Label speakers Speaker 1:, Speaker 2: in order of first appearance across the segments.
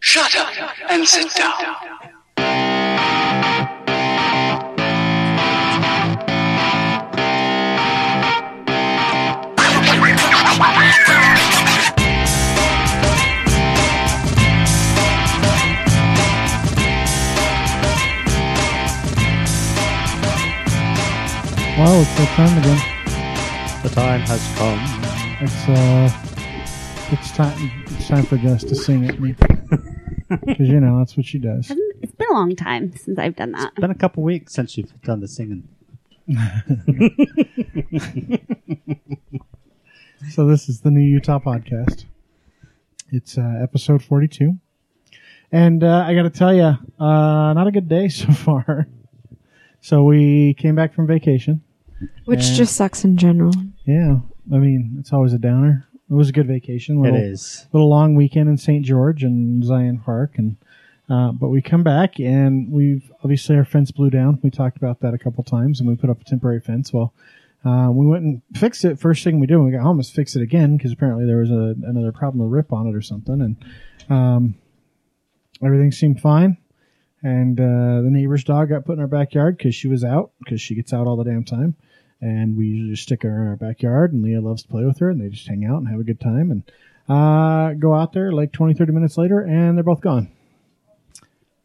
Speaker 1: Shut up and sit down.
Speaker 2: Wow, it's that time again.
Speaker 3: The time has come.
Speaker 2: It's uh, it's time. It's time for Jess to sing at me because you know that's what she does.
Speaker 4: Hasn't- It's been a long time since I've done that.
Speaker 3: Been a couple weeks since you've done the singing.
Speaker 2: So this is the new Utah podcast. It's uh, episode forty-two, and uh, I got to tell you, uh, not a good day so far. So we came back from vacation.
Speaker 5: Which
Speaker 2: Yeah.
Speaker 5: just sucks in general.
Speaker 2: Yeah, I mean it's always a downer. It was a good vacation.
Speaker 3: It
Speaker 2: Little-
Speaker 3: is.
Speaker 2: little long weekend in St. George and Zion Park, and uh, but we come back and we've obviously our fence blew down. We talked about that a couple times, and we put up a temporary fence. Well, uh, we went and fixed it. First thing we did when we got home is fix it again because apparently there was a, another problem, a rip on it or something, and um, everything seemed fine. And uh, the neighbor's dog got put in our backyard because she was out because she gets out all the damn time. And we usually just stick her in our backyard, and Leah loves to play with her, and they just hang out and have a good time. And uh, go out there like 20, 30 minutes later, and they're both gone.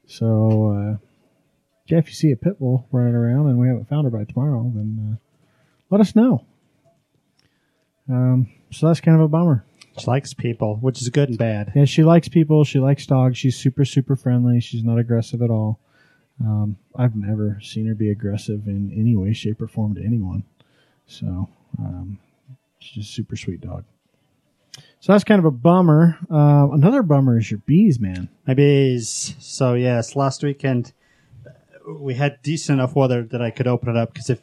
Speaker 2: So, uh, yeah, if you see a pit bull running around and we haven't found her by tomorrow, then uh, let us know. Um, so that's kind of a bummer.
Speaker 3: She likes people, which is good and bad.
Speaker 2: Yeah, she likes people. She likes dogs. She's super, super friendly. She's not aggressive at all. Um, I've never seen her be aggressive in any way, shape, or form to anyone. So um, she's just a super sweet dog. So that's kind of a bummer. Uh, another bummer is your bees, man.
Speaker 3: Maybe s- so. Yes, last weekend uh, we had decent enough weather that I could open it up because if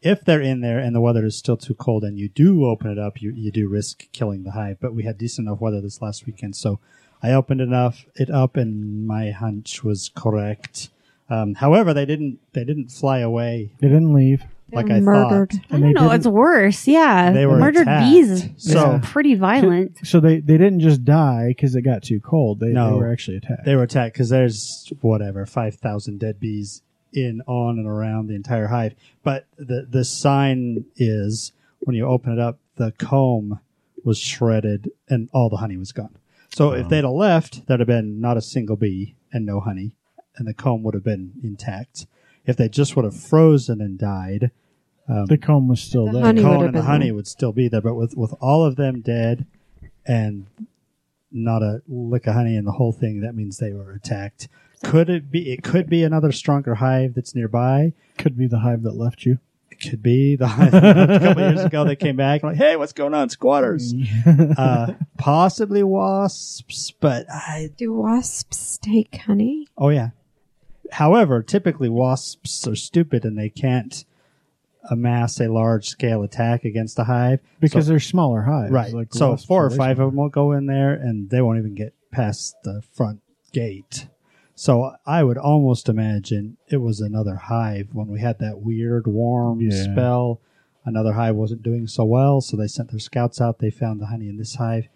Speaker 3: if they're in there and the weather is still too cold and you do open it up, you you do risk killing the hive. But we had decent enough weather this last weekend, so I opened enough it up, and my hunch was correct. Um, however, they didn't they didn't fly away
Speaker 2: They didn't leave.
Speaker 5: They're
Speaker 3: like I
Speaker 5: murdered.
Speaker 3: thought.
Speaker 4: I
Speaker 2: And they
Speaker 4: don't know.
Speaker 2: didn't-
Speaker 4: It's worse. Yeah.
Speaker 3: They were
Speaker 4: Murdered
Speaker 3: attacked.
Speaker 4: bees is
Speaker 3: So-
Speaker 4: pretty violent.
Speaker 2: So they, they didn't just die because it got too cold. They, they
Speaker 3: No.
Speaker 2: were actually attacked.
Speaker 3: They were attacked because there's whatever five thousand dead bees in, on, and around the entire hive. But the the sign is when you open it up, the comb was shredded and all the honey was gone. So if they'd have left, there'd have been not a single bee and no honey, and the comb would have been intact. If they just would have frozen and died,
Speaker 2: the comb was still
Speaker 5: The
Speaker 2: there.
Speaker 5: honey- would
Speaker 3: Cohen
Speaker 5: have
Speaker 3: and the
Speaker 5: been
Speaker 3: honey
Speaker 5: there.
Speaker 3: would still be there, but with with all of them dead and not a lick of honey in the whole thing, that means they were attacked. Could it be? It could be another stronger hive that's nearby.
Speaker 2: Could be the hive that left you.
Speaker 3: It could be the hive. a couple years ago, they came back and like, "Hey, what's going on, squatters?" uh, possibly wasps, but I.
Speaker 5: Do wasps take honey?
Speaker 3: Oh yeah. However, typically wasps are stupid and they can't amass a large scale attack against a hive
Speaker 2: Because
Speaker 3: So-
Speaker 2: they're smaller hives.
Speaker 3: Right.
Speaker 2: like
Speaker 3: so
Speaker 2: wasps
Speaker 3: four or
Speaker 2: way
Speaker 3: five
Speaker 2: smaller.
Speaker 3: of them will go in there, and they won't even get past the front gate. So I would almost imagine it was another hive when we had that weird warm
Speaker 2: Yeah.
Speaker 3: spell. Another hive wasn't doing so well, so they sent their scouts out. They found the honey in this hive,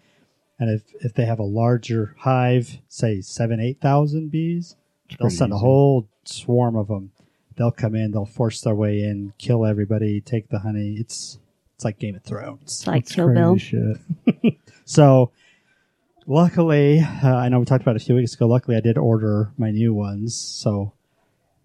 Speaker 3: and if if they have a larger hive, say seven, eight thousand bees, they'll
Speaker 2: pretty
Speaker 3: send a
Speaker 2: easy.
Speaker 3: whole swarm of them. They'll come in, they'll force their way in, kill everybody, take the honey. It's it's like Game of Thrones.
Speaker 4: It's like
Speaker 2: That's
Speaker 4: Kill
Speaker 2: crazy
Speaker 4: Bill.
Speaker 2: Shit.
Speaker 3: So, luckily, uh, I know we talked about it a few weeks ago. Luckily, I did order my new ones, so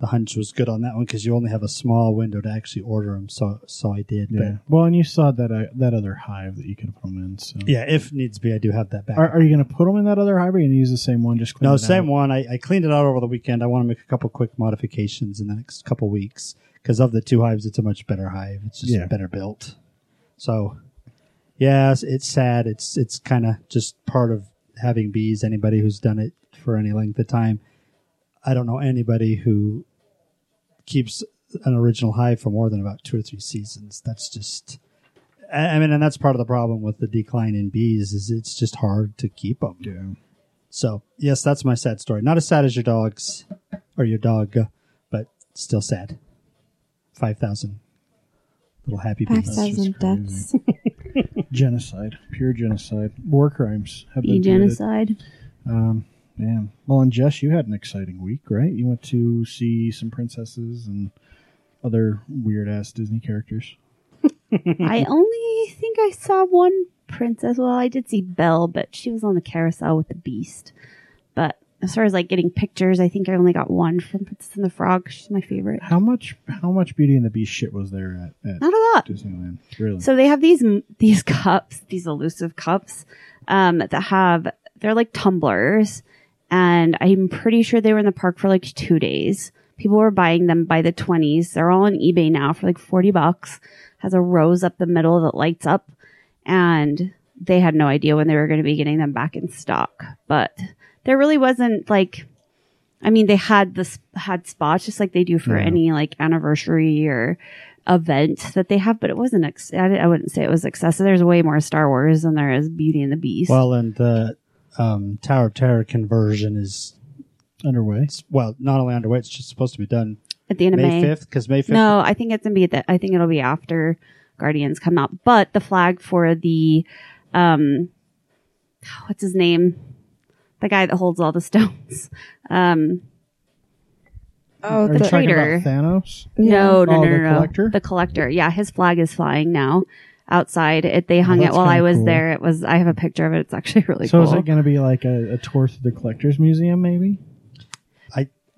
Speaker 3: the hunch was good on that one because you only have a small window to actually order them. So, so I did.
Speaker 2: Yeah. Well, and you saw that uh, that other hive that you could put them in. So
Speaker 3: But yeah, if needs be, I do have that back.
Speaker 2: Are, are you going to put them in that other hive, or are you going to use the same one? Just clean
Speaker 3: no,
Speaker 2: it
Speaker 3: same
Speaker 2: Out?
Speaker 3: one. I, I cleaned it out over the weekend. I want to make a couple quick modifications in the next couple weeks because of the two hives, it's a much better hive. It's just
Speaker 2: Yeah.
Speaker 3: better built. So, yes, it's sad. It's it's kind of just part of having bees. Anybody who's done it for any length of time, I don't know anybody who keeps an original hive for more than about two or three seasons. That's just. I I mean, and that's part of the problem with the decline in bees is it's just hard to keep them.
Speaker 2: Yeah.
Speaker 3: So yes, that's my sad story. Not as sad as your dog's or your dog, but still sad. Five thousand little happy
Speaker 5: Five
Speaker 3: bees.
Speaker 5: thousand deaths.
Speaker 2: Genocide, pure genocide, war crimes have been
Speaker 4: Bee
Speaker 2: committed.
Speaker 4: genocide.
Speaker 2: Um, Damn. Well, and Jess, you had an exciting week, right? You went to see some princesses and other weird ass Disney characters.
Speaker 4: I only think I saw one princess. Well, I did see Belle, but she was on the carousel with the beast. But as far as like getting pictures, I think I only got one from Princess and the Frog. She's my favorite.
Speaker 2: How much? How much Beauty and the Beast shit was there at, at
Speaker 4: Not a lot.
Speaker 2: Disneyland? Really?
Speaker 4: So they have these these cups, these elusive cups, um, that have they're like tumblers, and I'm pretty sure they were in the park for like two days. People were buying them by the twenties. They're all on eBay now for like forty bucks. Has a rose up the middle that lights up, and they had no idea when they were going to be getting them back in stock. But there really wasn't like. I mean, they had this had spots just like they do for
Speaker 2: Yeah.
Speaker 4: any like anniversary or event that they have, but it wasn't. Ex- I, di- I wouldn't say it was excessive. There's way more Star Wars than there is Beauty and the Beast.
Speaker 3: Well, and the um, Tower of Terror conversion is
Speaker 2: Underway.
Speaker 3: it's, well not only underway; it's just supposed to be done
Speaker 4: at the end of
Speaker 3: May
Speaker 4: May,
Speaker 3: fifth because May fifth.
Speaker 4: no, I think it's gonna be that. I think it'll be after Guardians come out. But the flag for the, um, what's his name, the guy that holds all the stones. Um,
Speaker 5: Oh,
Speaker 2: Are you
Speaker 5: the,
Speaker 2: talking
Speaker 4: traitor.
Speaker 2: about Thanos?
Speaker 4: no, no,
Speaker 2: Oh,
Speaker 4: no,
Speaker 2: the
Speaker 4: no, no.
Speaker 2: collector?
Speaker 4: The collector. Yeah, his flag is flying now. Outside, it they hung it
Speaker 2: Oh, that's
Speaker 4: while I
Speaker 2: kinda
Speaker 4: was
Speaker 2: cool.
Speaker 4: there. It was. I have a picture of it. It's actually really
Speaker 2: so
Speaker 4: cool.
Speaker 2: is it going to be like a, a tour through the collectors museum? Maybe.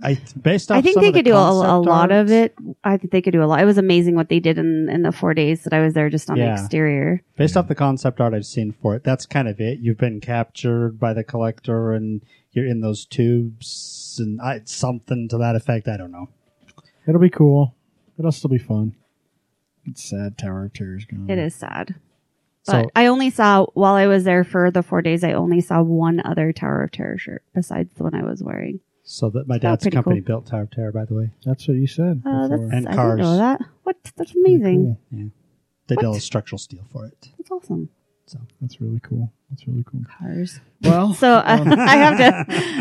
Speaker 3: I based off.
Speaker 4: I think
Speaker 3: some
Speaker 4: they
Speaker 3: of the
Speaker 4: could do a, a
Speaker 3: concept art,
Speaker 4: lot of it. I think they could do a lot. It was amazing what they did in, in the four days that I was there, just on
Speaker 3: Yeah.
Speaker 4: the exterior.
Speaker 3: Based off the concept art I've seen for it, that's kind of it. You've been captured by the collector, and you're in those tubes, and I, something to that effect. I don't know.
Speaker 2: It'll be cool. It'll still be fun. It's sad. Tower of Terror is gone.
Speaker 4: It is sad, but
Speaker 3: So
Speaker 4: I only saw while I was there for the four days. I only saw one other Tower of Terror shirt besides the one I was wearing.
Speaker 3: So that my dad's
Speaker 4: pretty
Speaker 3: company
Speaker 4: cool.
Speaker 3: built Tower of Terror, by the way.
Speaker 2: That's what you said.
Speaker 4: Oh, that's
Speaker 2: before.
Speaker 3: And
Speaker 4: I didn't know
Speaker 3: cars.
Speaker 4: that. What? That's amazing.
Speaker 2: Cool.
Speaker 3: They
Speaker 4: What?
Speaker 3: did a structural steel for it.
Speaker 4: That's awesome.
Speaker 2: That's really cool. That's really cool.
Speaker 4: Cars.
Speaker 2: Well,
Speaker 4: So uh, I have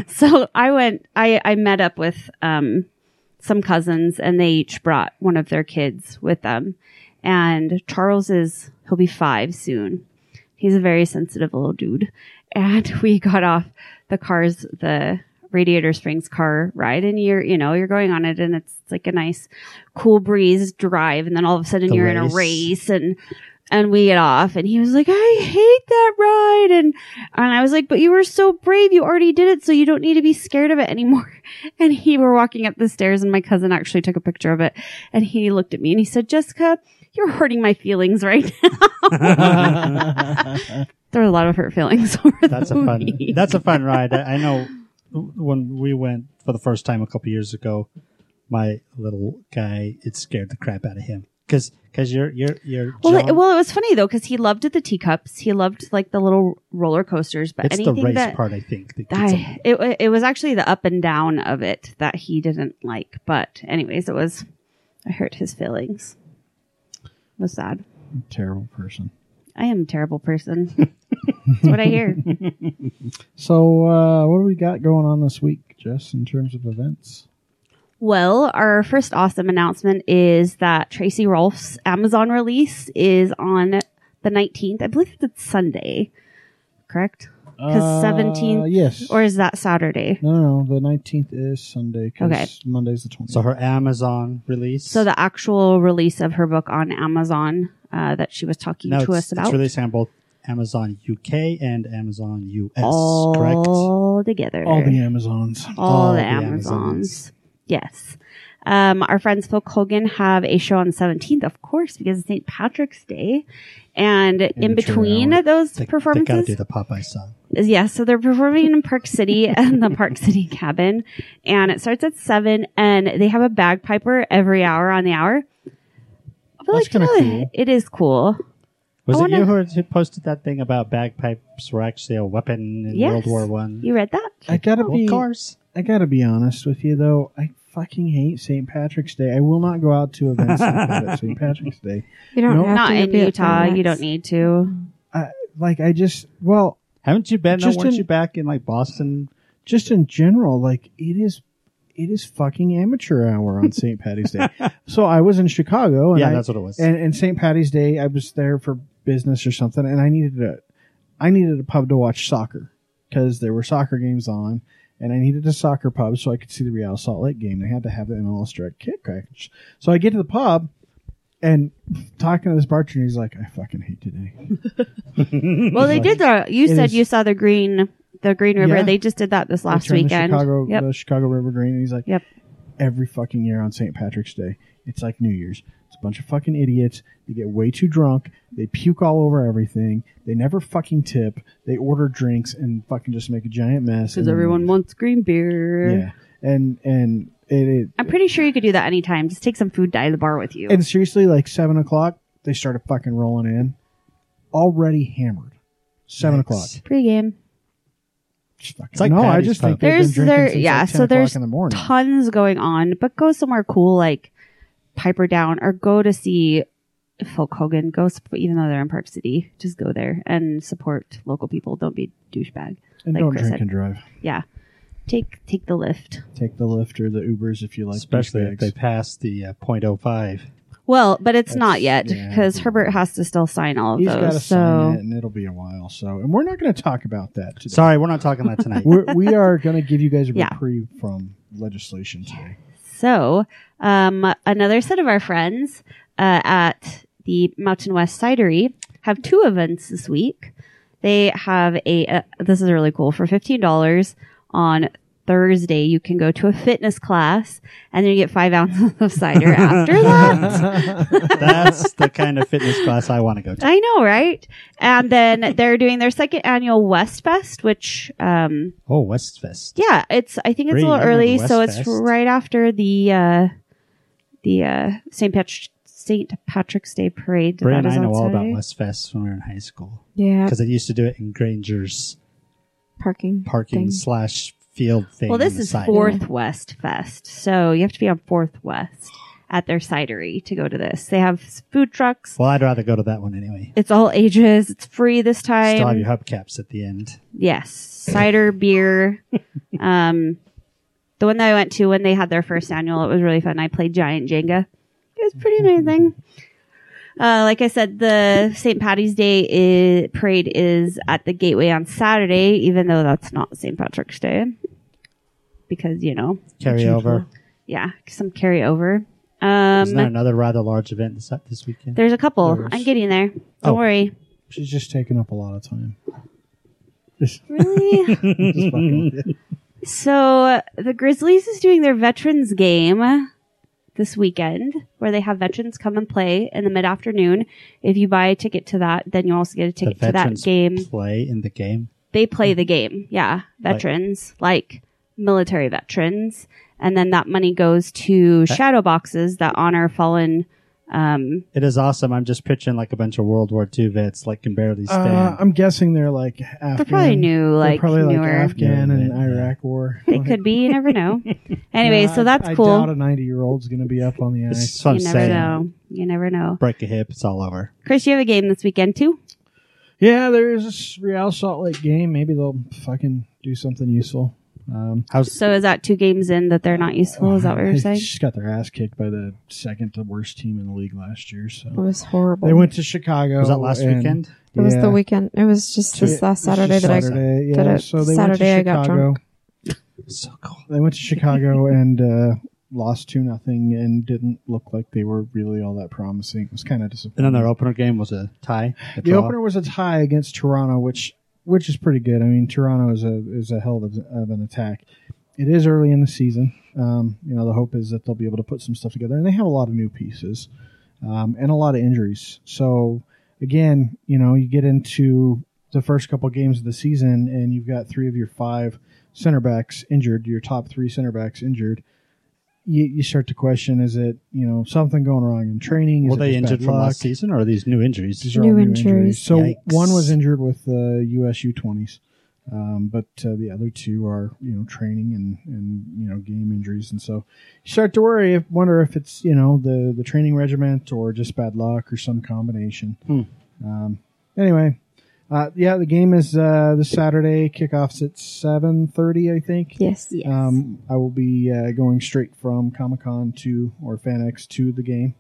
Speaker 4: to. So I went. I I met up with um some cousins, and they each brought one of their kids with them. And Charles is he'll be five soon. He's a very sensitive little dude. And we got off the cars, the Radiator Springs car ride, and you're you know you're going on it, and it's like a nice cool breeze drive, and then all of a sudden
Speaker 3: The
Speaker 4: you're in a
Speaker 3: race.
Speaker 4: race and. And we get off, and he was like, "I hate that ride," and and I was like, but you were so brave. You already did it. So you don't need to be scared of it anymore. And he were walking up the stairs and my cousin actually took a picture of it. And he looked at me and he said, Jessica, you're hurting my feelings right now. There were a lot of hurt feelings over
Speaker 3: That's a
Speaker 4: the
Speaker 3: fun.
Speaker 4: week.
Speaker 3: That's a fun ride. I, I know when we went for the first time a couple years ago, my little guy it scared the crap out of him because because you're you're you're
Speaker 4: well,
Speaker 3: John,
Speaker 4: it, well, it was funny though, because he loved the teacups. He loved like the little roller coasters, but
Speaker 3: it's the
Speaker 4: anything
Speaker 3: race
Speaker 4: that
Speaker 3: part I think that gets him.
Speaker 4: I, it, wa- it was actually the up and down of it that he didn't like. But anyways, it was, I hurt his feelings. It was sad.
Speaker 2: terrible person.
Speaker 4: I am a terrible person. That's what I hear.
Speaker 2: So, uh, what do we got going on this week, Jess, in terms of events?
Speaker 4: Well, our first awesome announcement is that Tracy Rolf's Amazon release is on the 19th. I believe it's Sunday, correct? 'Cause 17th
Speaker 2: Uh, yes,
Speaker 4: Or is that Saturday?
Speaker 2: no, no, no, the nineteenth is Sunday. 'cause
Speaker 4: Okay.
Speaker 2: Monday's the twentieth.
Speaker 3: So her Amazon release.
Speaker 4: So the actual release of her book on Amazon uh, that she was talking
Speaker 3: No,
Speaker 4: to
Speaker 3: it's-
Speaker 4: us about
Speaker 3: It's releasing on both Amazon UK and Amazon US. correct.
Speaker 4: all together.
Speaker 2: all the Amazons.
Speaker 4: all the
Speaker 3: the
Speaker 4: Amazons.
Speaker 3: Amazons.
Speaker 4: Yes. Um, our friends Phil Colgan have a show on the 17th, of course, because it's St. Patrick's Day. And in,
Speaker 2: the trailer,
Speaker 4: between
Speaker 2: like,
Speaker 4: those
Speaker 3: They, they gotta
Speaker 4: performances,
Speaker 3: do the Popeye song.
Speaker 4: yes, so they're performing in Park City and the Park City Cabin. And it starts at 7, and they have a bagpiper every hour on the hour. I feel
Speaker 2: That's
Speaker 4: like,
Speaker 2: kinda
Speaker 4: you know,
Speaker 2: cool.
Speaker 4: It is cool.
Speaker 3: Was
Speaker 4: I
Speaker 3: it you
Speaker 4: wonder-
Speaker 3: who had- who posted that thing about bagpipes were actually a weapon in
Speaker 4: Yes.
Speaker 3: World War One?
Speaker 4: You read that?
Speaker 2: I gotta
Speaker 3: Well,
Speaker 2: be.
Speaker 3: of course.
Speaker 2: I gotta be honest with you though. I fucking hate St. Patrick's Day. I will not go out to events like that at St. Patrick's Day.
Speaker 5: you don't
Speaker 2: Nope.
Speaker 5: have
Speaker 4: Not
Speaker 5: to
Speaker 4: in
Speaker 5: be at
Speaker 4: Utah.
Speaker 5: Fairfax.
Speaker 4: You don't need to.
Speaker 2: Like I just well,
Speaker 3: Haven't you been? Just
Speaker 2: Just
Speaker 3: weren't
Speaker 2: in-
Speaker 3: you back in like Boston?
Speaker 2: just in general, like it is, it is fucking amateur hour on St. Patty's Day. So I was in Chicago, and
Speaker 3: yeah,
Speaker 2: I,
Speaker 3: that's what it was.
Speaker 2: and, and St. Patty's Day, I was there for business or something, and I needed a, I needed a pub to watch soccer because there were soccer games on, and I needed a soccer pub so I could see the Real Salt Lake game. They had to have the MLS Direct Kick package. So I get to the pub and talking to this bartender, he's like, "I fucking hate today."
Speaker 4: Well, they
Speaker 2: Like,
Speaker 4: did the. You
Speaker 2: it
Speaker 4: said
Speaker 2: is-
Speaker 4: you saw the green, the Green River.
Speaker 2: Yeah.
Speaker 4: They just did that this last
Speaker 2: They turned
Speaker 4: weekend.
Speaker 2: The Chicago,
Speaker 4: yep.
Speaker 2: the Chicago River Green. And he's like,
Speaker 4: Yep.
Speaker 2: Every fucking year on St. Patrick's Day, it's like New Year's. It's a bunch of fucking idiots. They get way too drunk. They puke all over everything. They never fucking tip. They order drinks and fucking just make a giant mess.
Speaker 4: Because
Speaker 2: and then
Speaker 4: everyone
Speaker 2: leave.
Speaker 4: wants green beer.
Speaker 2: Yeah, and and it, it
Speaker 4: I'm pretty sure you could do that anytime. Just take some food, die to the bar with you.
Speaker 2: and seriously, like seven o'clock, they started fucking rolling in, already hammered. Seven
Speaker 3: Nice.
Speaker 2: o'clock.
Speaker 4: Pre-game.
Speaker 2: Just fucking-
Speaker 3: It's like
Speaker 2: no, I
Speaker 3: Patty's
Speaker 2: just
Speaker 3: Pub.
Speaker 2: think they've been
Speaker 4: There's
Speaker 2: drinking
Speaker 4: there-
Speaker 2: since, like,
Speaker 4: yeah,
Speaker 2: 10
Speaker 4: so there's
Speaker 2: o'clock in the morning.
Speaker 4: Hmm. Tons going on, but go somewhere cool like Piper Down or go to see Folk Hogan. Go, sup- even though they're in Park City, just go there and support local people. Don't be a douchebag.
Speaker 2: and
Speaker 4: like
Speaker 2: don't
Speaker 4: Chris
Speaker 2: drink
Speaker 4: said.
Speaker 2: and drive.
Speaker 4: Take take the lift.
Speaker 2: Take the Lyft or the Ubers if you like.
Speaker 3: especially if
Speaker 2: douchebags.
Speaker 3: they pass the uh, 0.05.
Speaker 4: Well, but it's
Speaker 2: That's-
Speaker 4: not yet
Speaker 2: yeah.
Speaker 4: because Herbert has to still sign all of
Speaker 2: He's got to
Speaker 4: those.
Speaker 2: sign it,
Speaker 4: So
Speaker 2: and it'll be a while. So, and we're not going to talk about that today.
Speaker 3: Sorry, we're not talking that tonight.
Speaker 2: We're, we are going to give you guys a
Speaker 4: Yeah.
Speaker 2: reprieve from legislation today.
Speaker 4: so um, another set of our friends uh, at the Mountain West Cidery have two events this week. They have a uh, this is really cool for fifteen dollars on Thursday. You can go to a fitness class and then you get five ounces of cider after that.
Speaker 3: That's the kind of fitness class I want to go to.
Speaker 4: I know, right? And then they're doing their second annual West Fest, which um,
Speaker 3: Oh, Westfest.
Speaker 4: Yeah, it's. I think it's
Speaker 3: Great,
Speaker 4: a
Speaker 3: I
Speaker 4: little
Speaker 3: remember
Speaker 4: early,
Speaker 3: West
Speaker 4: so it's
Speaker 3: Fest.
Speaker 4: right after the uh, the uh, St. Patrick St. Patrick's Day parade.
Speaker 3: Bray and
Speaker 4: That is
Speaker 3: I know
Speaker 4: on
Speaker 3: all about
Speaker 4: Saturday.
Speaker 3: Westfest when we were in high school
Speaker 5: Yeah.
Speaker 3: because I used to do it in Granger's
Speaker 5: Parking.
Speaker 3: parking
Speaker 5: thing.
Speaker 3: slash field thing.
Speaker 4: Well,
Speaker 3: on
Speaker 4: this
Speaker 3: the
Speaker 4: is
Speaker 3: side.
Speaker 4: Fourth West Fest, so you have to be on Fourth West at their cidery to go to this. They have s- food trucks.
Speaker 3: Well, I'd rather go to that one anyway.
Speaker 4: It's all ages. It's free this time.
Speaker 3: Still have your hubcaps at the end.
Speaker 4: Yes, cider beer. um, the one that I went to when they had their first annual, it was really fun. I played giant Jenga. It was pretty amazing. Uh, like I said, the St. Patty's Day is, parade is at the Gateway on Saturday, even though that's not St. Patrick's Day, because you know,
Speaker 3: Carry over.
Speaker 4: yeah, some carryover.
Speaker 3: Isn't there
Speaker 4: Um,
Speaker 3: another rather large event this, this weekend?
Speaker 4: there's a couple.
Speaker 2: There's-
Speaker 4: I'm getting there. Don't
Speaker 3: Oh.
Speaker 4: worry.
Speaker 2: She's just taking up a lot of time. Just-
Speaker 4: Really.
Speaker 2: just fucking-
Speaker 4: So uh, the Grizzlies is doing their veterans game this weekend where they have veterans come and play in the mid afternoon. If you buy a ticket to that, then you also get a
Speaker 3: the
Speaker 4: ticket to that game.
Speaker 3: play in the game.
Speaker 4: They play the game. Yeah. Veterans, like, military veterans. And then that money goes to shadow boxes that honor fallen um
Speaker 3: It is awesome. I'm just pitching like a bunch of World War II vets, like can barely stand.
Speaker 2: Uh, I'm guessing they're like Afghan.
Speaker 4: they're probably new,
Speaker 2: They're
Speaker 4: like
Speaker 2: probably like
Speaker 4: newer.
Speaker 2: Afghan and
Speaker 3: Yeah.
Speaker 2: Iraq war.
Speaker 4: they could be, you never know. Anyway,
Speaker 2: Yeah,
Speaker 4: so
Speaker 2: I-
Speaker 4: that's
Speaker 2: I,
Speaker 4: cool.
Speaker 2: doubt a 90 year old's going to be up on the
Speaker 3: This
Speaker 2: ice.
Speaker 3: is what I'm
Speaker 4: you never
Speaker 3: saying.
Speaker 4: know. You never know.
Speaker 3: Break a hip, it's all over.
Speaker 4: Chris, you have a game this weekend too?
Speaker 2: Yeah, there is this Real Salt Lake game. Maybe they'll fucking do something useful. Um,
Speaker 3: How's
Speaker 4: So is that two games in that they're not useful? Is that what you're saying?
Speaker 2: She got their ass kicked by the second to worst team in the league last year. So
Speaker 5: It was horrible.
Speaker 2: they went to Chicago.
Speaker 3: was that last
Speaker 2: Oh, and-
Speaker 3: weekend?
Speaker 5: It was
Speaker 2: yeah.
Speaker 5: the weekend. It was just
Speaker 2: So
Speaker 5: this
Speaker 2: it-
Speaker 5: last
Speaker 2: it was
Speaker 5: Saturday
Speaker 2: just
Speaker 5: that I.
Speaker 2: Saturday, yeah.
Speaker 5: did it.
Speaker 2: So they
Speaker 5: Saturday I
Speaker 2: went to
Speaker 5: got
Speaker 2: Chicago.
Speaker 3: So cool.
Speaker 2: They went to Chicago and uh, lost two nothing and didn't look like they were really all that promising. It was kind of disappointing.
Speaker 3: And then their opener game was a tie. a
Speaker 2: The
Speaker 3: draw.
Speaker 2: opener was a tie against Toronto, which which is pretty good. I mean, Toronto is a is a hell of, of an attack. It is early in the season. Um, you know, the hope is that they'll be able to put some stuff together, and they have a lot of new pieces um, and a lot of injuries. So again, you know, you get into the first couple games of the season, and you've got three of your five center backs injured, your top three center backs injured. You, you start to question: Is it you know something going wrong in training? Is
Speaker 3: Were
Speaker 2: it
Speaker 3: they
Speaker 2: just bad
Speaker 3: injured from
Speaker 2: luck?
Speaker 3: last season or are these new injuries?
Speaker 2: These are all
Speaker 5: New
Speaker 2: new
Speaker 5: injuries.
Speaker 2: injuries. So
Speaker 3: Yikes.
Speaker 2: one was injured with the USU twenties, um, but uh, the other two are you know training and and you know game injuries, and so you start to worry, if, wonder if it's you know the the training regiment or just bad luck or some combination.
Speaker 3: Hmm.
Speaker 2: Um, anyway. Uh, yeah, the game is uh, this Saturday. Kickoffs at seven thirty, I think.
Speaker 5: Yes.
Speaker 4: Yes.
Speaker 2: Um, I will be uh, going straight from Comic Con to or FanX to the game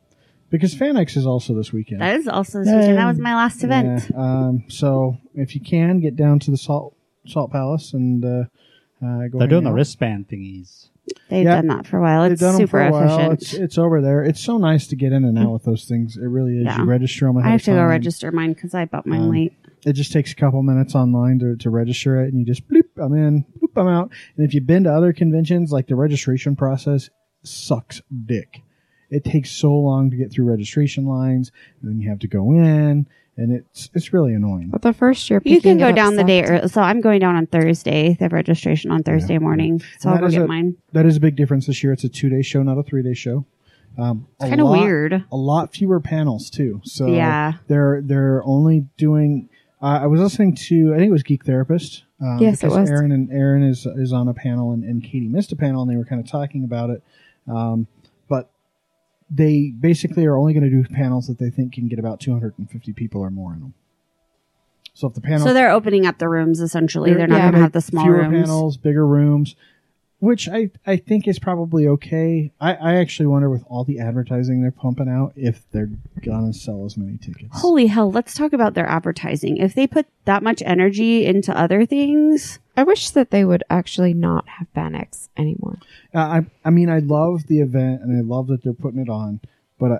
Speaker 2: because FanX is also this weekend.
Speaker 4: that is also this weekend. That was my last event.
Speaker 2: Yeah, um, so if you can get down to the Salt Salt Palace and uh, Uh, going
Speaker 3: They're doing the
Speaker 2: out.
Speaker 3: wristband thingies.
Speaker 4: They've
Speaker 2: Yeah.
Speaker 4: done that for a while.
Speaker 2: They've
Speaker 4: It's
Speaker 2: done 'em
Speaker 4: super
Speaker 2: for a while.
Speaker 4: efficient.
Speaker 2: It's, it's over there. It's so nice to get in and out with those things. It really is.
Speaker 4: Yeah.
Speaker 2: You register them.
Speaker 4: I have to go register mine because I bought mine
Speaker 2: Um,
Speaker 4: late.
Speaker 2: It just takes a couple minutes online to, to register it, and you just bloop, I'm in, bloop, I'm out. And if you've been to other conventions, like the registration process sucks dick. It takes so long to get through registration lines, and then you have to go in, and it's it's really annoying.
Speaker 5: But the first year
Speaker 4: You can
Speaker 5: picking it
Speaker 4: go
Speaker 5: up
Speaker 4: down the
Speaker 5: sucked.
Speaker 4: day. Early. So I'm going down on Thursday. They have registration on Thursday
Speaker 2: Yeah.
Speaker 4: morning.
Speaker 2: And
Speaker 4: So I'll
Speaker 2: that
Speaker 4: go
Speaker 2: is
Speaker 4: get
Speaker 2: a-
Speaker 4: mine.
Speaker 2: That is a big difference this year. It's a two day show, not a three day show. Um, a
Speaker 4: Kind of
Speaker 2: lot-
Speaker 4: weird.
Speaker 2: A lot fewer panels too. So
Speaker 4: Yeah.
Speaker 2: they're they're only doing. Uh, I was listening to I think it was Geek Therapist. Um,
Speaker 5: Yes, it
Speaker 2: because
Speaker 5: was.
Speaker 2: Aaron and Aaron is is on a panel and, and Katie missed a panel and they were kind of talking about it. Um, but they basically are only going to do panels that they think can get about 250 people or more in them. So if the panel
Speaker 4: So they're opening up the rooms essentially. They're, not
Speaker 5: yeah,
Speaker 4: going to
Speaker 5: they-
Speaker 4: have the small
Speaker 2: fewer
Speaker 4: rooms.
Speaker 2: panels, bigger rooms, which I, I think is probably okay. I, I actually wonder with all the advertising they're pumping out if they're gonna sell as many tickets.
Speaker 4: Holy hell, let's talk about their advertising. If they put that much energy into other things,
Speaker 5: I wish that they would actually not have Banex anymore.
Speaker 2: Uh, I I mean I love the event and I love that they're putting it on, but I,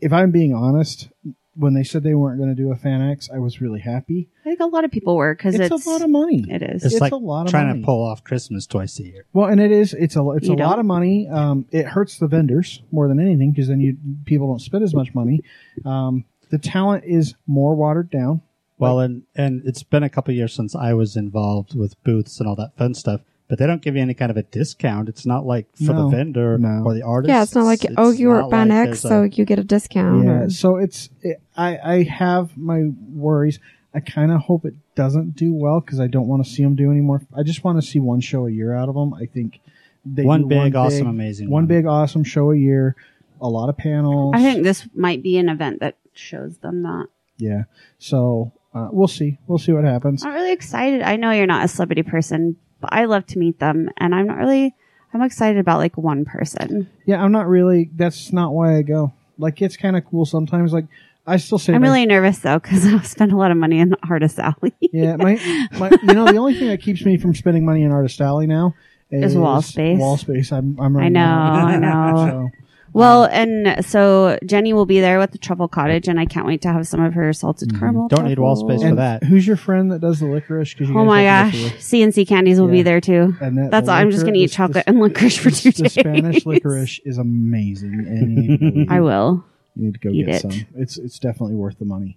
Speaker 2: if I'm being honest, when they said they weren't going to do a fan X, I was really happy.
Speaker 4: I think a lot of people were because
Speaker 2: It's,
Speaker 4: it's,
Speaker 2: a lot of money.
Speaker 4: it is.
Speaker 2: It's
Speaker 3: It's, like
Speaker 2: a lot of
Speaker 3: trying
Speaker 2: money.
Speaker 3: to pull off Christmas twice a year.
Speaker 2: Well, and it is it's a it's a
Speaker 4: You
Speaker 2: lot
Speaker 4: don't-
Speaker 2: of money. Um, it hurts the vendors more than anything because then you people don't spend as much money. Um, the talent is more watered down.
Speaker 3: Well, and and it's been a couple years since I was involved with booths and all that fun stuff. But they don't give you any kind of a discount. It's not like for
Speaker 2: No.
Speaker 3: the vendor
Speaker 2: No.
Speaker 3: or the artist.
Speaker 5: Yeah, it's not like oh, you were at Banex,
Speaker 3: X,
Speaker 5: so you get a discount.
Speaker 2: yeah.
Speaker 5: or-
Speaker 2: So it's it, I I have my worries. I kind of hope it doesn't do well because I don't want to see them do anymore. I just want to see one show a year out of them. I think they
Speaker 3: one
Speaker 2: do
Speaker 3: big, awesome, amazing,
Speaker 2: one big awesome show a year, a lot of panels.
Speaker 4: I think this might be an event that shows them that.
Speaker 2: yeah. So uh, we'll see. We'll see what happens.
Speaker 4: I'm not really excited. I know you're not a celebrity person, but I love to meet them, and I'm not really. I'm excited about like one person.
Speaker 2: Yeah, I'm not really. That's not why I go. Like, it's kind of cool sometimes. Like, I still say,
Speaker 4: I'm
Speaker 2: my-
Speaker 4: really nervous though because I've spent a lot of money in Artist Alley.
Speaker 2: yeah. My, my, you know, the only thing that keeps me from spending money in Artist Alley now is,
Speaker 4: Is wall space.
Speaker 2: Wall space. I'm, I'm
Speaker 4: I
Speaker 2: running
Speaker 4: know,
Speaker 2: out.
Speaker 4: I know.
Speaker 2: So,
Speaker 4: well, and so Jenny will be there with the Truffle Cottage, and I can't wait to have some of her salted caramel.
Speaker 3: Don't need wall
Speaker 4: truffles.
Speaker 3: space
Speaker 2: and
Speaker 3: for that.
Speaker 2: who's your friend that does the licorice? Cause you
Speaker 4: Oh
Speaker 2: guys
Speaker 4: my
Speaker 2: like
Speaker 4: gosh,
Speaker 2: licorice.
Speaker 4: CNC candies will be
Speaker 2: Yeah.
Speaker 4: there too.
Speaker 2: And that,
Speaker 4: That's
Speaker 2: the
Speaker 4: all. I'm just gonna
Speaker 2: licorice-
Speaker 4: eat
Speaker 2: the-
Speaker 4: chocolate and licorice for two
Speaker 2: The
Speaker 4: days.
Speaker 2: Spanish licorice is amazing, and you need to go eat
Speaker 4: I
Speaker 2: it.
Speaker 4: will.
Speaker 2: You need to go
Speaker 4: eat
Speaker 2: get
Speaker 4: it.
Speaker 2: some. It's it's definitely worth the money.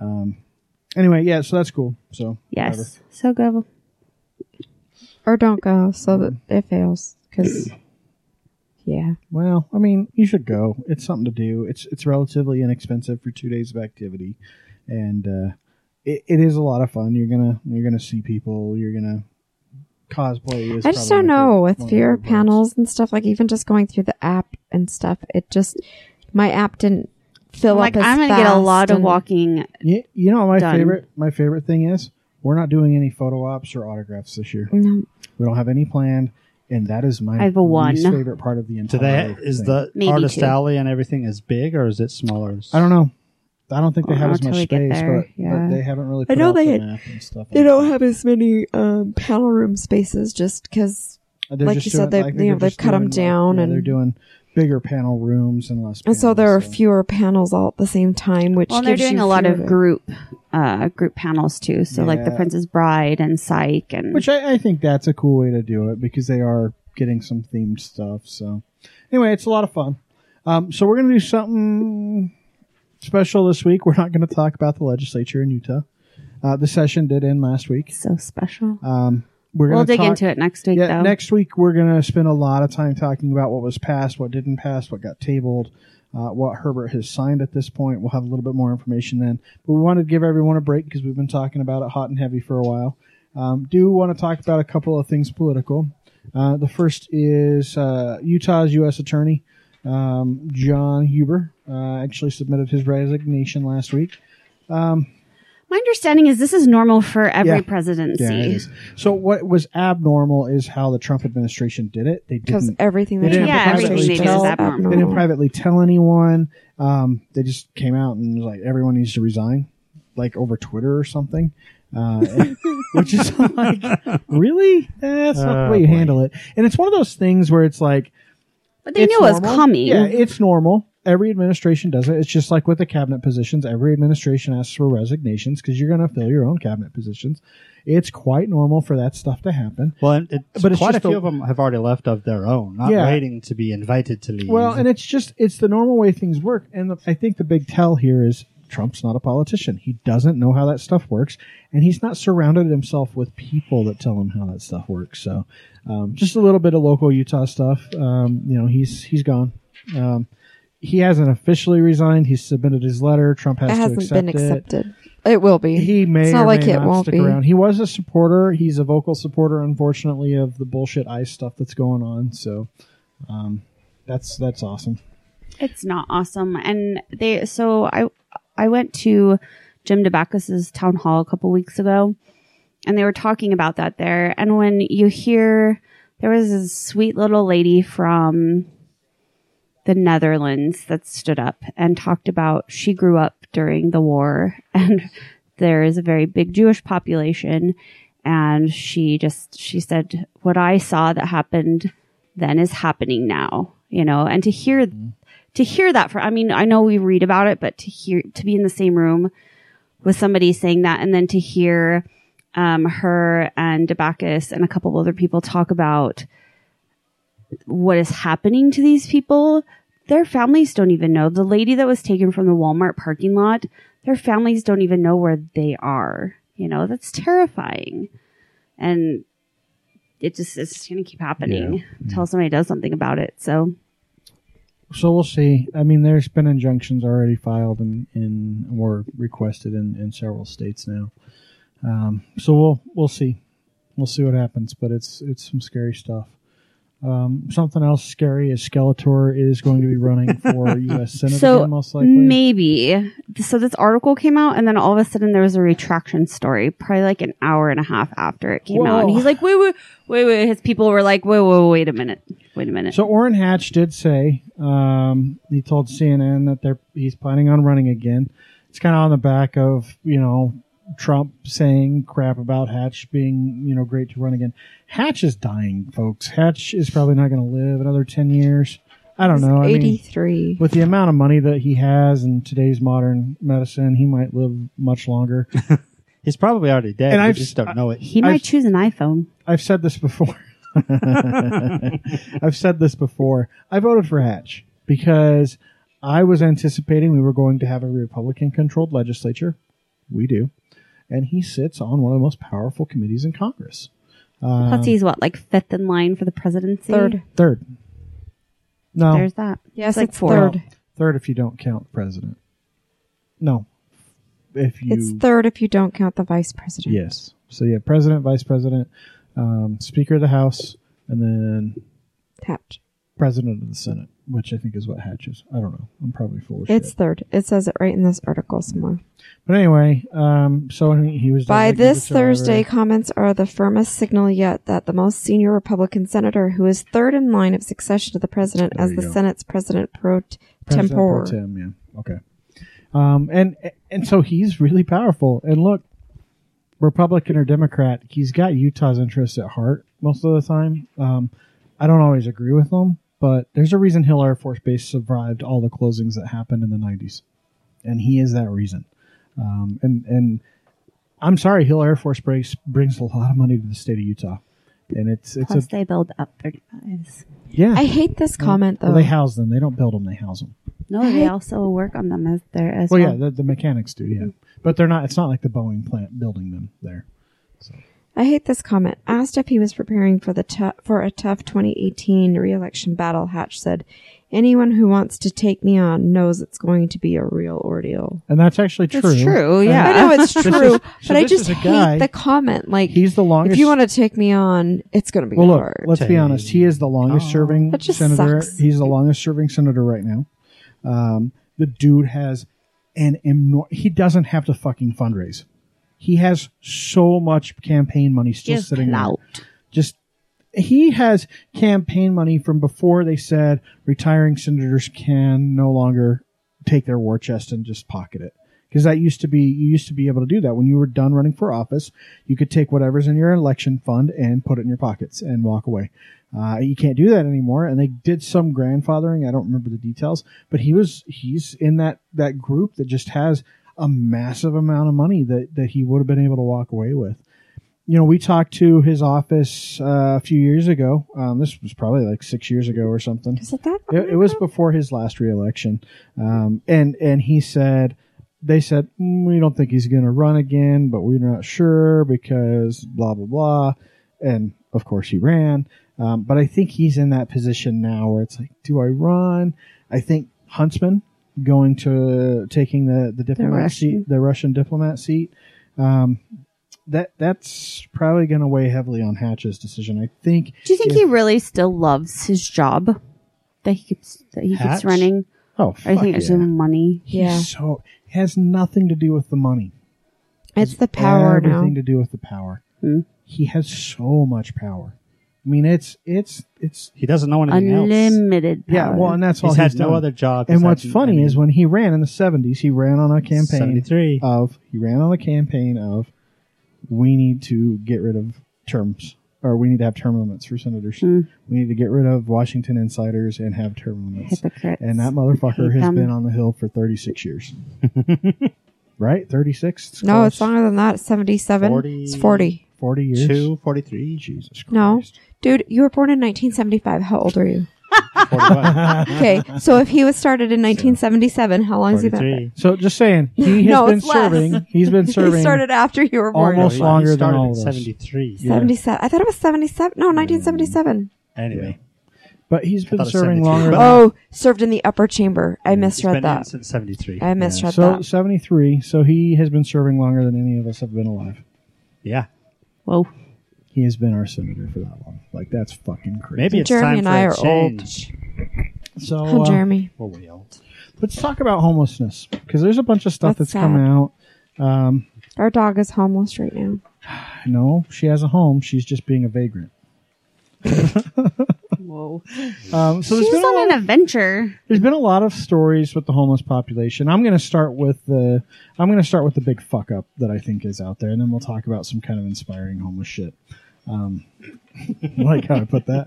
Speaker 2: Um, anyway, yeah. So that's cool. So
Speaker 4: Yes.
Speaker 2: whatever.
Speaker 4: So go.
Speaker 5: or don't go so that it fails because yeah
Speaker 2: Well, I mean, you should go. It's something to do. It's it's relatively inexpensive for two days of activity, and uh, it, it is a lot of fun. You're gonna you're gonna see people. You're gonna cosplay. Is
Speaker 5: i just
Speaker 2: probably
Speaker 5: don't know
Speaker 2: one of
Speaker 5: with
Speaker 2: the- one of
Speaker 5: fear
Speaker 2: the
Speaker 5: of
Speaker 2: words.
Speaker 5: panels and stuff like even just going through the app and stuff it just my app didn't
Speaker 4: I'm
Speaker 5: fill up
Speaker 4: like
Speaker 5: as
Speaker 4: I'm gonna get a
Speaker 5: fast
Speaker 4: lot of
Speaker 5: and-
Speaker 4: walking.
Speaker 2: You, you know, my
Speaker 4: Done.
Speaker 2: favorite my favorite thing is we're not doing any photo ops or autographs this year.
Speaker 5: no,
Speaker 2: We don't have any planned, and that is my
Speaker 4: I have a one.
Speaker 2: least favorite part of the
Speaker 3: Do
Speaker 2: entire.
Speaker 3: they? Is
Speaker 2: thing.
Speaker 3: the
Speaker 4: Maybe
Speaker 3: artist
Speaker 4: two.
Speaker 3: alley and everything as big or is it smaller?
Speaker 2: I don't know. I don't think they
Speaker 4: Well,
Speaker 2: have as
Speaker 4: until
Speaker 2: much
Speaker 4: we get
Speaker 2: space,
Speaker 4: there,
Speaker 2: but,
Speaker 4: yeah.
Speaker 2: but they haven't really.
Speaker 5: I
Speaker 2: Put
Speaker 5: know
Speaker 2: out the
Speaker 5: they-
Speaker 2: map and stuff
Speaker 5: they
Speaker 2: like
Speaker 5: don't
Speaker 2: that.
Speaker 5: have as many um, panel room spaces just because
Speaker 2: Uh, They're
Speaker 5: Like
Speaker 2: just
Speaker 5: you said,
Speaker 2: doing-
Speaker 5: they-
Speaker 2: I think
Speaker 5: you know,
Speaker 2: they're just
Speaker 5: they've cut 'em
Speaker 2: doing, like,
Speaker 5: down
Speaker 2: yeah,
Speaker 5: and-
Speaker 2: they're doing bigger panel rooms and less.
Speaker 5: and so there are
Speaker 2: panels,
Speaker 5: fewer panels all at the same time which
Speaker 4: Well, they're
Speaker 5: gives
Speaker 4: doing
Speaker 5: you
Speaker 4: a lot
Speaker 5: fewer
Speaker 4: of
Speaker 5: to-
Speaker 4: group, uh, group panels too. So like the
Speaker 2: Yeah.
Speaker 4: Princess Bride and Psych and
Speaker 2: which I, I think that's a cool way to do it because they are getting some themed stuff. So anyway, it's a lot of fun. Um, so we're gonna do something special this week. We're not gonna talk about the legislature in Utah. Uh, the session did end last week.
Speaker 4: so special.
Speaker 2: Um, we're gonna
Speaker 4: We'll dig
Speaker 2: talk-
Speaker 4: into it next week
Speaker 2: Yeah,
Speaker 4: though.
Speaker 2: next week we're going to spend a lot of time talking about what was passed, what didn't pass, what got tabled, uh, what Herbert has signed at this point. We'll have a little bit more information then. But we wanted to give everyone a break because we've been talking about it hot and heavy for a while. Um, do want to talk about a couple of things political. Uh, the first is uh, Utah's U.S. Attorney um, John Huber uh, actually submitted his resignation last week.
Speaker 4: My understanding is this is normal for every
Speaker 2: Yeah.
Speaker 4: presidency.
Speaker 2: Yeah, it is. So what was abnormal is how the Trump administration did it. They
Speaker 5: because
Speaker 2: didn't
Speaker 5: everything
Speaker 2: Mm-hmm. They
Speaker 5: they,
Speaker 2: didn't
Speaker 5: do
Speaker 2: Yeah, everything
Speaker 5: is
Speaker 2: they do is
Speaker 5: just
Speaker 4: abnormal.
Speaker 2: They didn't privately tell anyone. Um, they just came out and was like, everyone needs to resign, like over Twitter or something. uh, which is like, really? Eh, That's not
Speaker 3: Oh,
Speaker 2: the way you
Speaker 3: boy.
Speaker 2: handle it. And it's one of those things where it's like,
Speaker 4: But they
Speaker 2: it's
Speaker 4: knew it was
Speaker 2: normal.
Speaker 4: coming.
Speaker 2: Yeah, it's normal. Every administration does it. It's just like with the cabinet positions. Every administration asks for resignations because you're going to fill your own cabinet positions. It's quite normal for that stuff to happen.
Speaker 3: Well, and it's,
Speaker 2: But it's
Speaker 3: quite a
Speaker 2: just
Speaker 3: few
Speaker 2: a-
Speaker 3: of them have already left of their own, not
Speaker 2: Yeah.
Speaker 3: waiting to be invited to leave.
Speaker 2: Well, and it's just it's the normal way things work. And the, I think the big tell here is Trump's not a politician. He doesn't know how that stuff works, and he's not surrounded himself with people that tell him how that stuff works. So, um, just a little bit of local Utah stuff. Um, you know, he's he's gone. Um, he hasn't officially resigned. He's submitted his letter. Trump has
Speaker 5: it
Speaker 2: to
Speaker 5: hasn't
Speaker 2: accept
Speaker 5: been
Speaker 2: it.
Speaker 5: accepted. It will be.
Speaker 2: He may
Speaker 5: It's not
Speaker 2: or
Speaker 5: like
Speaker 2: may
Speaker 5: it
Speaker 2: not
Speaker 5: won't
Speaker 2: stick
Speaker 5: be.
Speaker 2: around. He was a supporter. He's a vocal supporter, unfortunately, of the bullshit ice stuff that's going on. So um, that's that's awesome.
Speaker 4: It's not awesome. And they so I I went to Jim DeBacchus's town hall a couple weeks ago and they were talking about that there. And when you hear there was this sweet little lady from the Netherlands that stood up and talked about she grew up during the war and there is a very big Jewish population and she just she said what I saw that happened then is happening now, you know, and to hear to hear that from I mean, I know we read about it, but to hear to be in the same room with somebody saying that and then to hear um, her and Debacus and a couple other people talk about what is happening to these people. Their families don't even know. The lady that was taken from the Walmart parking lot, their families don't even know where they are. You know, that's terrifying. And it just it's gonna keep happening until somebody does something about it. So
Speaker 2: So we'll see. I mean, there's been injunctions already filed and in, or requested in, in several states now. Um, so we'll we'll see, we'll see what happens. But it's it's some scary stuff. Um, something else scary is Skeletor is going to be running for U.S. Senate
Speaker 4: So,
Speaker 2: again, most likely.
Speaker 4: Maybe. So this article came out, and then all of a sudden there was a retraction story, probably like an hour and a half after it came out. And
Speaker 2: Whoa.
Speaker 4: he's like, wait, wait, wait, wait. His people were like, wait, wait, wait a minute, wait a minute.
Speaker 2: So Orrin Hatch did say um, he told CNN that they're he's planning on running again. It's kind of on the back of you know Trump saying crap about Hatch being you know great to run again. Hatch is dying, folks. Hatch is probably not going to live another ten years. I don't know. I mean,
Speaker 5: 83.
Speaker 2: with the amount of money that he has in today's modern medicine, he might live much longer.
Speaker 3: he's probably already dead.
Speaker 2: And
Speaker 3: And I
Speaker 2: I've-
Speaker 3: just don't know it.
Speaker 4: he might
Speaker 2: I've-
Speaker 4: choose an iPhone.
Speaker 2: I've said this before. I've said this before. I voted for Hatch because I was anticipating we were going to have a Republican controlled legislature. We do. And he sits on one of the most powerful committees in Congress. Uh,
Speaker 4: Plus, he's what, like fifth in line for the presidency.
Speaker 5: Third.
Speaker 2: Third. No,
Speaker 4: There's that.
Speaker 5: Yes,
Speaker 4: Like
Speaker 5: it's
Speaker 4: four.
Speaker 5: third.
Speaker 2: third if you don't count the president. No. If you
Speaker 5: It's third if you don't count the vice president.
Speaker 2: Yes. So yeah, president, vice president, um, speaker of the house, and then
Speaker 5: Tapped.
Speaker 2: president of the Senate, which I think is what Hatch is. I don't know. I'm probably foolish.
Speaker 5: It's third. It says it right in this article somewhere.
Speaker 2: but anyway, um, so he he was
Speaker 5: By
Speaker 2: directed to
Speaker 5: this
Speaker 2: Survivor.
Speaker 5: Thursday, comments are the firmest signal yet that the most senior Republican senator, who is third in line of succession to the president
Speaker 2: There
Speaker 5: as
Speaker 2: you
Speaker 5: the
Speaker 2: go.
Speaker 5: Senate's president pro t-
Speaker 2: President pro
Speaker 5: tempore.
Speaker 2: tem, yeah. Okay. Um, and and so he's really powerful. And look, Republican or Democrat, he's got Utah's interests at heart most of the time. Um, I don't always agree with him, but there's a reason Hill Air Force Base survived all the closings that happened in the '90s, and he is that reason. Um, and and I'm sorry, Hill Air Force Base brings a lot of money to the state of Utah, and it's it's
Speaker 4: Plus,
Speaker 2: a
Speaker 4: they build up 35s.
Speaker 2: yeah.
Speaker 5: I hate this comment though.
Speaker 2: Well, they house them. They don't build them. They house them.
Speaker 4: No, they also work on them as their as
Speaker 2: Well,
Speaker 4: well.
Speaker 2: yeah, the, the mechanics do, yeah. But they're not. It's not like the Boeing plant building them there.
Speaker 5: I hate this comment. Asked if he was preparing for the tou- for a tough 2018 reelection battle, Hatch said, "Anyone who wants to take me on knows it's going to be a real ordeal."
Speaker 2: And that's actually true.
Speaker 4: That's true, yeah.
Speaker 5: I know it's
Speaker 2: This is-
Speaker 5: true,
Speaker 2: so
Speaker 5: but I
Speaker 2: this is
Speaker 5: just
Speaker 2: a guy-
Speaker 5: hate the comment. Like,
Speaker 2: He's the longest.
Speaker 5: if you want to take me on, it's going to be
Speaker 2: well, look.
Speaker 5: hard.
Speaker 2: Let's be honest. He is the longest serving
Speaker 5: That just
Speaker 2: senator.
Speaker 5: sucks.
Speaker 2: He's the longest serving senator right now. Um, the dude has an enormous. He doesn't have to fucking fundraise. He has so much campaign money still
Speaker 4: Just
Speaker 2: sitting there.
Speaker 4: clout.
Speaker 2: just he has campaign money from before they said retiring senators can no longer take their war chest and just pocket it. because that used to be you used to be able to do that when you were done running for office. You could take whatever's in your election fund and put it in your pockets and walk away. Uh, you can't do that anymore. And they did some grandfathering. I don't remember the details, but he was he's in that that group that just has a massive amount of money that that he would have been able to walk away with you know, we talked to his office uh, a few years ago. Um, this was probably like six years ago or something.
Speaker 5: Is it that?
Speaker 2: It, it was before his last reelection, um, and and he said, they said "Mm, we don't think he's going to run again, but we're not sure because blah blah blah, and of course he ran. Um, but I think he's in that position now where it's like, do I run? I think Huntsman going to taking the the diplomat
Speaker 5: Russian.
Speaker 2: seat, the Russian diplomat seat. Um, that that's probably going to weigh heavily on Hatch's decision. I think.
Speaker 4: Do you think
Speaker 2: if-
Speaker 4: he really still loves his job that he keeps that he
Speaker 3: Hatch?
Speaker 4: keeps running?
Speaker 2: Oh,
Speaker 4: Or I think it's
Speaker 2: yeah.
Speaker 4: the money.
Speaker 2: He's
Speaker 5: Yeah.
Speaker 2: So it has nothing to do with the money.
Speaker 5: It's the power now.
Speaker 2: Everything to do with the power.
Speaker 4: Hmm.
Speaker 2: He has so much power. I mean, it's it's it's
Speaker 3: He doesn't know anything else.
Speaker 4: Unlimited. Power.
Speaker 2: yeah. Well, and that's all
Speaker 3: He's had no
Speaker 2: done.
Speaker 3: other job.
Speaker 2: And what's funny is when he ran in the seventies, he ran on a campaign
Speaker 3: 73.
Speaker 2: of he ran on a campaign of we need to get rid of terms or we need to have term limits for senators.
Speaker 4: Hmm.
Speaker 2: We need to get rid of Washington insiders and have term limits.
Speaker 4: hypocrites.
Speaker 2: And that motherfucker
Speaker 4: Hate
Speaker 2: has
Speaker 4: them.
Speaker 2: been on the hill for 36 years. right? 36? It's
Speaker 5: No,
Speaker 2: close.
Speaker 5: it's longer than that. It's 77. It's 40.
Speaker 2: 40 years.
Speaker 3: 2, 43.
Speaker 2: Jesus Christ.
Speaker 5: No. Dude, you were born in 1975. How old are you?
Speaker 3: 41.
Speaker 5: Okay, so if he was started in 1977, how long has he been? there?
Speaker 3: 43.
Speaker 2: So just saying, he has
Speaker 5: No,
Speaker 2: been
Speaker 5: it's less.
Speaker 2: serving. He's been serving.
Speaker 5: He started after you were born.
Speaker 2: Almost
Speaker 3: he
Speaker 2: longer than
Speaker 3: started
Speaker 2: all
Speaker 3: in
Speaker 2: of us.
Speaker 3: 73.
Speaker 2: Yeah.
Speaker 5: 77. I thought it was 77.
Speaker 2: Mm.
Speaker 5: No, 1977.
Speaker 3: Anyway,
Speaker 2: but he's been
Speaker 3: thought it was
Speaker 2: serving
Speaker 3: 73.
Speaker 2: longer.
Speaker 3: But-
Speaker 2: than-
Speaker 5: Oh, served in the upper chamber. I
Speaker 3: he's been
Speaker 5: misread
Speaker 3: in
Speaker 5: that.
Speaker 3: since 73.
Speaker 5: I misread
Speaker 2: so
Speaker 5: that.
Speaker 2: 73. So he has been serving longer than any of us have been alive.
Speaker 3: Yeah.
Speaker 4: Whoa.
Speaker 2: He has been our senator for that long. Like that's fucking crazy.
Speaker 3: Maybe it's
Speaker 5: Jeremy
Speaker 3: time
Speaker 5: and
Speaker 3: for
Speaker 5: I
Speaker 3: a
Speaker 5: are
Speaker 3: change.
Speaker 2: Maybe so.
Speaker 5: Oh,
Speaker 2: uh,
Speaker 5: Jeremy.
Speaker 3: Well, we old.
Speaker 2: let's talk about homelessness because there's a bunch of stuff
Speaker 5: That's
Speaker 2: that's, come
Speaker 5: sad.
Speaker 2: out. Um,
Speaker 5: Our dog is homeless right now.
Speaker 2: no, she has a home. She's just being a vagrant.
Speaker 4: Whoa.
Speaker 2: Um, so there's
Speaker 4: She's
Speaker 2: been a lot
Speaker 4: on an adventure.
Speaker 2: there's been a lot of stories with the homeless population. I'm going to start with the I'm going to start with the big fuck up that I think is out there, and then we'll talk about some kind of inspiring homeless shit. Um, I like how I put that.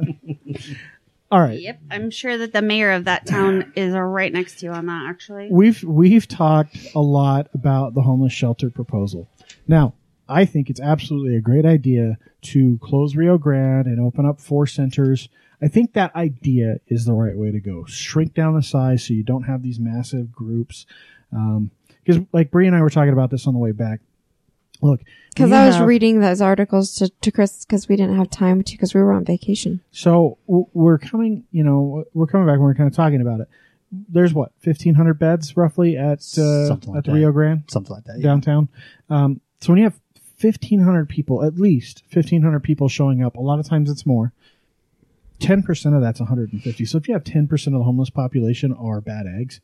Speaker 2: All right,
Speaker 4: Yep. I'm sure that the mayor of that town is right next to you on that, actually.
Speaker 2: we've we've talked a lot about the homeless shelter proposal. Now, I think it's absolutely a great idea to close Rio Grande and open up four centers. I think that idea is the right way to go. Shrink down the size so you don't have these massive groups. Because, like Bree and I were talking about this on the way back. Look,
Speaker 5: Because
Speaker 2: we
Speaker 5: I was
Speaker 2: have-
Speaker 5: reading those articles to, to Chris because we didn't have time to because we were on vacation.
Speaker 2: So w- we're coming, you know, we're coming back and we're kind of talking about it. There's what 1,500 beds roughly at uh,
Speaker 3: Something like
Speaker 2: at the
Speaker 3: that.
Speaker 2: Rio Grande.
Speaker 3: Something like that. Yeah.
Speaker 2: downtown. Um, so when you have 1,500 people, at least 1,500 people showing up, a lot of times it's more. 10% of that's 150. So if you have 10% of the homeless population are bad eggs,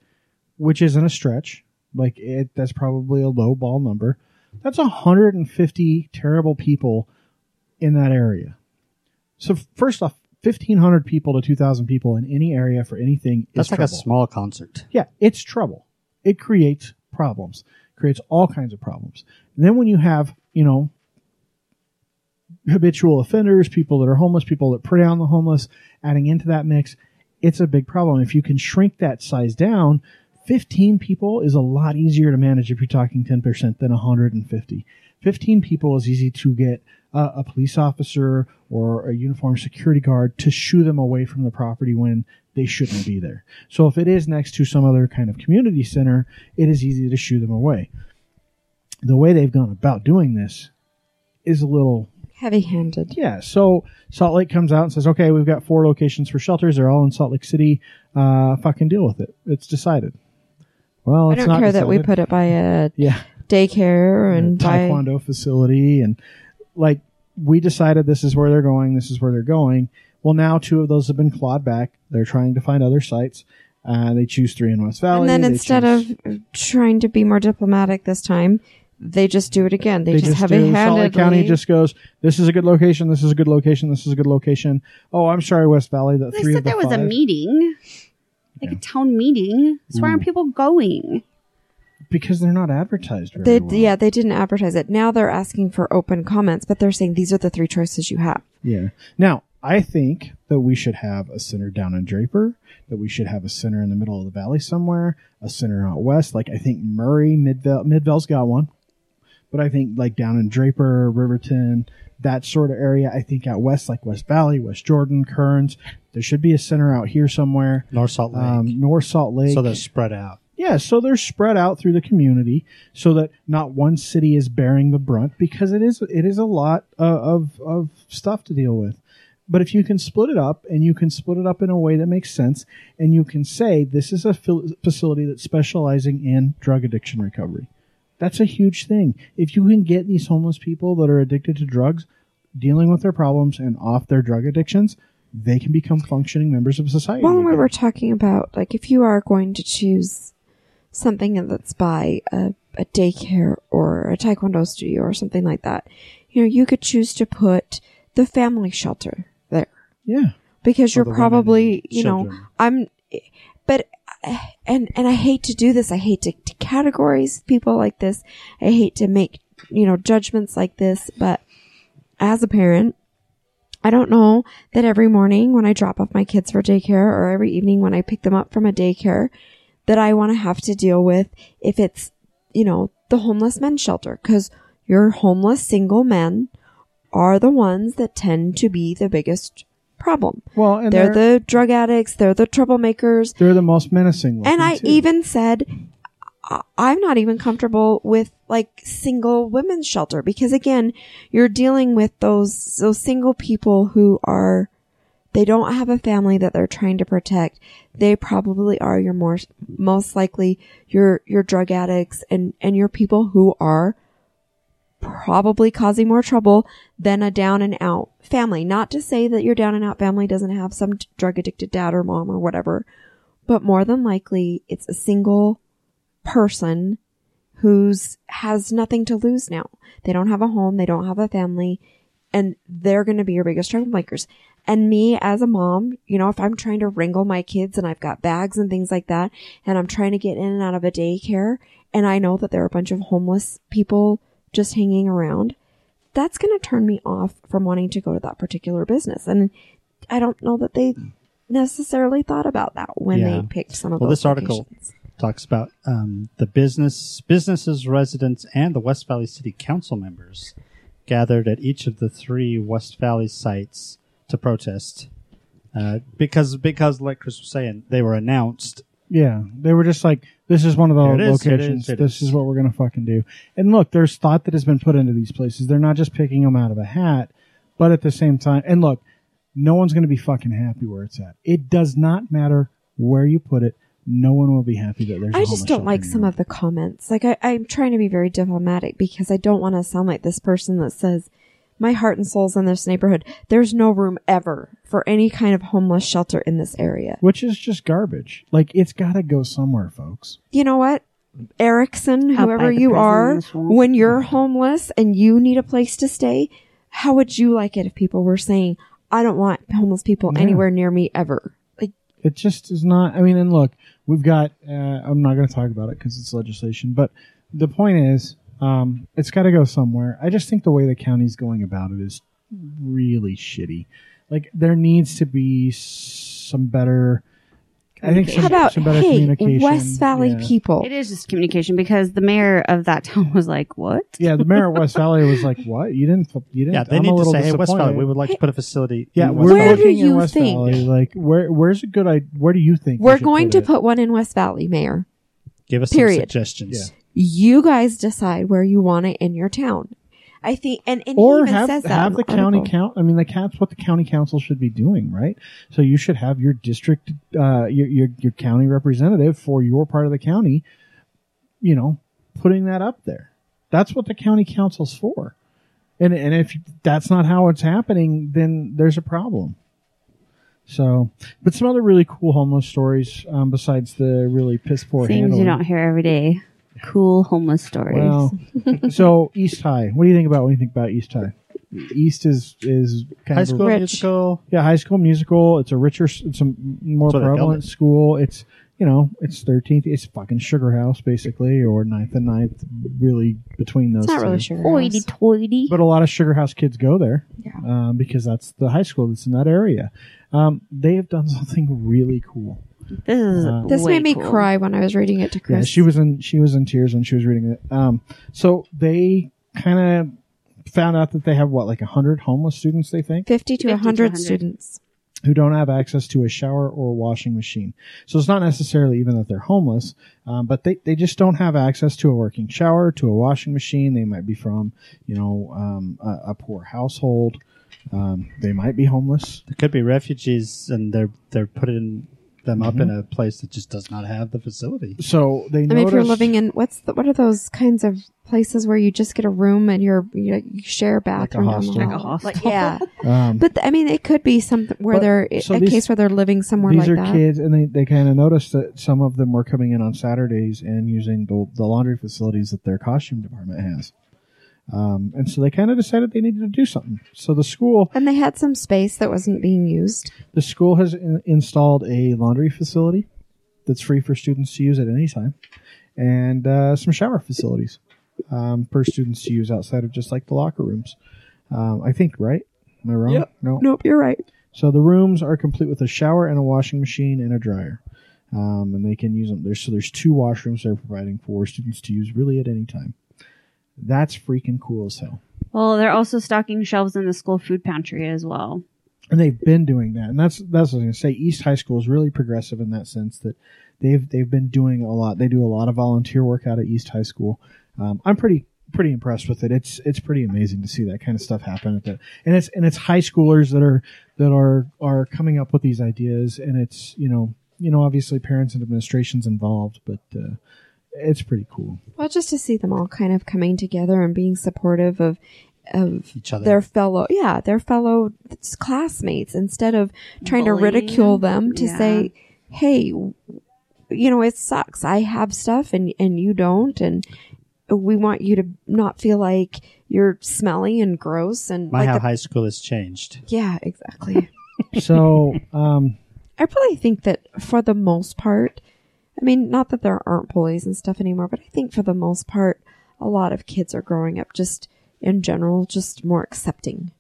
Speaker 2: which isn't a stretch, like it, that's probably a low ball number. That's 150 terrible people in that area. So first off, 1,500 people to 2,000 people in any area for anything
Speaker 3: That's
Speaker 2: is
Speaker 3: like
Speaker 2: trouble.
Speaker 3: a small concert.
Speaker 2: Yeah, it's trouble. It creates problems. creates all kinds of problems. And then when you have, you know, habitual offenders, people that are homeless, people that prey on the homeless, adding into that mix, it's a big problem. If you can shrink that size down, 15 people is a lot easier to manage if you're talking 10% than 150. 15 people is easy to get a, a police officer or a uniformed security guard to shoo them away from the property when they shouldn't be there. So if it is next to some other kind of community center, it is easy to shoo them away. The way they've gone about doing this is a little
Speaker 5: Heavy handed.
Speaker 2: yeah, so Salt Lake comes out and says, "Okay, we've got four locations for shelters. They're all in Salt Lake City. Uh, fucking deal with it. It's decided." Well,
Speaker 5: I
Speaker 2: Oh, it's
Speaker 5: don't
Speaker 2: not
Speaker 5: care that we
Speaker 2: decided.
Speaker 5: put it by a
Speaker 2: yeah
Speaker 5: daycare and by.
Speaker 2: taekwondo facility and like we decided this is where they're going this is where they're going well now two of those have been clawed back they're trying to find other sites uh, they choose three in west valley
Speaker 5: And then
Speaker 2: They
Speaker 5: instead
Speaker 2: choose-
Speaker 5: of trying to be more diplomatic this time, they just do it again. They,
Speaker 2: they
Speaker 5: just
Speaker 2: just
Speaker 5: heavy
Speaker 2: do. Salt Lake
Speaker 5: handed.
Speaker 2: County just goes. This is a good location. This is a good location. This is a good location. Oh, I'm sorry, West Valley. That
Speaker 4: They
Speaker 2: three
Speaker 4: said
Speaker 2: of the
Speaker 4: there was a
Speaker 2: five- Mm.
Speaker 4: meeting, like a town meeting. So why aren't people going?
Speaker 2: because they're not advertised very
Speaker 5: They,
Speaker 2: well.
Speaker 5: yeah, they didn't advertise it. Now they're asking for open comments, but they're saying these are the three choices you have.
Speaker 2: Yeah. Now, I think that we should have a center down in Draper, that we should have a center in the middle of the valley somewhere, a center out west. Like, I think Murray, Midvale, Midvale's got one. But I think, like, down in Draper, Riverton, that sort of area, I think out west, like West Valley, West Jordan, Kearns, there should be a center out here somewhere.
Speaker 3: North Salt Lake.
Speaker 2: Um, North Salt Lake.
Speaker 3: so they're spread out.
Speaker 2: Yeah, so they're spread out through the community so that not one city is bearing the brunt because it is it is a lot uh, of of stuff to deal with. But if you can split it up and you can split it up in a way that makes sense and you can say this is a fil- facility that's specializing in drug addiction recovery. That's a huge thing. If you can get these homeless people that are addicted to drugs dealing with their problems and off their drug addictions, they can become functioning members of society.
Speaker 5: Well, we
Speaker 2: again.
Speaker 5: were talking about like if you are going to choose something that's by a, a daycare or a taekwondo studio or something like that, you know, you could choose to put the family shelter there
Speaker 2: yeah.
Speaker 5: because
Speaker 3: Or
Speaker 5: you're
Speaker 3: the women
Speaker 5: probably
Speaker 3: and
Speaker 5: you know
Speaker 3: children.
Speaker 5: I'm, but and and I hate to do this. I hate to, to categorize people like this. I hate to make you know judgments like this. But as a parent, I don't know that every morning when I drop off my kids for daycare or every evening when I pick them up from a daycare that I want to have to deal with if it's you know the homeless men's shelter because your homeless single men are the ones that tend to be the biggest problem
Speaker 2: Well, and
Speaker 5: they're, the drug addicts. They're the troublemakers.
Speaker 2: They're the most menacing looking.
Speaker 5: And I
Speaker 2: too.
Speaker 5: even said, I- I'm not even comfortable with like single women's shelter because again, you're dealing with those, those single people who are, they don't have a family that they're trying to protect. They probably are your more, most likely your, your drug addicts and, and your people who are probably causing more trouble than a down and out family. Not to say that your down and out family doesn't have some d- drug addicted dad or mom or whatever, but more than likely it's a single person who's has nothing to lose now. They don't have a home, they don't have a family, and they're going to be your biggest troublemakers. And me as a mom, you know, if I'm trying to wrangle my kids and I've got bags and things like that, and I'm trying to get in and out of a daycare, and I know that there are a bunch of homeless people just hanging around, that's going to turn me off from wanting to go to that particular business. And I don't know that they necessarily thought about that when
Speaker 3: Yeah.
Speaker 5: they picked some of
Speaker 3: Well,
Speaker 5: those
Speaker 3: this article
Speaker 5: locations.
Speaker 3: talks about um, the business businesses, residents, and the West Valley City Council members gathered at each of the three West Valley sites to protest uh, because because like Chris was saying, they were announced.
Speaker 2: yeah, they were just like, this is one of the
Speaker 3: Here it is, here it
Speaker 2: locations.
Speaker 3: is, here it
Speaker 2: this
Speaker 3: is.
Speaker 2: is what we're gonna fucking do. And look, there's thought that has been put into these places. They're not just picking them out of a hat, but at the same time, and look, no one's gonna be fucking happy where it's at. It does not matter where you put it. No one will be happy that there's. a
Speaker 5: I
Speaker 2: homeless
Speaker 5: just don't
Speaker 2: shelter
Speaker 5: like
Speaker 2: in
Speaker 5: some
Speaker 2: your-
Speaker 5: of the comments. Like I, I'm trying to be very diplomatic because I don't want to sound like this person that says, "My heart and soul's in this neighborhood. There's no room ever for any kind of homeless shelter in this area."
Speaker 2: which is just garbage. Like it's got to go somewhere, folks.
Speaker 5: You know what, Erickson,
Speaker 4: Out by
Speaker 5: whoever
Speaker 4: the
Speaker 5: you
Speaker 4: prison
Speaker 5: are,
Speaker 4: in the swamp.
Speaker 5: when you're homeless and you need a place to stay, how would you like it if people were saying, "I don't want homeless people
Speaker 2: Yeah.
Speaker 5: anywhere near me ever"? Like,
Speaker 2: it just is not i mean and look we've got uh, i'm not going to talk about it because it's legislation but the point is um, it's got to go somewhere i just think the way the county's going about it is really shitty like there needs to be some better i think some,
Speaker 5: how about
Speaker 2: some better
Speaker 5: hey,
Speaker 2: communication
Speaker 5: West Valley
Speaker 2: yeah.
Speaker 5: people?
Speaker 4: It is just communication because the mayor of that town was like, "What?
Speaker 2: yeah the mayor of west valley was like what you didn't you didn't
Speaker 3: Yeah, they
Speaker 2: I'm a
Speaker 3: need to
Speaker 2: little
Speaker 3: say, "Hey, West Valley,
Speaker 2: disappointed."
Speaker 3: we would like to put a facility."
Speaker 2: yeah,
Speaker 3: in West
Speaker 2: we're
Speaker 5: Where
Speaker 3: Valley.
Speaker 5: do
Speaker 2: looking in
Speaker 5: you
Speaker 2: West
Speaker 5: think-
Speaker 2: Valley. Like, where, where's a good idea? Where do you think we
Speaker 5: We're
Speaker 2: should
Speaker 5: going
Speaker 2: put
Speaker 5: to
Speaker 2: it?
Speaker 5: put one in West Valley, Mayor.
Speaker 3: give us some
Speaker 5: Period.
Speaker 3: suggestions.
Speaker 5: you guys decide where you want it in your town. I think, and, and he
Speaker 2: or
Speaker 5: even
Speaker 2: have
Speaker 5: says that
Speaker 2: have
Speaker 5: in
Speaker 2: the county
Speaker 5: article.
Speaker 2: count. I mean, the that's what the county council should be doing, right? So you should have your district, uh, your, your your county representative for your part of the county, you know, putting that up there. That's what the county council's for. And and if that's not how it's happening, then there's a problem. So, but some other really cool homeless stories um, besides the really piss poor
Speaker 4: Things you
Speaker 2: handling.
Speaker 4: don't hear every day. Cool homeless stories."
Speaker 2: Well, so East High. What do you think about when you think about East High? East is is kind of
Speaker 3: High
Speaker 2: a-
Speaker 3: school
Speaker 5: Rich.
Speaker 3: musical.
Speaker 2: yeah, High School Musical. It's a richer, it's a more
Speaker 3: That's what I felt
Speaker 2: prevalent
Speaker 3: it.
Speaker 2: school. It's you know, it's 13th. It's fucking Sugar House, basically, or 9th and 9th, really between those
Speaker 5: It's not
Speaker 2: two.
Speaker 5: really sugar.
Speaker 4: Hoity
Speaker 5: house.
Speaker 4: toity.
Speaker 2: But a lot of Sugar House kids go there
Speaker 5: Yeah.
Speaker 2: um, because that's the high school that's in that area. Um, they have done something really cool.
Speaker 4: This is
Speaker 2: Uh,
Speaker 5: This
Speaker 4: way
Speaker 5: made me
Speaker 4: cool.
Speaker 5: cry when I was reading it to Chris.
Speaker 2: Yeah, she was in she was in tears when she was reading it. Um, so they kind of found out that they have what like hundred homeless students. They think
Speaker 5: 50 to
Speaker 4: 50 to
Speaker 5: 100
Speaker 4: 100.
Speaker 5: students.
Speaker 2: who don't have access to a shower or washing machine. So it's not necessarily even that they're homeless, um, but they, they just don't have access to a working shower, to a washing machine. They might be from, you know, um, a, a poor household. Um, they might be homeless.
Speaker 3: There could be refugees, and they're they're putting them up in a place that just does not have the facility.
Speaker 2: So they
Speaker 5: I mean, if you're
Speaker 2: noticed-
Speaker 5: living in what's the, what are those kinds of places where you just get a room and you're you, you share a
Speaker 2: Like a
Speaker 5: bathroom down the
Speaker 2: hostel.
Speaker 5: hall?
Speaker 2: Like
Speaker 4: a hostel.
Speaker 5: Like, yeah,
Speaker 2: um,
Speaker 5: but th- I mean, it could be something where
Speaker 2: But-
Speaker 5: they're
Speaker 2: so
Speaker 5: a
Speaker 2: these-
Speaker 5: case where they're living somewhere
Speaker 2: these
Speaker 5: like
Speaker 2: are
Speaker 5: that.
Speaker 2: kids, and they, they kind of noticed that some of them were coming in on Saturdays and using the, the laundry facilities that their costume department has. Um, and so they kind of decided they needed to do something. So the school
Speaker 5: And they had some space that wasn't being used.
Speaker 2: The school has in- installed a laundry facility that's free for students to use at any time, and uh, some shower facilities um, for students to use outside of just like the locker rooms. Um, I think, right? Am I wrong? No.
Speaker 5: Nope, you're right.
Speaker 2: So the rooms are complete with a shower and a washing machine and a dryer, um, and they can use them. There's so there's two washrooms they're providing for students to use really at any time. That's freaking cool as hell.
Speaker 4: Well, they're also stocking shelves in the school food pantry as well.
Speaker 2: and they've been doing that and that's that's what i was going to say east high school is really progressive in that sense that they've they've been doing a lot they do a lot of volunteer work out at east high school um, i'm pretty pretty impressed with it it's it's pretty amazing to see that kind of stuff happen at that and it's and it's high schoolers that are that are are coming up with these ideas and it's you know you know obviously parents and administrations involved but uh, it's pretty cool
Speaker 5: Well, just to see them all kind of coming together and being supportive of of
Speaker 3: Each other.
Speaker 5: their fellow, yeah, their fellow classmates instead of trying to
Speaker 4: Bullying
Speaker 5: ridicule them
Speaker 4: them,
Speaker 5: to
Speaker 4: yeah.
Speaker 5: say, "Hey, you know, it sucks. I have stuff and and you don't and we want you to not feel like you're smelly and gross and
Speaker 3: My
Speaker 5: like
Speaker 3: how
Speaker 5: the-
Speaker 3: high school has changed.
Speaker 5: yeah, exactly."
Speaker 2: so um
Speaker 5: I probably think that for the most part, I mean, not that there aren't bullies and stuff anymore, but I think for the most part, a lot of kids are growing up just in general, just more accepting.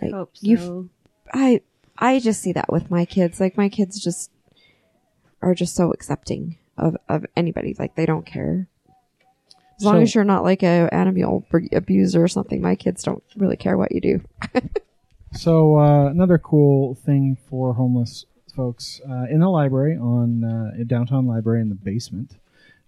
Speaker 5: Like,
Speaker 4: Hope
Speaker 5: you-
Speaker 4: so.
Speaker 5: I, I just see that with my kids. Like my kids just are just so accepting of, of anybody. Like they don't care. As long
Speaker 2: So-
Speaker 5: as you're not like a animal ab- abuser or something, my kids don't really care what you do.
Speaker 2: So uh, another cool thing for homeless folks uh, in the library on uh, in downtown library in the basement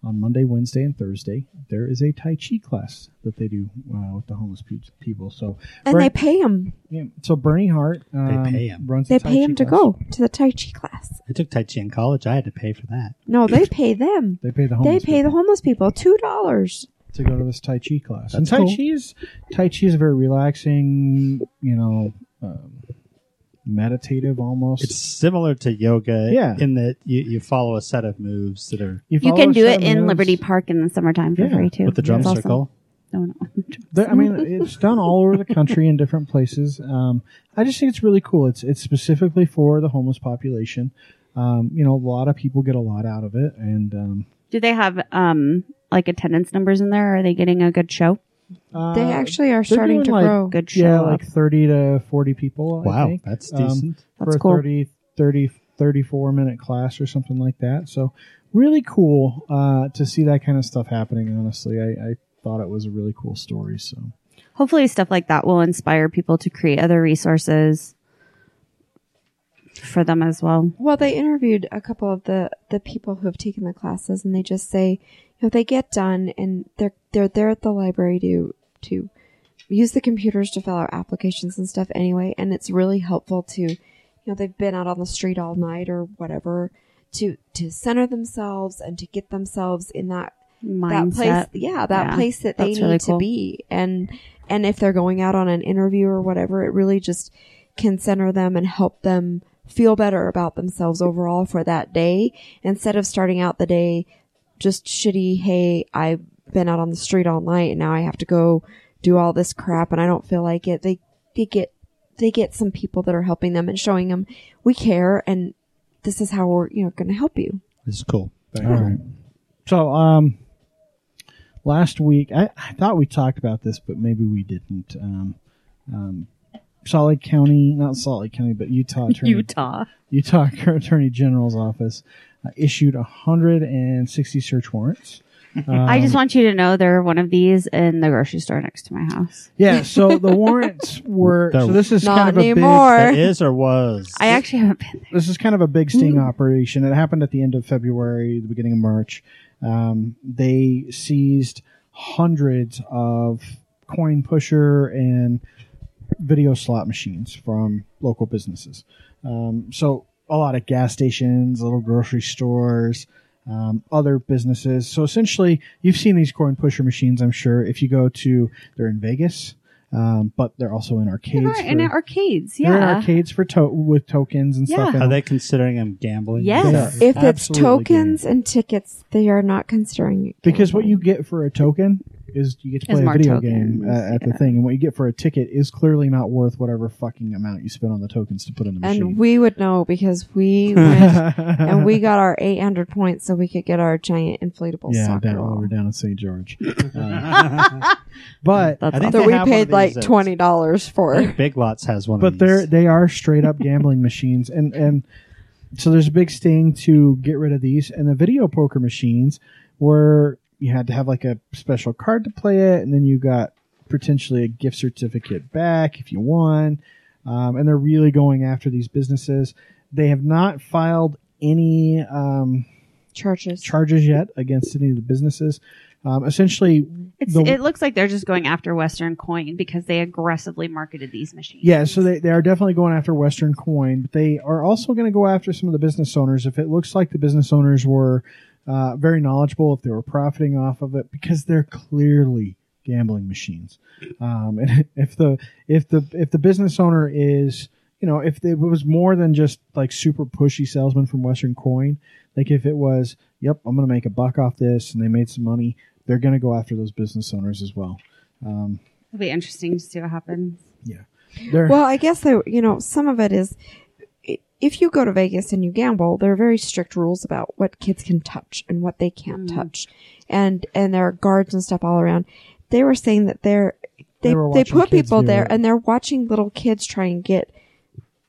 Speaker 2: on Monday, Wednesday, and Thursday there is a Tai Chi class that they do uh, with the homeless pe- people. So
Speaker 5: And they pay them.
Speaker 2: yeah, so Bernie Hart um,
Speaker 3: pay 'em.
Speaker 2: runs
Speaker 5: They
Speaker 2: the Tai
Speaker 5: pay
Speaker 2: Chi
Speaker 5: them to
Speaker 2: class.
Speaker 5: go to the Tai Chi class.
Speaker 3: I took Tai Chi in college. I had to pay for that.
Speaker 5: No, they pay them.
Speaker 2: They pay the
Speaker 5: They
Speaker 2: homeless
Speaker 5: pay the homeless people two dollars.
Speaker 2: to go to this Tai Chi class. and
Speaker 3: That's
Speaker 2: Tai
Speaker 3: cool.
Speaker 2: Chi is Tai Chi is a very relaxing, you know, um, meditative almost.
Speaker 3: It's similar to yoga,
Speaker 2: Yeah.
Speaker 3: in that you, you follow a set of moves that are
Speaker 4: You
Speaker 2: follow
Speaker 4: can
Speaker 2: a
Speaker 4: do
Speaker 2: set
Speaker 4: it
Speaker 2: of
Speaker 4: in
Speaker 2: moves.
Speaker 4: Liberty Park in the summertime for
Speaker 2: Yeah,
Speaker 4: free too.
Speaker 3: with the drum
Speaker 4: That's awesome.
Speaker 3: circle.
Speaker 4: No, no.
Speaker 2: There- I mean, it's done all over the country in different places. Um, I just think it's really cool. It's it's specifically for the homeless population. Um, you know, a lot of people get a lot out of it, and um,
Speaker 4: Do they have um like attendance numbers in there? Are they getting a good show?
Speaker 2: uh,
Speaker 5: They actually are
Speaker 2: they're
Speaker 5: starting
Speaker 2: doing,
Speaker 5: to
Speaker 2: like,
Speaker 5: grow.
Speaker 4: Good show.
Speaker 2: yeah,
Speaker 4: up.
Speaker 2: like thirty to forty people. I
Speaker 3: Wow,
Speaker 2: think,
Speaker 3: that's
Speaker 2: um,
Speaker 3: decent.
Speaker 2: for
Speaker 4: That's
Speaker 2: a
Speaker 4: cool.
Speaker 2: thirty, thirty, thirty-four 30, 34 minute class or something like that. So really cool uh, to see that kind of stuff happening. Honestly, I, I thought it was a really cool story. So
Speaker 4: Hopefully, stuff like that will inspire people to create other resources for them as well.
Speaker 5: Well, they interviewed a couple of the the people who have taken the classes, and they just say, you know, they get done and they're they're there at the library to to use the computers to fill out applications and stuff anyway, and it's really helpful to, you know, they've been out on the street all night or whatever, to to center themselves and to get themselves in that
Speaker 4: Mindset.
Speaker 5: that place yeah that
Speaker 4: Yeah,
Speaker 5: place that they
Speaker 4: that's
Speaker 5: need
Speaker 4: really
Speaker 5: to
Speaker 4: cool.
Speaker 5: be and and if they're going out on an interview or whatever it really just can center them and help them feel better about themselves overall for that day instead of starting out the day just shitty hey i've been out on the street all night and now i have to go do all this crap and i don't feel like it they they get they get some people that are helping them and showing them we care and this is how we're you know going to help you
Speaker 3: This is cool. Very
Speaker 2: All right. So, um, last week I, I thought we talked about this, but maybe we didn't. Um, um, Salt Lake County, not Salt Lake County, but Utah Attorney
Speaker 4: Utah.
Speaker 2: Utah Attorney General's office uh, issued 160 search warrants. Um,
Speaker 4: I just want you to know there are one of these in the grocery store next to my house.
Speaker 2: Yeah, so the warrants were.
Speaker 3: That-
Speaker 2: so this is
Speaker 5: Not
Speaker 2: kind of a
Speaker 5: anymore.
Speaker 3: That is or was?
Speaker 4: I actually haven't been there.
Speaker 2: big. This is kind of a big sting
Speaker 4: Mm.
Speaker 2: operation. It happened at the end of February, the beginning of March. Um, they seized hundreds of coin pusher and video slot machines from local businesses. Um, so a lot of gas stations, little grocery stores, um, other businesses. So essentially, you've seen these coin pusher machines. I'm sure if you go to, they're in Vegas, um, but they're also in arcades.
Speaker 4: They're in
Speaker 2: for-
Speaker 4: arcades,
Speaker 2: they're in
Speaker 4: yeah.
Speaker 2: arcades for to- with tokens and stuff.
Speaker 4: Yeah.
Speaker 2: in
Speaker 3: Are
Speaker 2: them.
Speaker 3: they considering him gambling?
Speaker 4: Yes.
Speaker 2: They
Speaker 5: If it's
Speaker 2: Absolutely
Speaker 5: tokens and tickets, they are not considering it.
Speaker 2: Because what
Speaker 5: gambling.
Speaker 2: you get for a token is you get to
Speaker 4: Is
Speaker 2: play a
Speaker 4: more
Speaker 2: video
Speaker 4: tokens,
Speaker 2: game uh, at the
Speaker 4: yeah.
Speaker 2: thing, and what you get for a ticket is clearly not worth whatever fucking amount you spend on the tokens to put in the
Speaker 5: and
Speaker 2: machine.
Speaker 5: we would know because we went and we got our 800 points so we could get our giant inflatable
Speaker 2: yeah,
Speaker 5: soccer
Speaker 2: down, oh,
Speaker 5: ball.
Speaker 2: we're down in St. George, Uh, but
Speaker 4: That's
Speaker 3: I think
Speaker 5: That
Speaker 3: they
Speaker 5: we
Speaker 3: have one of
Speaker 5: paid
Speaker 3: these
Speaker 5: like
Speaker 3: that's-
Speaker 5: twenty dollars
Speaker 3: I
Speaker 5: for.
Speaker 3: think Big Lots has one
Speaker 2: but
Speaker 3: of
Speaker 2: they're
Speaker 3: these.
Speaker 2: they are straight up gambling machines, and and so there's a big sting to get rid of these. And the video poker machines were you had to have like a special card to play it, and then you got potentially a gift certificate back if you won. Um, and they're really going after these businesses. They have not filed any um,
Speaker 5: Churches.
Speaker 2: charges yet against any of the businesses. Um, essentially,
Speaker 4: It's,
Speaker 2: the-
Speaker 4: it looks like they're just going after Western Coin because they aggressively marketed these machines.
Speaker 2: Yeah, so they, they are definitely going after Western Coin, but they are also going to go after some of the business owners if it looks like the business owners were uh, very knowledgeable, if they were profiting off of it, because they're clearly gambling machines. Um, and if the if the if the business owner is you know if it was more than just like super pushy salesman from Western Coin, like if it was, yep, I'm going to make a buck off this, and they made some money, they're going to go after those business owners as well. Um,
Speaker 4: It'll be interesting to see what happens.
Speaker 2: they're,
Speaker 5: Well, I guess though, you know, some of it is i- if you go to Vegas and you gamble, there are very strict rules about what kids can touch and what they can't
Speaker 4: Mm.
Speaker 5: touch, and and there are guards and stuff all around. They were saying that they're they
Speaker 2: They were
Speaker 5: they
Speaker 2: watching
Speaker 5: put
Speaker 2: kids
Speaker 5: people
Speaker 2: do
Speaker 5: there
Speaker 2: it.
Speaker 5: and they're watching little kids try and get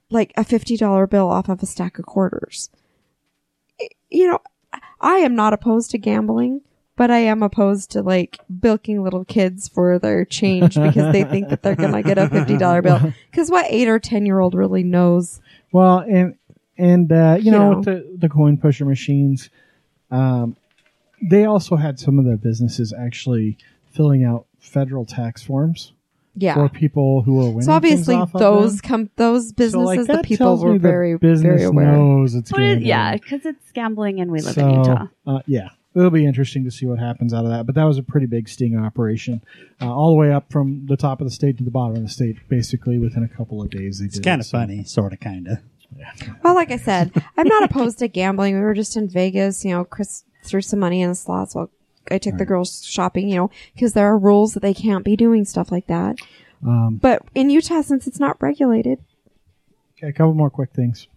Speaker 5: like a fifty dollar bill off of a stack of quarters. I- You know, I am not opposed to gambling, but I am opposed to like bilking little kids for their change because they think that they're gonna get a fifty dollar bill. Because what eight or ten year old really knows?
Speaker 2: Well, and and uh, you,
Speaker 5: You
Speaker 2: know,
Speaker 5: know.
Speaker 2: with the the coin pusher machines, um, they also had some of the businesses actually filling out federal tax forms
Speaker 5: Yeah.
Speaker 2: for people who were winning.
Speaker 5: So obviously
Speaker 2: things off of
Speaker 5: those
Speaker 2: them.
Speaker 5: com- those
Speaker 2: So, like,
Speaker 5: businesses, the
Speaker 2: that
Speaker 5: people
Speaker 2: tells me
Speaker 5: were
Speaker 2: the
Speaker 5: very
Speaker 2: business
Speaker 5: very aware.
Speaker 2: Knows it's
Speaker 4: But it,
Speaker 2: gambling.
Speaker 4: yeah, because it's gambling and we live
Speaker 2: so,
Speaker 4: in Utah.
Speaker 2: Uh, yeah, it'll be interesting to see what happens out of that. But that was a pretty big sting operation, uh, all the way up from the top of the state to the bottom of the state, basically within a couple of days. They
Speaker 3: it's
Speaker 2: did
Speaker 3: kind
Speaker 2: it,
Speaker 3: of
Speaker 2: so-
Speaker 3: funny, sort of, kind of.
Speaker 5: Well, like I said, I'm not opposed to gambling. We were just in Vegas, you know. Chris threw some money in the slots while I took the girls shopping, you know, because there are rules that they can't be doing stuff like that.
Speaker 2: Um,
Speaker 5: But in Utah, since it's not regulated,
Speaker 2: Okay, a couple more quick things.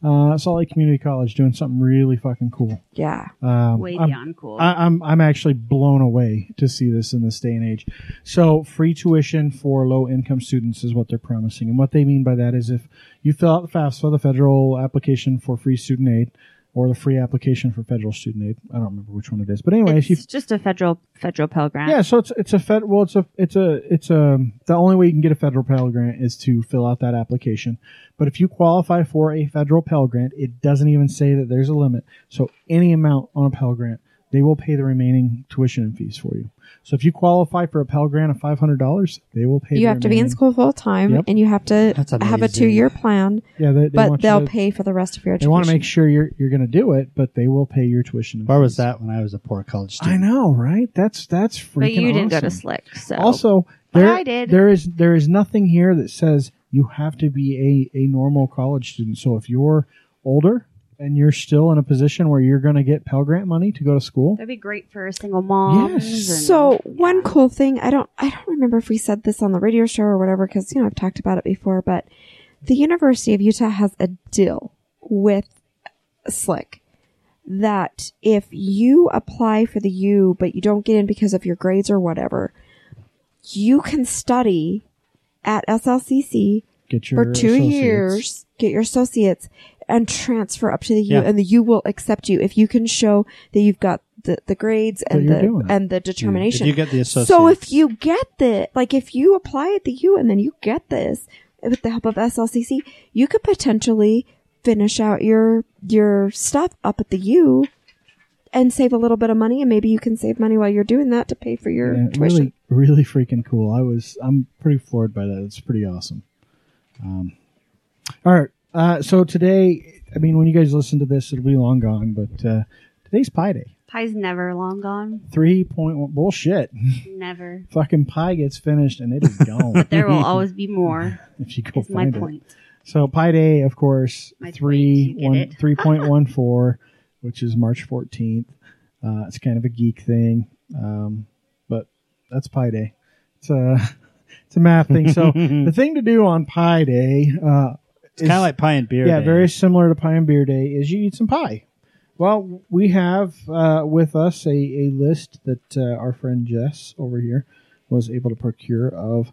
Speaker 2: Uh, Salt Lake Community College doing something really fucking cool.
Speaker 5: yeah,
Speaker 2: Um,
Speaker 4: Way
Speaker 2: I'm,
Speaker 4: beyond cool.
Speaker 2: I, I'm I'm actually blown away to see this in this day and age. So free tuition for low income students is what they're promising, and what they mean by that is if you fill out the FAFSA, the federal application for free student aid, or the free application for federal student aid. I don't remember which one it is, but anyway,
Speaker 4: it's
Speaker 2: if you
Speaker 4: just a federal federal Pell Grant.
Speaker 2: yeah, so it's it's a fed. Well, it's a it's a it's a the only way you can get a federal Pell Grant is to fill out that application. But if you qualify for a federal Pell Grant, it doesn't even say that there's a limit. So any amount on a Pell Grant, they will pay the remaining tuition and fees for you. So if you qualify for a Pell Grant of five hundred dollars, they will pay.
Speaker 5: you
Speaker 2: the
Speaker 5: have to be in
Speaker 2: remaining-
Speaker 5: school full time,
Speaker 2: Yep.
Speaker 5: and you have to
Speaker 3: That's
Speaker 5: have a
Speaker 3: amazing.
Speaker 5: two year plan.
Speaker 2: Yeah, they, they
Speaker 5: But
Speaker 2: want you
Speaker 5: they'll
Speaker 2: to-
Speaker 5: pay for the rest of your
Speaker 2: They
Speaker 5: education.
Speaker 2: want to make sure you're you're going to do it, but they will pay your tuition. And
Speaker 3: Where was
Speaker 2: fees.
Speaker 3: that when I was a poor college student?
Speaker 2: I know, right? That's that's freaking.
Speaker 4: but you didn't go to
Speaker 2: awesome.
Speaker 4: Slick, so
Speaker 2: Also,
Speaker 4: But
Speaker 2: there,
Speaker 4: I did.
Speaker 2: there is there is nothing here that says you have to be a, a normal college student. So if you're older and you're still in a position where you're going to get Pell Grant money to go to school,
Speaker 4: that'd be great for single moms.
Speaker 2: Yes.
Speaker 4: and-
Speaker 5: So one cool thing I don't I don't remember if we said this on the radio show or whatever because you know I've talked about it before, but the University of Utah has a deal with Slick that if you apply for the U but you don't get in because of your grades or whatever, you can study at SLCC
Speaker 2: Get your
Speaker 5: for two
Speaker 2: associates.
Speaker 5: years, get your associates, and transfer up to the U,
Speaker 3: Yeah.
Speaker 5: and the U will accept you if you can show that you've got the, the grades and
Speaker 2: you're
Speaker 5: the
Speaker 2: doing it.
Speaker 5: and the determination.
Speaker 3: If you get the
Speaker 5: So
Speaker 3: associates.
Speaker 5: if you get the like, if you apply at the U and then you get this with the help of SLCC, you could potentially finish out your your stuff up at the U and save a little bit of money, and maybe you can save money while you're doing that to pay for your
Speaker 2: Yeah,
Speaker 5: tuition.
Speaker 2: really, really freaking cool. I was, I'm pretty floored by that. It's pretty awesome. Um, all right. Uh, so today, I mean, when you guys listen to this, it'll be long gone, but uh, today's Pi Day.
Speaker 4: Pie's never long gone.
Speaker 2: 3.1. Bullshit.
Speaker 4: Never.
Speaker 2: Fucking Pi gets finished and it is gone
Speaker 4: There will always be more.
Speaker 2: if you go
Speaker 4: Is my
Speaker 2: find it.
Speaker 4: point.
Speaker 2: So Pi Day, of course,
Speaker 4: My
Speaker 2: three
Speaker 4: tweet, you get
Speaker 2: one
Speaker 4: it.
Speaker 2: three point one four, which is March fourteenth. Uh, it's kind of a geek thing, um, but that's Pi Day. It's a it's a math thing. So the thing to do on Pi Day, uh,
Speaker 3: it's kind of like pie and beer.
Speaker 2: yeah,
Speaker 3: day.
Speaker 2: very similar to Pie and Beer Day, is you eat some pie. Well, we have uh, with us a, a list that uh, our friend Jess over here was able to procure of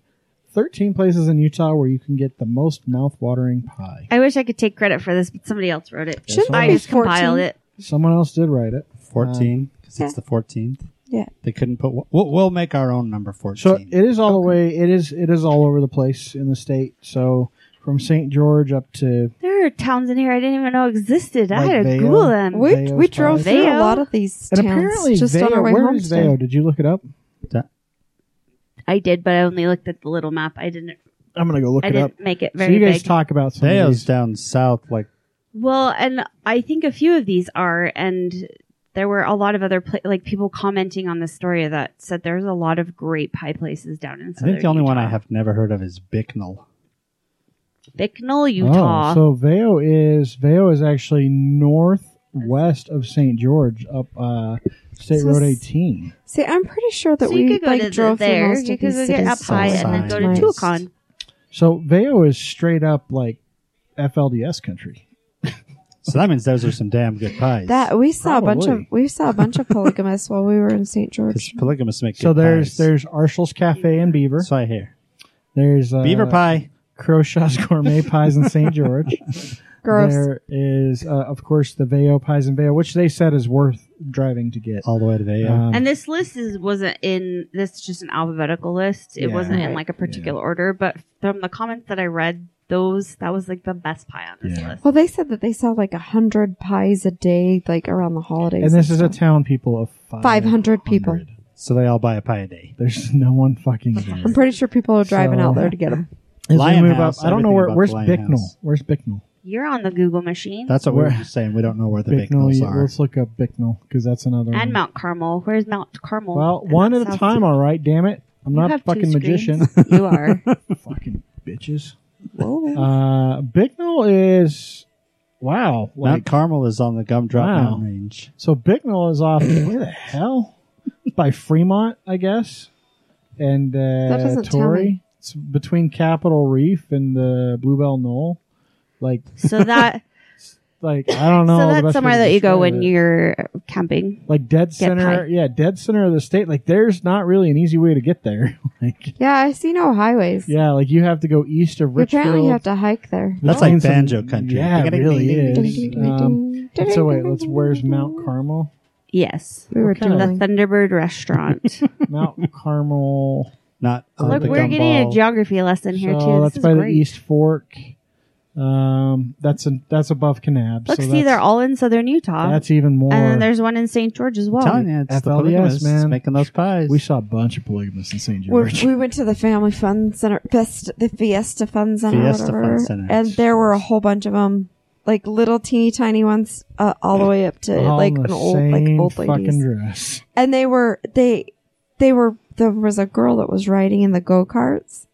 Speaker 2: 13 places in Utah where you can get the most mouth-watering pie.
Speaker 4: I wish I could take credit for this, but somebody else wrote it.
Speaker 2: Shouldn't
Speaker 4: I
Speaker 2: it be
Speaker 4: just compiled
Speaker 5: 14?
Speaker 4: it.
Speaker 2: Someone else did write it.
Speaker 3: fourteen because
Speaker 5: Yeah.
Speaker 3: it's the fourteenth.
Speaker 5: Yeah.
Speaker 3: they couldn't put. one- We'll, we'll make our own number fourteen.
Speaker 2: So it is all the way. It is it is all over the place in the state. So from St. George up to
Speaker 4: There are towns in here I didn't even know existed. I
Speaker 2: Like
Speaker 4: had to
Speaker 2: Vail?
Speaker 4: Google them.
Speaker 5: We,
Speaker 2: Vayo's
Speaker 5: we drove
Speaker 4: pie.
Speaker 5: through a
Speaker 4: Vail?
Speaker 5: lot of these
Speaker 2: and
Speaker 5: towns
Speaker 2: apparently
Speaker 5: just on
Speaker 2: Vail.
Speaker 5: our way
Speaker 2: Where
Speaker 5: home.
Speaker 2: is
Speaker 5: today.
Speaker 2: Vail? Did you look it up?
Speaker 4: I did, but I only looked at the little map. I didn't.
Speaker 2: I'm gonna go look
Speaker 4: I
Speaker 2: it up.
Speaker 4: didn't make it
Speaker 2: So
Speaker 4: very
Speaker 2: you guys
Speaker 4: big.
Speaker 2: talk about some of
Speaker 3: Dale's
Speaker 2: these.
Speaker 3: down south, like
Speaker 4: Well, and I think a few of these are, and there were a lot of other pla- like people commenting on the story that said there's a lot of great pie places down in.
Speaker 3: I think the
Speaker 4: southern
Speaker 3: only one I
Speaker 4: Utah.
Speaker 3: have never heard of is Bicknell.
Speaker 4: Bicknell,
Speaker 2: Oh,
Speaker 4: Utah.
Speaker 2: so Vail is Vail is actually northwest of St. George, up uh, State
Speaker 5: So
Speaker 2: Road
Speaker 5: s-
Speaker 2: 18.
Speaker 5: See, I'm pretty sure that
Speaker 4: So
Speaker 5: we
Speaker 4: you could go
Speaker 5: like,
Speaker 4: to the,
Speaker 5: drove through
Speaker 4: there.
Speaker 5: most
Speaker 4: You
Speaker 5: of
Speaker 4: could
Speaker 5: these
Speaker 4: go
Speaker 5: cities
Speaker 4: get up high and then go to
Speaker 5: last night.
Speaker 4: Tuacon.
Speaker 2: So Vail is straight up like FLDS country.
Speaker 3: So that means those are some damn good pies.
Speaker 5: That we saw a bunch
Speaker 2: Probably.
Speaker 5: of we saw a bunch of polygamists while we were in St.
Speaker 3: because
Speaker 5: George.
Speaker 3: polygamists make.
Speaker 2: So
Speaker 3: good
Speaker 2: there's
Speaker 3: pies.
Speaker 2: there's Arshall's Cafe in Beaver.
Speaker 3: That's what I hear.
Speaker 2: There's uh,
Speaker 3: Beaver pie.
Speaker 2: Croshaw's Gourmet Pies in St. George.
Speaker 5: Gross.
Speaker 2: There is, uh, of course, the Veo pies and Veo, which they said is worth driving to get.
Speaker 3: all the way to Vail.
Speaker 2: Um,
Speaker 4: And this list is wasn't in this is just an alphabetical list. It
Speaker 2: Yeah.
Speaker 4: wasn't in
Speaker 5: Right.
Speaker 4: like a particular order, but from the comments that I read, those that was like the best pie on this
Speaker 2: Yeah.
Speaker 4: list.
Speaker 5: Well, they said that they saw like a hundred pies a day, like around the holidays.
Speaker 2: and this is a
Speaker 5: stuff.
Speaker 2: town people of 500.
Speaker 5: 500 people.
Speaker 3: so they all buy a pie a day.
Speaker 2: There's no one fucking there.
Speaker 5: I'm pretty sure people are driving
Speaker 2: So-
Speaker 5: out there to get them.
Speaker 2: As we
Speaker 3: Lion
Speaker 2: move
Speaker 3: House,
Speaker 2: up, I don't know
Speaker 3: everything
Speaker 2: where.
Speaker 3: about
Speaker 2: Where's
Speaker 3: the Lion
Speaker 2: Bicknell?
Speaker 3: House.
Speaker 2: Where's Bicknell?
Speaker 4: You're on the Google machine
Speaker 3: That's what we were
Speaker 2: Where-
Speaker 3: just saying. We don't know where the
Speaker 2: Bicknell.
Speaker 3: Bicknells
Speaker 2: you-
Speaker 3: are.
Speaker 2: Let's look up Bicknell because that's another one.
Speaker 4: and Mount Carmel. Where's Mount Carmel?
Speaker 2: Well,
Speaker 4: And
Speaker 2: one
Speaker 4: that's
Speaker 2: at a
Speaker 4: South
Speaker 2: time.
Speaker 4: Dakota.
Speaker 2: All right. Damn it! I'm
Speaker 4: You
Speaker 2: not a
Speaker 4: have two
Speaker 2: fucking magician.
Speaker 4: screens. you are.
Speaker 2: fucking bitches.
Speaker 5: Whoa.
Speaker 2: Uh, Bicknell is wow.
Speaker 3: Mount
Speaker 2: Like
Speaker 3: Carmel is on the Gumdrop
Speaker 2: Wow.
Speaker 3: Mountain Range.
Speaker 2: so, Bicknell is off. where the hell? By Fremont, I guess. And uh,
Speaker 5: That doesn't tell
Speaker 2: Torrey.
Speaker 5: me.
Speaker 2: It's between Capitol Reef and the Bluebell Knoll. Like,
Speaker 4: So that
Speaker 2: like I don't know.
Speaker 4: so
Speaker 2: the
Speaker 4: that's
Speaker 2: best way
Speaker 4: somewhere
Speaker 2: to
Speaker 4: that you go
Speaker 2: describe
Speaker 4: when
Speaker 2: it.
Speaker 4: you're camping.
Speaker 2: like dead center
Speaker 4: pie.
Speaker 2: yeah dead center of the state like there's not really an easy way to get there like
Speaker 5: Yeah, I see no highways.
Speaker 2: yeah like you have to go east of
Speaker 5: You apparently
Speaker 2: richfield
Speaker 5: you have to hike there.
Speaker 3: That's
Speaker 2: Between
Speaker 3: like
Speaker 2: some-
Speaker 3: banjo country.
Speaker 2: yeah it really
Speaker 5: Ding,
Speaker 2: is
Speaker 5: ding,
Speaker 2: um,
Speaker 5: ding, ding,
Speaker 2: so wait
Speaker 5: ding,
Speaker 2: let's
Speaker 5: ding,
Speaker 2: where's
Speaker 5: ding,
Speaker 2: mount
Speaker 5: ding.
Speaker 2: carmel
Speaker 4: Yes.
Speaker 5: We were
Speaker 2: What kind of-
Speaker 4: The
Speaker 5: doing.
Speaker 4: Thunderbird restaurant.
Speaker 2: mount carmel
Speaker 3: Not on
Speaker 4: Look,
Speaker 3: the
Speaker 4: we're getting a
Speaker 3: gumball.
Speaker 4: geography lesson here
Speaker 2: so
Speaker 4: too.
Speaker 2: that's
Speaker 4: this
Speaker 2: by
Speaker 4: is
Speaker 2: the
Speaker 4: great.
Speaker 2: east fork um that's a, that's above kanab
Speaker 4: Look,
Speaker 2: so
Speaker 4: see,
Speaker 2: that's,
Speaker 4: they're all in southern Utah.
Speaker 2: that's even more
Speaker 4: and then there's one in St. George as well.
Speaker 3: I'm telling you, it's the
Speaker 2: FLDS,
Speaker 3: polygamists
Speaker 2: E man.
Speaker 3: making those pies.
Speaker 2: we saw a bunch of polygamists in st
Speaker 5: We,
Speaker 2: george
Speaker 5: we went to the Family Fun Center, Fest, the Fiesta Fun Center,
Speaker 3: Fiesta Fun
Speaker 5: whatever,
Speaker 3: Center.
Speaker 5: and there were a whole bunch of them, like little teeny tiny ones, uh, all the way up to
Speaker 2: all
Speaker 5: like
Speaker 2: in
Speaker 5: an
Speaker 2: the
Speaker 5: old,
Speaker 2: same
Speaker 5: like old ladies.
Speaker 2: fucking dress
Speaker 5: and they were they they were there was a girl that was riding in the go-karts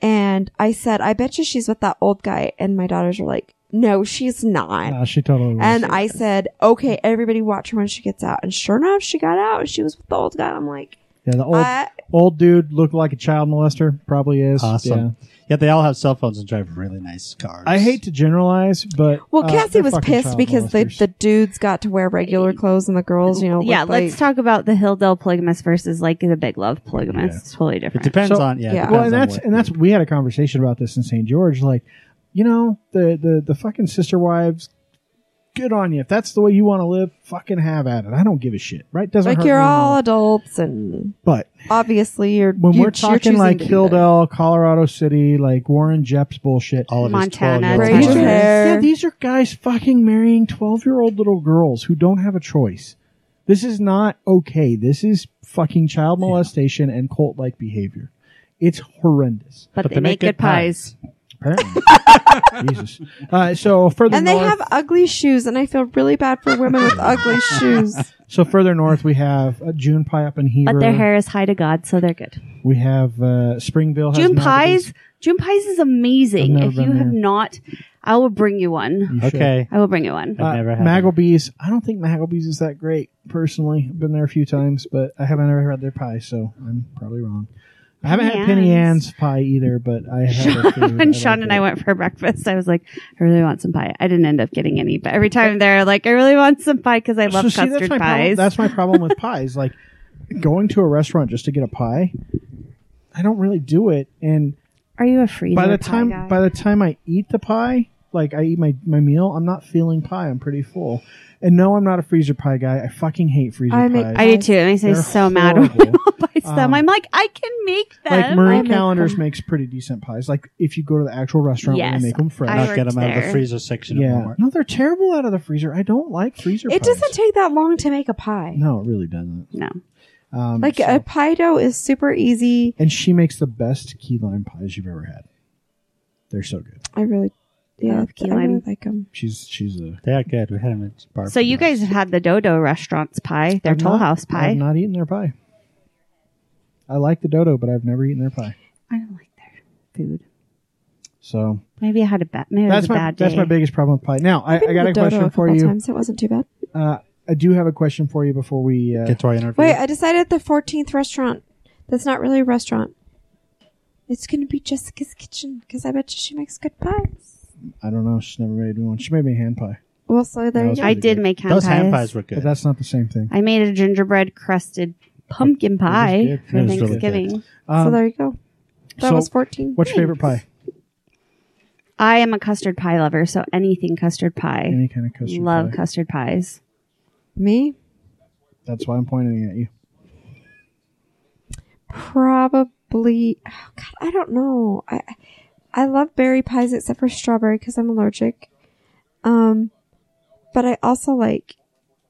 Speaker 5: and i said i bet you she's with that old guy and my daughters were like no she's not
Speaker 2: Ah, she totally was
Speaker 5: and i said okay everybody watch her when she gets out and sure enough she got out and she was with the old guy i'm like
Speaker 2: Yeah, the old
Speaker 5: I,
Speaker 2: old dude looked like a child molester. Probably is.
Speaker 3: Awesome.
Speaker 2: Yeah.
Speaker 3: Yeah, they all have cell phones and drive really nice cars.
Speaker 2: I hate to generalize, but
Speaker 5: well,
Speaker 2: uh,
Speaker 5: Cassie
Speaker 2: they're
Speaker 5: was
Speaker 2: fucking
Speaker 5: pissed
Speaker 2: child
Speaker 5: because the,
Speaker 2: molesters.
Speaker 5: the dudes got to wear regular clothes and the girls, you know,
Speaker 4: yeah,
Speaker 5: looked like-
Speaker 4: let's talk about the Hilldale polygamist versus like the Big Love polygamist. It's totally
Speaker 3: It
Speaker 4: different.
Speaker 3: depends
Speaker 2: So-
Speaker 3: on yeah. it
Speaker 5: Yeah.
Speaker 2: well,
Speaker 3: depends
Speaker 2: and
Speaker 3: on
Speaker 2: that's
Speaker 3: what-
Speaker 2: and that's we had a conversation about this in St. George. Like, you know, the the the fucking sister wives. Good on you. If that's the way you want to live, fucking have at it. I don't give a shit. Right? Doesn't
Speaker 5: like
Speaker 2: hurt
Speaker 5: you're
Speaker 2: me at
Speaker 5: all adults and
Speaker 2: But
Speaker 5: obviously you're
Speaker 2: when
Speaker 5: you,
Speaker 2: we're talking like Hildale, Colorado City, like Warren Jepps bullshit,
Speaker 3: all of his
Speaker 4: Montana,
Speaker 3: 12-year-old
Speaker 5: Braid your
Speaker 3: daughters.
Speaker 5: hair.
Speaker 2: Yeah, these are guys fucking marrying 12 year old little girls who don't have a choice. This is not okay. This is fucking child molestation and cult like behavior. It's horrendous.
Speaker 4: but, they, make good pies.
Speaker 2: Apparently. Jesus. Uh, so further
Speaker 5: and they
Speaker 2: north,
Speaker 5: have ugly shoes and I feel really bad for women with ugly shoes.
Speaker 2: so further north we have uh, June Pie up in here.
Speaker 4: But their hair is high to God, so they're good.
Speaker 2: We have uh, Springville. has
Speaker 4: June
Speaker 2: Magdies.
Speaker 4: pies, June pies is amazing.
Speaker 2: I've never
Speaker 4: If you
Speaker 2: been
Speaker 4: have
Speaker 2: there.
Speaker 4: not, I will bring you one.
Speaker 2: You should.
Speaker 3: Okay.
Speaker 4: I will bring you one.
Speaker 3: I've
Speaker 2: Uh,
Speaker 3: never had them.
Speaker 2: Magglebee's. I don't think Magglebee's is that great personally. I've been there a few times, but I haven't ever had their pie, so I'm probably wrong. I haven't had Penny
Speaker 4: Penny
Speaker 2: Ann's pie either, but I have. their food.
Speaker 4: when
Speaker 2: I
Speaker 4: Sean
Speaker 2: like
Speaker 4: and
Speaker 2: it.
Speaker 4: I went for breakfast, I was like, I really want some pie. I didn't end up getting any, but every time they're like, I really want some pie because I love
Speaker 2: So see,
Speaker 4: custard
Speaker 2: that's my Problem,
Speaker 4: pies.
Speaker 2: that's my problem with pies. Like going to a restaurant just to get a pie, I don't really do it. And
Speaker 4: Are you a freezer?
Speaker 2: by the
Speaker 4: pie
Speaker 2: time
Speaker 4: guy?
Speaker 2: by the time I eat the pie, like I eat my my meal, I'm not feeling pie. I'm pretty full. And no, I'm not a freezer pie guy. I fucking hate freezer
Speaker 5: I make-
Speaker 2: pies.
Speaker 4: I do too. It makes me
Speaker 2: They're
Speaker 4: so mad when
Speaker 2: horrible.
Speaker 4: people buy them.
Speaker 2: Um,
Speaker 4: I'm like, I can make them.
Speaker 2: Like
Speaker 5: I
Speaker 2: Marie
Speaker 5: make
Speaker 2: Callender's
Speaker 5: them.
Speaker 2: makes pretty decent pies. Like if you go to the actual restaurant where
Speaker 4: Yes,
Speaker 2: they make them
Speaker 4: I
Speaker 2: fresh.
Speaker 3: Not get them
Speaker 4: worked
Speaker 3: out of the
Speaker 4: there.
Speaker 3: freezer section of
Speaker 2: yeah.
Speaker 3: Walmart.
Speaker 2: No, they're terrible out of the freezer. I don't like freezer
Speaker 5: It
Speaker 2: pies.
Speaker 5: doesn't take that long to make a pie.
Speaker 2: No, it really doesn't.
Speaker 4: no,
Speaker 2: Um,
Speaker 5: Like
Speaker 2: so-
Speaker 5: a pie dough is super easy.
Speaker 2: and she makes the best key lime pies you've ever had. They're so good.
Speaker 5: I really yeah,
Speaker 4: love key
Speaker 5: I really
Speaker 4: lime.
Speaker 5: like them.
Speaker 2: She's she's a
Speaker 3: They are good. We had them at Barbara.
Speaker 4: So you guys have had the Dodo restaurant's pie, their
Speaker 2: I've
Speaker 4: Toll
Speaker 2: not-
Speaker 4: House pie.
Speaker 2: I've not eaten their pie. I like the dodo, but I've never eaten their pie.
Speaker 4: I don't like their food.
Speaker 2: So
Speaker 4: Maybe I had a bad. Maybe
Speaker 2: that's
Speaker 4: it was a
Speaker 2: my
Speaker 4: bad
Speaker 2: that's
Speaker 4: day.
Speaker 2: my biggest problem with pie. Now I, I got a question for you.
Speaker 5: Times. It wasn't too bad.
Speaker 2: Uh, I do have a question for you before we uh,
Speaker 3: get to our interview.
Speaker 5: Wait, I decided the fourteenth restaurant. That's not really a restaurant. It's gonna be Jessica's kitchen because I bet you she makes good pies.
Speaker 2: I don't know. She's never made me one. She made me hand pie,
Speaker 5: Well, so
Speaker 2: No,
Speaker 5: there you
Speaker 2: it's
Speaker 5: go.
Speaker 4: I
Speaker 2: pretty
Speaker 4: did
Speaker 2: good.
Speaker 4: make hand
Speaker 3: those
Speaker 4: pies.
Speaker 3: hand pies were
Speaker 2: but
Speaker 3: good.
Speaker 2: that's not the same thing.
Speaker 4: I made a gingerbread crusted pumpkin pie
Speaker 2: good.
Speaker 4: for
Speaker 2: It
Speaker 3: was really good.
Speaker 4: Thanksgiving.
Speaker 5: so
Speaker 2: Um,
Speaker 5: there you go. That
Speaker 2: so
Speaker 5: was fourteen.
Speaker 2: what's your favorite pie?
Speaker 4: I am a custard pie lover, so anything custard pie.
Speaker 2: Any kind of custard
Speaker 4: Love
Speaker 2: pie.
Speaker 4: custard pies.
Speaker 5: Me?
Speaker 2: That's why I'm pointing at you.
Speaker 5: Probably. Oh God, I don't know. I I love berry pies except for strawberry because I'm allergic. Um, but I also like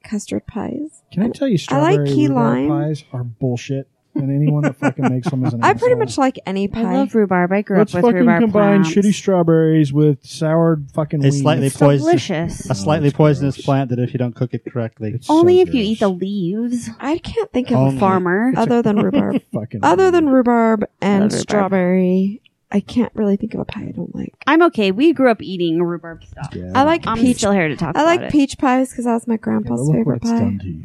Speaker 5: custard pies.
Speaker 2: Can I tell you
Speaker 5: I like
Speaker 2: strawberry
Speaker 5: key
Speaker 2: rhubarb
Speaker 5: lime.
Speaker 2: pies are bullshit, and anyone that fucking makes them is an
Speaker 5: I pretty
Speaker 2: asshole.
Speaker 5: much like any pie.
Speaker 4: I love rhubarb. I grew
Speaker 2: Let's
Speaker 4: up with
Speaker 2: fucking
Speaker 4: rhubarb.
Speaker 2: combine
Speaker 4: plants.
Speaker 2: shitty strawberries with soured fucking.
Speaker 3: It's
Speaker 2: weeds.
Speaker 3: slightly
Speaker 4: It's
Speaker 3: Poison.
Speaker 4: delicious.
Speaker 3: a slightly
Speaker 2: it's
Speaker 3: poisonous
Speaker 2: gross.
Speaker 3: plant that if you don't cook it correctly,
Speaker 2: It's
Speaker 4: Only
Speaker 2: so
Speaker 4: if you
Speaker 2: gross.
Speaker 4: eat the leaves.
Speaker 5: I can't think of
Speaker 3: Only-
Speaker 5: a farm
Speaker 4: Farmer.
Speaker 5: other than rhubarb.
Speaker 2: fucking.
Speaker 5: Other than rhubarb and
Speaker 4: rhubarb.
Speaker 5: strawberry, I can't really think of a pie I don't like.
Speaker 4: I'm okay. We grew up eating rhubarb stuff.
Speaker 2: Yeah.
Speaker 5: I like
Speaker 4: I'm
Speaker 5: peach.
Speaker 4: still here to talk
Speaker 5: I
Speaker 4: about
Speaker 5: like
Speaker 4: it.
Speaker 5: peach pies because that was my
Speaker 2: Yeah, but
Speaker 5: grandpa's
Speaker 2: look what
Speaker 5: favorite
Speaker 2: it's
Speaker 5: pie.
Speaker 2: done to you,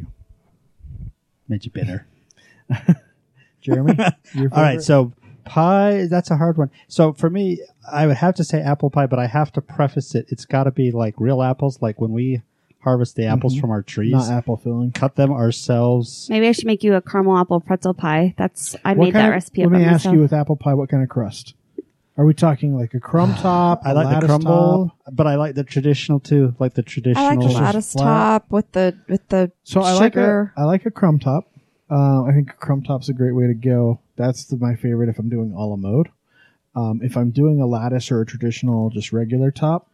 Speaker 3: made you bitter.
Speaker 2: Jeremy. your
Speaker 3: All right,
Speaker 2: favorite?
Speaker 3: so pie. That's a hard one. So for me, I would have to say apple pie, but I have to preface it. It's got to be like real apples, like when we harvest the apples
Speaker 2: Mhm.
Speaker 3: from our trees,
Speaker 2: not apple filling.
Speaker 3: cut them ourselves.
Speaker 4: Maybe I should make you a caramel apple pretzel pie. That's I
Speaker 2: What
Speaker 4: made
Speaker 2: kind
Speaker 4: that
Speaker 2: of-
Speaker 4: recipe
Speaker 2: Let
Speaker 4: up
Speaker 2: me
Speaker 4: by
Speaker 2: ask
Speaker 4: myself.
Speaker 2: you: with apple pie, what kind of crust? Are we talking like a crumb top?
Speaker 3: I
Speaker 2: a
Speaker 3: like the
Speaker 2: lattice
Speaker 3: crumble,
Speaker 2: top?
Speaker 3: but I like the traditional too, like the
Speaker 5: I like
Speaker 3: traditional.
Speaker 5: the
Speaker 2: Just
Speaker 5: lattice
Speaker 2: flat.
Speaker 5: top with the with the
Speaker 2: So I like a,
Speaker 5: sugar.
Speaker 2: I like a crumb top. Uh, I think a crumb top's a great way to go. That's the, my favorite if I'm doing a la mode. Um, if I'm doing a lattice or a traditional, just regular top,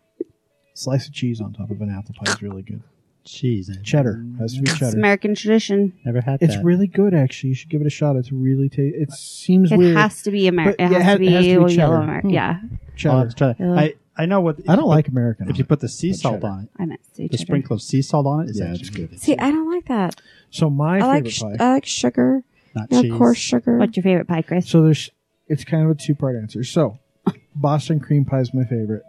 Speaker 2: slice of cheese on top of an apple pie is really good.
Speaker 3: cheese, I've
Speaker 2: Cheddar has to be
Speaker 4: It's
Speaker 2: cheddar.
Speaker 4: American tradition.
Speaker 3: Never had
Speaker 2: It's
Speaker 3: that.
Speaker 2: really good, actually. You should give it a shot. It's really tasty. It seems
Speaker 4: It
Speaker 2: weird.
Speaker 4: has to be
Speaker 2: But,
Speaker 4: American.
Speaker 2: yeah,
Speaker 4: It, has to be yellow
Speaker 2: cheddar.
Speaker 4: American.
Speaker 2: Hmm.
Speaker 3: I'll
Speaker 4: Yeah,
Speaker 3: have
Speaker 2: cheddar.
Speaker 3: to try that.
Speaker 4: Yeah.
Speaker 3: I I know what
Speaker 2: I don't like American.
Speaker 3: if you
Speaker 2: on
Speaker 3: put the sea
Speaker 2: But
Speaker 3: salt
Speaker 2: cheddar.
Speaker 3: on it.
Speaker 4: I meant to say
Speaker 3: The
Speaker 4: cheddar.
Speaker 3: sprinkle of sea salt on it is
Speaker 2: Yeah,
Speaker 3: actually
Speaker 2: it's
Speaker 3: good.
Speaker 5: See, I don't like that.
Speaker 2: it. so my
Speaker 5: I like
Speaker 2: favorite
Speaker 5: sh-
Speaker 2: pie.
Speaker 5: I like sugar,
Speaker 3: Not
Speaker 5: you know,
Speaker 3: cheese.
Speaker 5: coarse sugar.
Speaker 4: What's your favorite pie, Chris?
Speaker 2: So there's it's kind of a two part answer. So Boston cream pie is my favorite.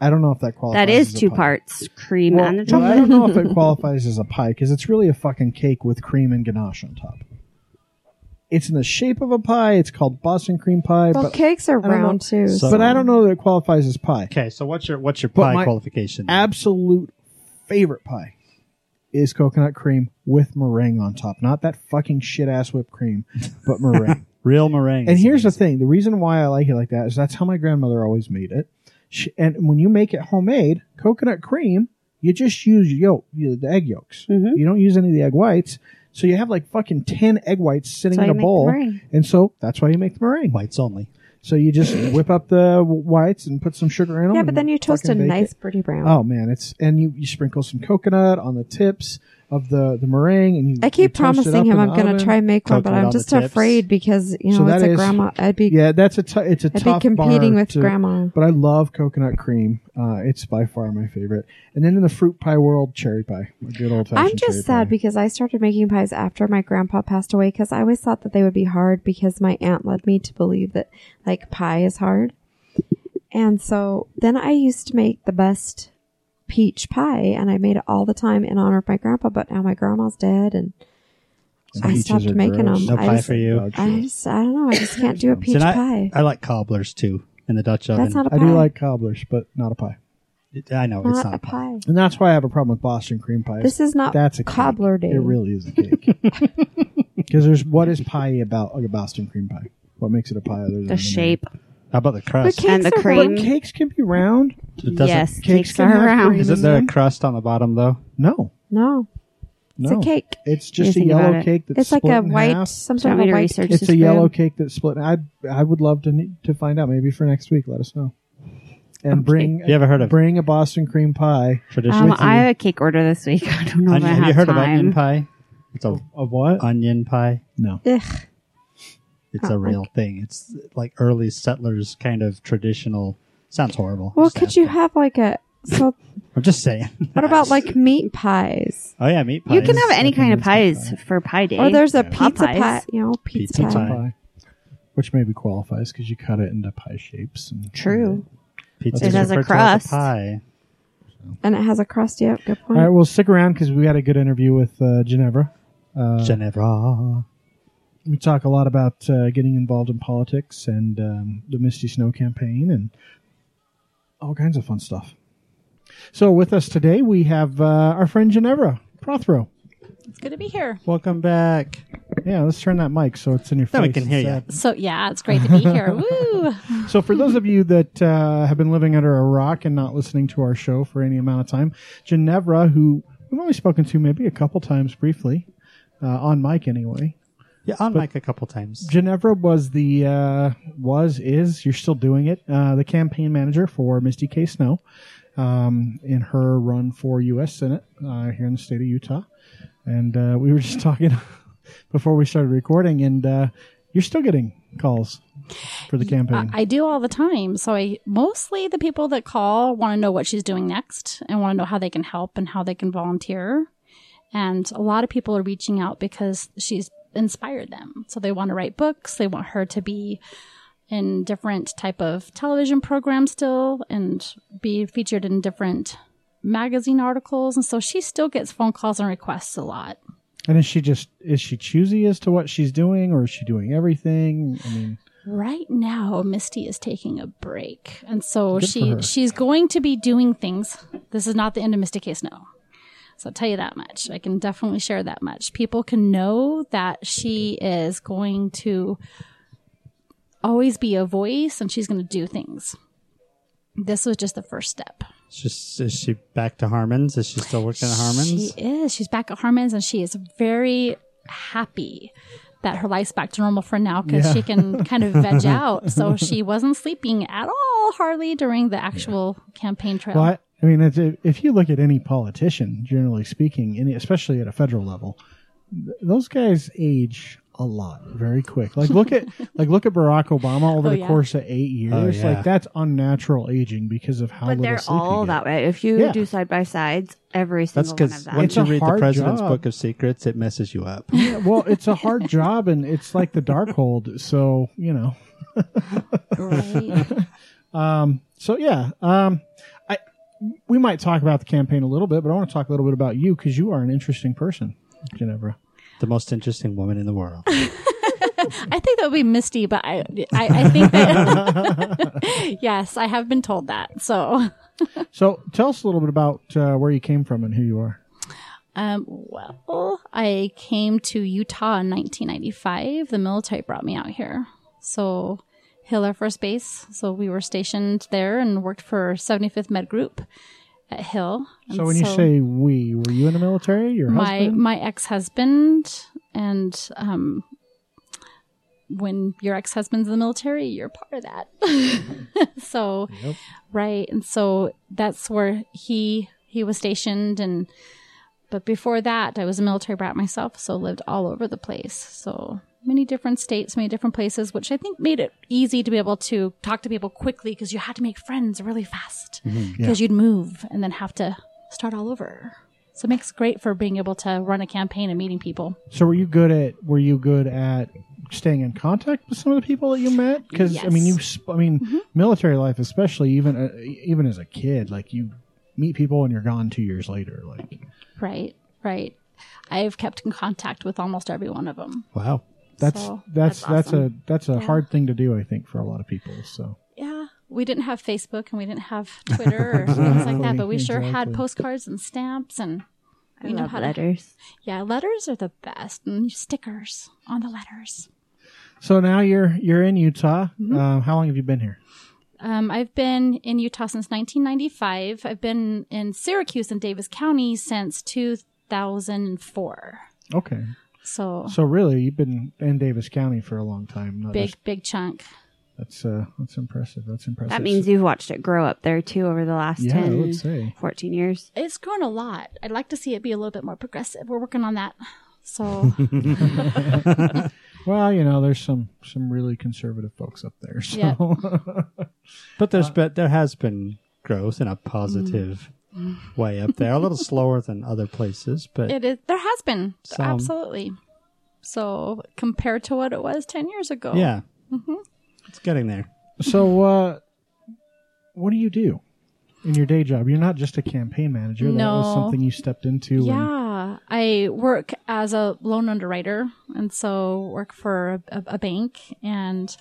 Speaker 2: I don't know if that qualifies.
Speaker 4: that is
Speaker 2: as a
Speaker 4: two
Speaker 2: pie.
Speaker 4: parts cream
Speaker 2: Well,
Speaker 4: and the
Speaker 2: well, I don't
Speaker 4: chocolate.
Speaker 2: know if it qualifies as a pie because it's really a fucking cake with cream and ganache on top. It's in the shape of a pie. It's called Boston cream pie,
Speaker 5: Well,
Speaker 2: but
Speaker 5: cakes are
Speaker 2: don't know.
Speaker 5: round too.
Speaker 3: So-
Speaker 2: but I don't know that it qualifies as pie.
Speaker 3: Okay, so what's your what's your
Speaker 2: But
Speaker 3: pie
Speaker 2: my-
Speaker 3: qualification?
Speaker 2: Absolute favorite pie is coconut cream with meringue on top. Not that fucking shit ass whipped cream, but meringue.
Speaker 3: Real meringue.
Speaker 2: And here's the thing: the reason why I like it like that is that's how my grandmother always made it. She, and when you make it homemade, coconut cream, you just use yolk, you- the egg yolks.
Speaker 4: Mhm.
Speaker 5: Mm-hmm.
Speaker 2: You don't use any of the egg whites, so you have like fucking ten egg whites sitting
Speaker 4: So
Speaker 2: in
Speaker 4: you
Speaker 2: a
Speaker 4: make the
Speaker 2: bowl.
Speaker 4: meringue.
Speaker 2: And so that's why you make the meringue.
Speaker 3: whites only.
Speaker 2: So you just whip up the whites and put some sugar in them.
Speaker 5: yeah, but then you toast a nice, pretty brown.
Speaker 2: Oh man, it's and you, you sprinkle some coconut on the tips of the the meringue, and you.
Speaker 5: I
Speaker 2: you
Speaker 5: keep
Speaker 2: toast it up
Speaker 5: promising
Speaker 2: in
Speaker 5: him
Speaker 2: the
Speaker 5: I'm going
Speaker 2: oven.
Speaker 5: to try and make one, but
Speaker 3: Coconut
Speaker 5: I'm
Speaker 3: on the
Speaker 5: just
Speaker 3: tips.
Speaker 5: afraid because you
Speaker 2: So
Speaker 5: know
Speaker 2: that
Speaker 5: it's a
Speaker 2: is-
Speaker 5: grandma. I'd be
Speaker 2: Yeah, that's a t- it's a
Speaker 5: I'd be
Speaker 2: tough
Speaker 5: competing
Speaker 2: bar
Speaker 5: with
Speaker 2: to-
Speaker 5: grandma.
Speaker 2: But I love coconut cream. Uh, it's by far my favorite. And then in the fruit pie world, cherry pie, a good old fashioned.
Speaker 5: I'm just sad because I started making pies after my grandpa passed away because I always thought that they would be hard because my aunt led me to believe that like pie is hard. And so then I used to make the best peach pie and I made it all the time in honor of my grandpa, but now my grandma's dead and I stopped making
Speaker 3: No
Speaker 5: them. I
Speaker 3: pie
Speaker 5: just-
Speaker 3: for you.
Speaker 5: I just, I don't know. I just can't do a peach
Speaker 3: and I,
Speaker 5: pie.
Speaker 3: I like cobblers too in the Dutch oven.
Speaker 5: That's not a pie.
Speaker 2: I do like cobblers, but not a pie.
Speaker 3: I know
Speaker 5: not
Speaker 3: it's not
Speaker 5: a pie.
Speaker 2: And that's why I have a problem with Boston cream pies.
Speaker 5: This is not
Speaker 2: that's a cake.
Speaker 5: cobbler day.
Speaker 2: It really is a cake. Because there's what is pie about like a Boston cream pie? What makes it a pie other than
Speaker 4: The shape.
Speaker 3: How about the
Speaker 5: but
Speaker 3: crust?
Speaker 5: cakes
Speaker 4: And the
Speaker 5: are
Speaker 4: cream.
Speaker 2: But cakes can be round.
Speaker 3: It doesn't-
Speaker 4: yes,
Speaker 2: cakes
Speaker 4: cakes
Speaker 2: can have
Speaker 4: are round.
Speaker 2: cream.
Speaker 3: Isn't there a crust on the bottom though?
Speaker 2: No,
Speaker 5: No,
Speaker 2: no,
Speaker 5: it's a cake.
Speaker 2: It's just a
Speaker 4: think about
Speaker 2: yellow
Speaker 4: it.
Speaker 2: cake that's
Speaker 5: It's like
Speaker 2: split
Speaker 5: a
Speaker 2: in
Speaker 5: white,
Speaker 2: half.
Speaker 5: some
Speaker 4: Do you
Speaker 5: sort
Speaker 4: want
Speaker 5: of
Speaker 4: me
Speaker 5: a
Speaker 4: to
Speaker 5: white
Speaker 4: research
Speaker 2: It's
Speaker 4: this
Speaker 2: a
Speaker 4: for you?
Speaker 2: yellow cake that's split. I I would love to ne- to find out maybe for next week. Let us know, and bring
Speaker 3: You ever heard
Speaker 5: Um,
Speaker 3: of
Speaker 2: bring a Boston cream pie
Speaker 3: traditional
Speaker 4: Um, I have a cake order this week. I don't know if I
Speaker 3: onion,
Speaker 4: have
Speaker 3: have you heard
Speaker 4: time.
Speaker 3: of onion pie? It's a
Speaker 2: of what?
Speaker 3: onion pie.
Speaker 2: No,
Speaker 5: Ugh.
Speaker 3: It's
Speaker 5: Oh,
Speaker 3: a real thing. It's like early settlers kind of traditional. Sounds horrible.
Speaker 5: Well,
Speaker 3: Just
Speaker 5: could
Speaker 3: ask
Speaker 5: you
Speaker 3: them.
Speaker 5: have like a so?
Speaker 3: I'm just saying.
Speaker 5: What about like meat pies?
Speaker 3: Oh yeah, meat pie.
Speaker 4: You can have any kind of
Speaker 2: Something that's
Speaker 4: pies for pie day.
Speaker 5: Or there's a
Speaker 4: Popeyes.
Speaker 5: pizza pie. You know, pizza,
Speaker 3: Pizza
Speaker 5: pie.
Speaker 3: pie.
Speaker 2: pie, which maybe qualifies because you cut it into pie shapes. And,
Speaker 4: True.
Speaker 3: pizza.
Speaker 4: It
Speaker 3: is
Speaker 4: has a
Speaker 3: referred to as
Speaker 4: crust.
Speaker 3: pie.
Speaker 5: and it has a crust. Yep, good
Speaker 2: All
Speaker 5: point.
Speaker 2: right, well, stick around because we got a good interview with uh, Ginevra. Uh,
Speaker 3: Genevra.
Speaker 2: we talk a lot about uh, getting involved in politics and um, the Misty Snow campaign and all kinds of fun stuff. So, with us today, we have uh, our friend Ginevra Prothro.
Speaker 6: It's good to be here.
Speaker 3: Welcome back.
Speaker 2: Yeah, let's turn that mic so it's in your face.
Speaker 3: Now we can hear
Speaker 2: instead.
Speaker 3: you.
Speaker 6: So yeah, it's great to be here. Woo!
Speaker 2: So, for those of you that uh, have been living under a rock and not listening to our show for any amount of time, Ginevra, who we've only spoken to maybe a couple times briefly, uh, on mic anyway.
Speaker 3: Yeah, on mic a couple times.
Speaker 2: Ginevra was the uh, was is you're still doing it uh, the campaign manager for Misty K Snow um, in her run for U.S. Senate uh, here in the state of Utah, and uh, we were just talking before we started recording, and uh, you're still getting calls for the campaign.
Speaker 6: I do all the time. So I mostly the people that call want to know what she's doing next and want to know how they can help and how they can volunteer. And a lot of people are reaching out because she's inspired them. So they want to write books. They want her to be in different type of television programs still and be featured in different magazine articles. And so she still gets phone calls and requests a lot.
Speaker 2: and is she just is she choosy as to what she's doing, or is she doing everything? I mean,
Speaker 6: Right now, Misty is taking a break, and so
Speaker 2: Good for
Speaker 6: she
Speaker 2: her.
Speaker 6: she's going to be doing things. This is not the end of Misty Case No. So I'll tell you that much. I can definitely share that much. People can know that she is going to always be a voice, and she's going to do things. This was just the first step.
Speaker 3: It's just is she back to Harmon's? Is she still working at Harmon's?
Speaker 6: She is. She's back at Harmon's and she is very happy that her life's back to normal for now because she can kind of veg out. So she wasn't sleeping at all hardly during the actual campaign trail.
Speaker 2: Well, I, I mean, it's, if you look at any politician, generally speaking, and especially at a federal level, th- those guys age a lot very quick. Like look at like look at Barack Obama over
Speaker 6: Oh,
Speaker 2: the
Speaker 6: yeah.
Speaker 2: course of eight years.
Speaker 3: yeah.
Speaker 2: Like that's unnatural aging because of how
Speaker 4: But
Speaker 2: little
Speaker 4: they're
Speaker 2: sleep you
Speaker 4: all
Speaker 2: get.
Speaker 4: that way. If you
Speaker 2: Yeah.
Speaker 4: do side by sides, every
Speaker 3: That's
Speaker 4: single one of
Speaker 3: because
Speaker 4: them.
Speaker 3: once
Speaker 2: It's
Speaker 3: you
Speaker 2: a
Speaker 3: read the
Speaker 2: hard
Speaker 3: president's
Speaker 2: job.
Speaker 3: book of secrets, it messes you up.
Speaker 2: Yeah, well, it's a hard job, and it's like the dark hold. So you know,
Speaker 6: Right.
Speaker 2: Um, so yeah, um, I we might talk about the campaign a little bit, but I want to talk a little bit about you because you are an interesting person, Ginevra.
Speaker 3: the most interesting woman in the world.
Speaker 6: I think that would be Misty, but I, I, I think that. yes, I have been told that. So,
Speaker 2: So tell us a little bit about uh, where you came from and who you are.
Speaker 6: um, well, I came to Utah in 1995. The military brought me out here. So, Hill Air Force Base. So, we were stationed there and worked for 75th Med Group at Hill.
Speaker 2: So
Speaker 6: And
Speaker 2: when you say we, were you in the military? Your
Speaker 6: my
Speaker 2: husband?
Speaker 6: my ex husband and um when your ex husband's in the military, you're part of that. so
Speaker 2: Yep.
Speaker 6: right, and so that's where he he was stationed and but before that I was a military brat myself, so lived all over the place. So many different states, many different places, which I think made it easy to be able to talk to people quickly because you had to make friends really fast
Speaker 2: Mm-hmm. Yeah.
Speaker 6: because you'd move and then have to start all over. So it makes great for being able to run a campaign and meeting people.
Speaker 2: So were you good at were you good at staying in contact with some of the people that you met? Because I mean,
Speaker 6: Yes. Mm-hmm.
Speaker 2: you sp- I mean, military life, especially even uh, even as a kid, like you meet people and you're gone two years later. Like
Speaker 6: Right, right. I've kept in contact with almost every one of them.
Speaker 3: Wow.
Speaker 2: that's
Speaker 6: So,
Speaker 2: that's that's,
Speaker 6: awesome.
Speaker 2: a that's a hard thing to do, I think, for a lot of people. So
Speaker 6: yeah. We didn't have Facebook and we didn't have Twitter or things like that, but we sure had
Speaker 2: Exactly.
Speaker 6: postcards and stamps and
Speaker 4: I
Speaker 6: You know
Speaker 4: love
Speaker 6: how to-
Speaker 4: letters.
Speaker 6: yeah, letters are the best and stickers on the letters.
Speaker 2: so now you're you're in Utah.
Speaker 6: Mm-hmm.
Speaker 2: Uh, how long have you been here?
Speaker 6: Um, I've been in Utah since 1995. I've been in Syracuse and Davis County since 2004.
Speaker 2: Okay,
Speaker 6: So,
Speaker 2: so really you've been in Davis County for a long time. Not
Speaker 6: big,
Speaker 2: just-
Speaker 6: big chunk.
Speaker 2: that's uh, that's impressive. That's impressive.
Speaker 4: That means you've watched it grow up there too over the last
Speaker 2: yeah, I
Speaker 4: ten,
Speaker 2: would say.
Speaker 4: 14 years.
Speaker 6: it's grown a lot. I'd like to see it be a little bit more progressive. We're working on that. So
Speaker 2: Well, you know, there's some some really conservative folks up there. So
Speaker 3: But there's been, there has been growth in a positive way up there. A little slower than other places, but
Speaker 6: it is. There has been
Speaker 3: Some.
Speaker 6: absolutely. So compared to what it was ten years ago,
Speaker 3: yeah, it's getting there.
Speaker 2: so uh what do you do in your day job? You're not just a campaign manager. That was
Speaker 6: No.
Speaker 2: something you stepped into. and-
Speaker 6: yeah. I work as a loan underwriter, and so work for a, a bank, and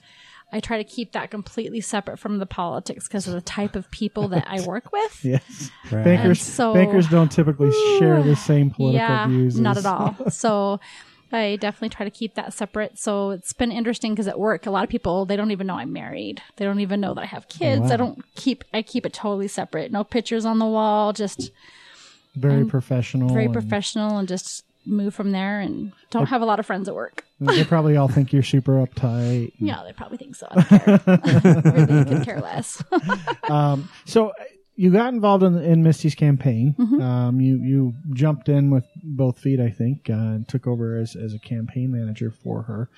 Speaker 6: I try to keep that completely separate from the politics because of the type of people that I work with.
Speaker 2: yes.
Speaker 3: Right.
Speaker 2: Bankers
Speaker 6: And so-
Speaker 2: bankers don't typically share the same political
Speaker 6: yeah,
Speaker 2: views.
Speaker 6: Not
Speaker 2: as-
Speaker 6: at all. so I definitely try to keep that separate. So it's been interesting because at work, a lot of people they don't even know I'm married. They don't even know that I have kids. I don't keep. I keep it totally separate. No pictures on the wall. Just
Speaker 2: Very professional.
Speaker 6: very
Speaker 2: and
Speaker 6: professional and just move from there. And don't have a lot of friends at work.
Speaker 2: They probably all think you're super uptight.
Speaker 6: Yeah, they probably think so. I don't care. really could care less.
Speaker 2: um, so uh, you got involved in, in Misty's campaign. Um, you you jumped in with both feet, I think, uh, and took over as, as a campaign manager for her.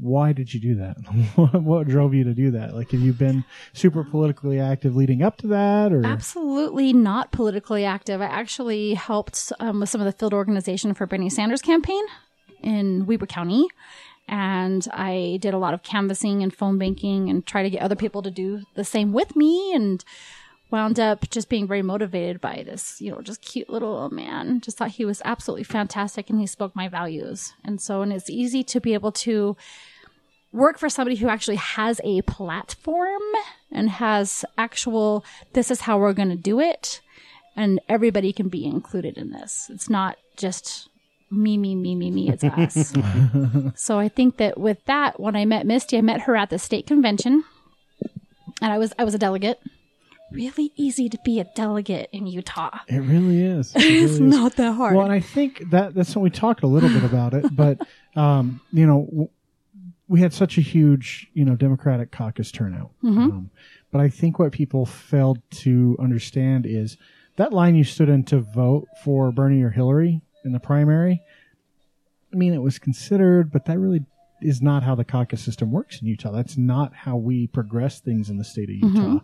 Speaker 2: Why did you do that? what, what drove you to do that? Like, have you been super politically active leading up to that, or
Speaker 6: Absolutely not politically active. I actually helped um, with some of the field organization for Bernie Sanders campaign in Weber County. And I did a lot of canvassing and phone banking and try to get other people to do the same with me and wound up just being very motivated by this, you know, just cute little old man. Just thought he was absolutely fantastic and he spoke my values. And so, and it's easy to be able to work for somebody who actually has a platform and has actual this is how we're going to do it and everybody can be included in this it's not just me me me me me it's us so i think that with that when i met misty i met her at the state convention and i was i was a delegate really easy to be a delegate in utah
Speaker 2: it really is. It really
Speaker 6: it's
Speaker 2: is.
Speaker 6: not that hard
Speaker 2: Well, and I think that that's what we talked a little bit about it, but um, you know, w- we had such a huge you know Democratic caucus turnout. Um, but I think what people failed to understand is that line you stood in to vote for Bernie or Hillary in the primary. I mean, it was considered, but that really is not how the caucus system works in Utah. That's not how we progress things in the state of Utah,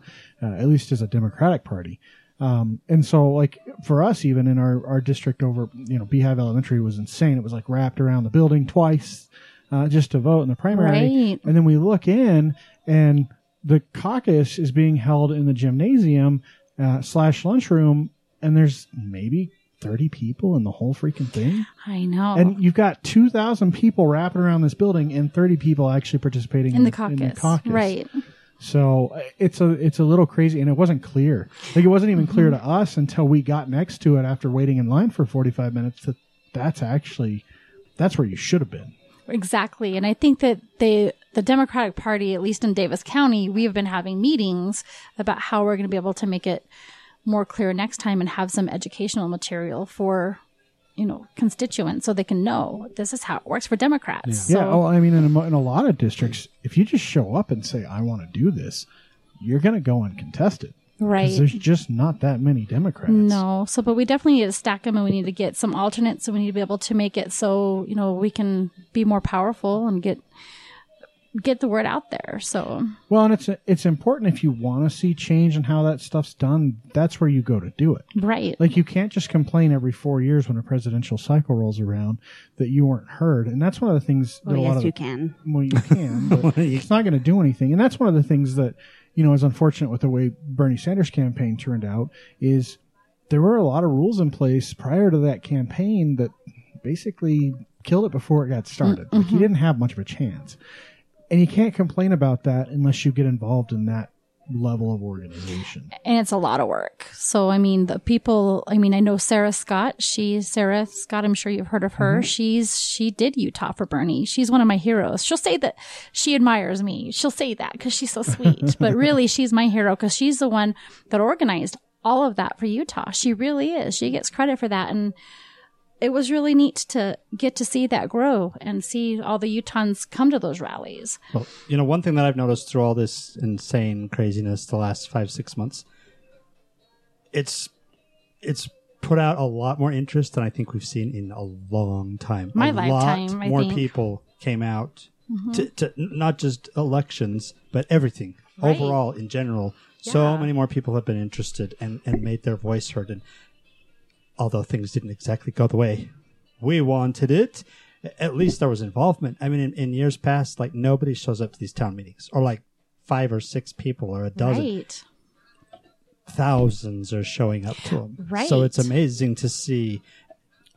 Speaker 2: uh, at least as a Democratic Party. Um, and so, like for us, even in our, our district over, you know, Beehive Elementary was insane. It was like wrapped around the building twice uh, just to vote in the primary.
Speaker 6: Right.
Speaker 2: And then we look in, and the caucus is being held in the gymnasium uh, slash lunchroom, and there's maybe thirty people in the whole freaking thing,
Speaker 6: I know.
Speaker 2: and you've got two thousand people wrapping around this building, and thirty people actually participating
Speaker 6: in the caucus. Right.
Speaker 2: So uh, it's a it's a little crazy, and it wasn't clear. Like it wasn't even clear to us until we got next to it after waiting in line for forty five minutes that that's actually that's where you should have been.
Speaker 6: Exactly. And I think that they, the Democratic Party, at least in Davis County, we have been having meetings about how we're going to be able to make it more clear next time and have some educational material for, you know, constituents so they can know this is how it works for Democrats. So,
Speaker 2: yeah. Oh, I mean, in a, mo- in a lot of districts, if you just show up and say I want to do this, you're going to go uncontested. 'Cause
Speaker 6: right.
Speaker 2: There's just not that many Democrats.
Speaker 6: No. So, but we definitely need to stack them and we need to get some alternates. So we need to be able to make it so, you know, we can be more powerful and get, get the word out there. So,
Speaker 2: Well, and it's it's important if you want to see change in how that stuff's done. That's where you go to do it.
Speaker 6: right.
Speaker 2: Like you can't just complain every four years when a presidential cycle rolls around that you weren't heard, and that's one of the things that a
Speaker 4: Well,
Speaker 2: lot
Speaker 4: Oh, yes,
Speaker 2: of
Speaker 4: you
Speaker 2: the-
Speaker 4: can.
Speaker 2: Well, you can. But it's not going to do anything, and that's one of the things that you know is unfortunate with the way Bernie Sanders' campaign turned out. Is there were a lot of rules in place prior to that campaign that basically killed it before it got started. Like
Speaker 4: Mm-hmm.
Speaker 2: he didn't have much of a chance, and you can't complain about that unless you get involved in that level of organization.
Speaker 6: and it's a lot of work. So I mean, the people. I mean, I know Sarah Scott. She Sarah Scott. I'm sure you've heard of her. She's she did Utah for Bernie. She's one of my heroes. She'll say that she admires me. She'll say that because she's so sweet. but really, she's my hero because she's the one that organized all of that for Utah. She really is. She gets credit for that and. It was really neat to get to see that grow and see all the Utahns come to those rallies.
Speaker 3: Well, you know, one thing that I've noticed through all this insane craziness the last five six months, it's it's put out a lot more interest than I think we've seen in a long time.
Speaker 6: My
Speaker 3: a
Speaker 6: lifetime,
Speaker 3: lot
Speaker 6: I
Speaker 3: more
Speaker 6: think. Mm-hmm.
Speaker 3: people came out to, to not just elections, but everything
Speaker 6: Right.
Speaker 3: overall in general. So
Speaker 6: Yeah.
Speaker 3: many more people have been interested and and made their voice heard. And although things didn't exactly go the way we wanted it. At least there was involvement. I mean, in, in years past, like nobody shows up to these town meetings, or like five or six people, or a dozen.
Speaker 6: Right.
Speaker 3: Thousands are showing up to them. So
Speaker 6: Right.
Speaker 3: it's amazing to see.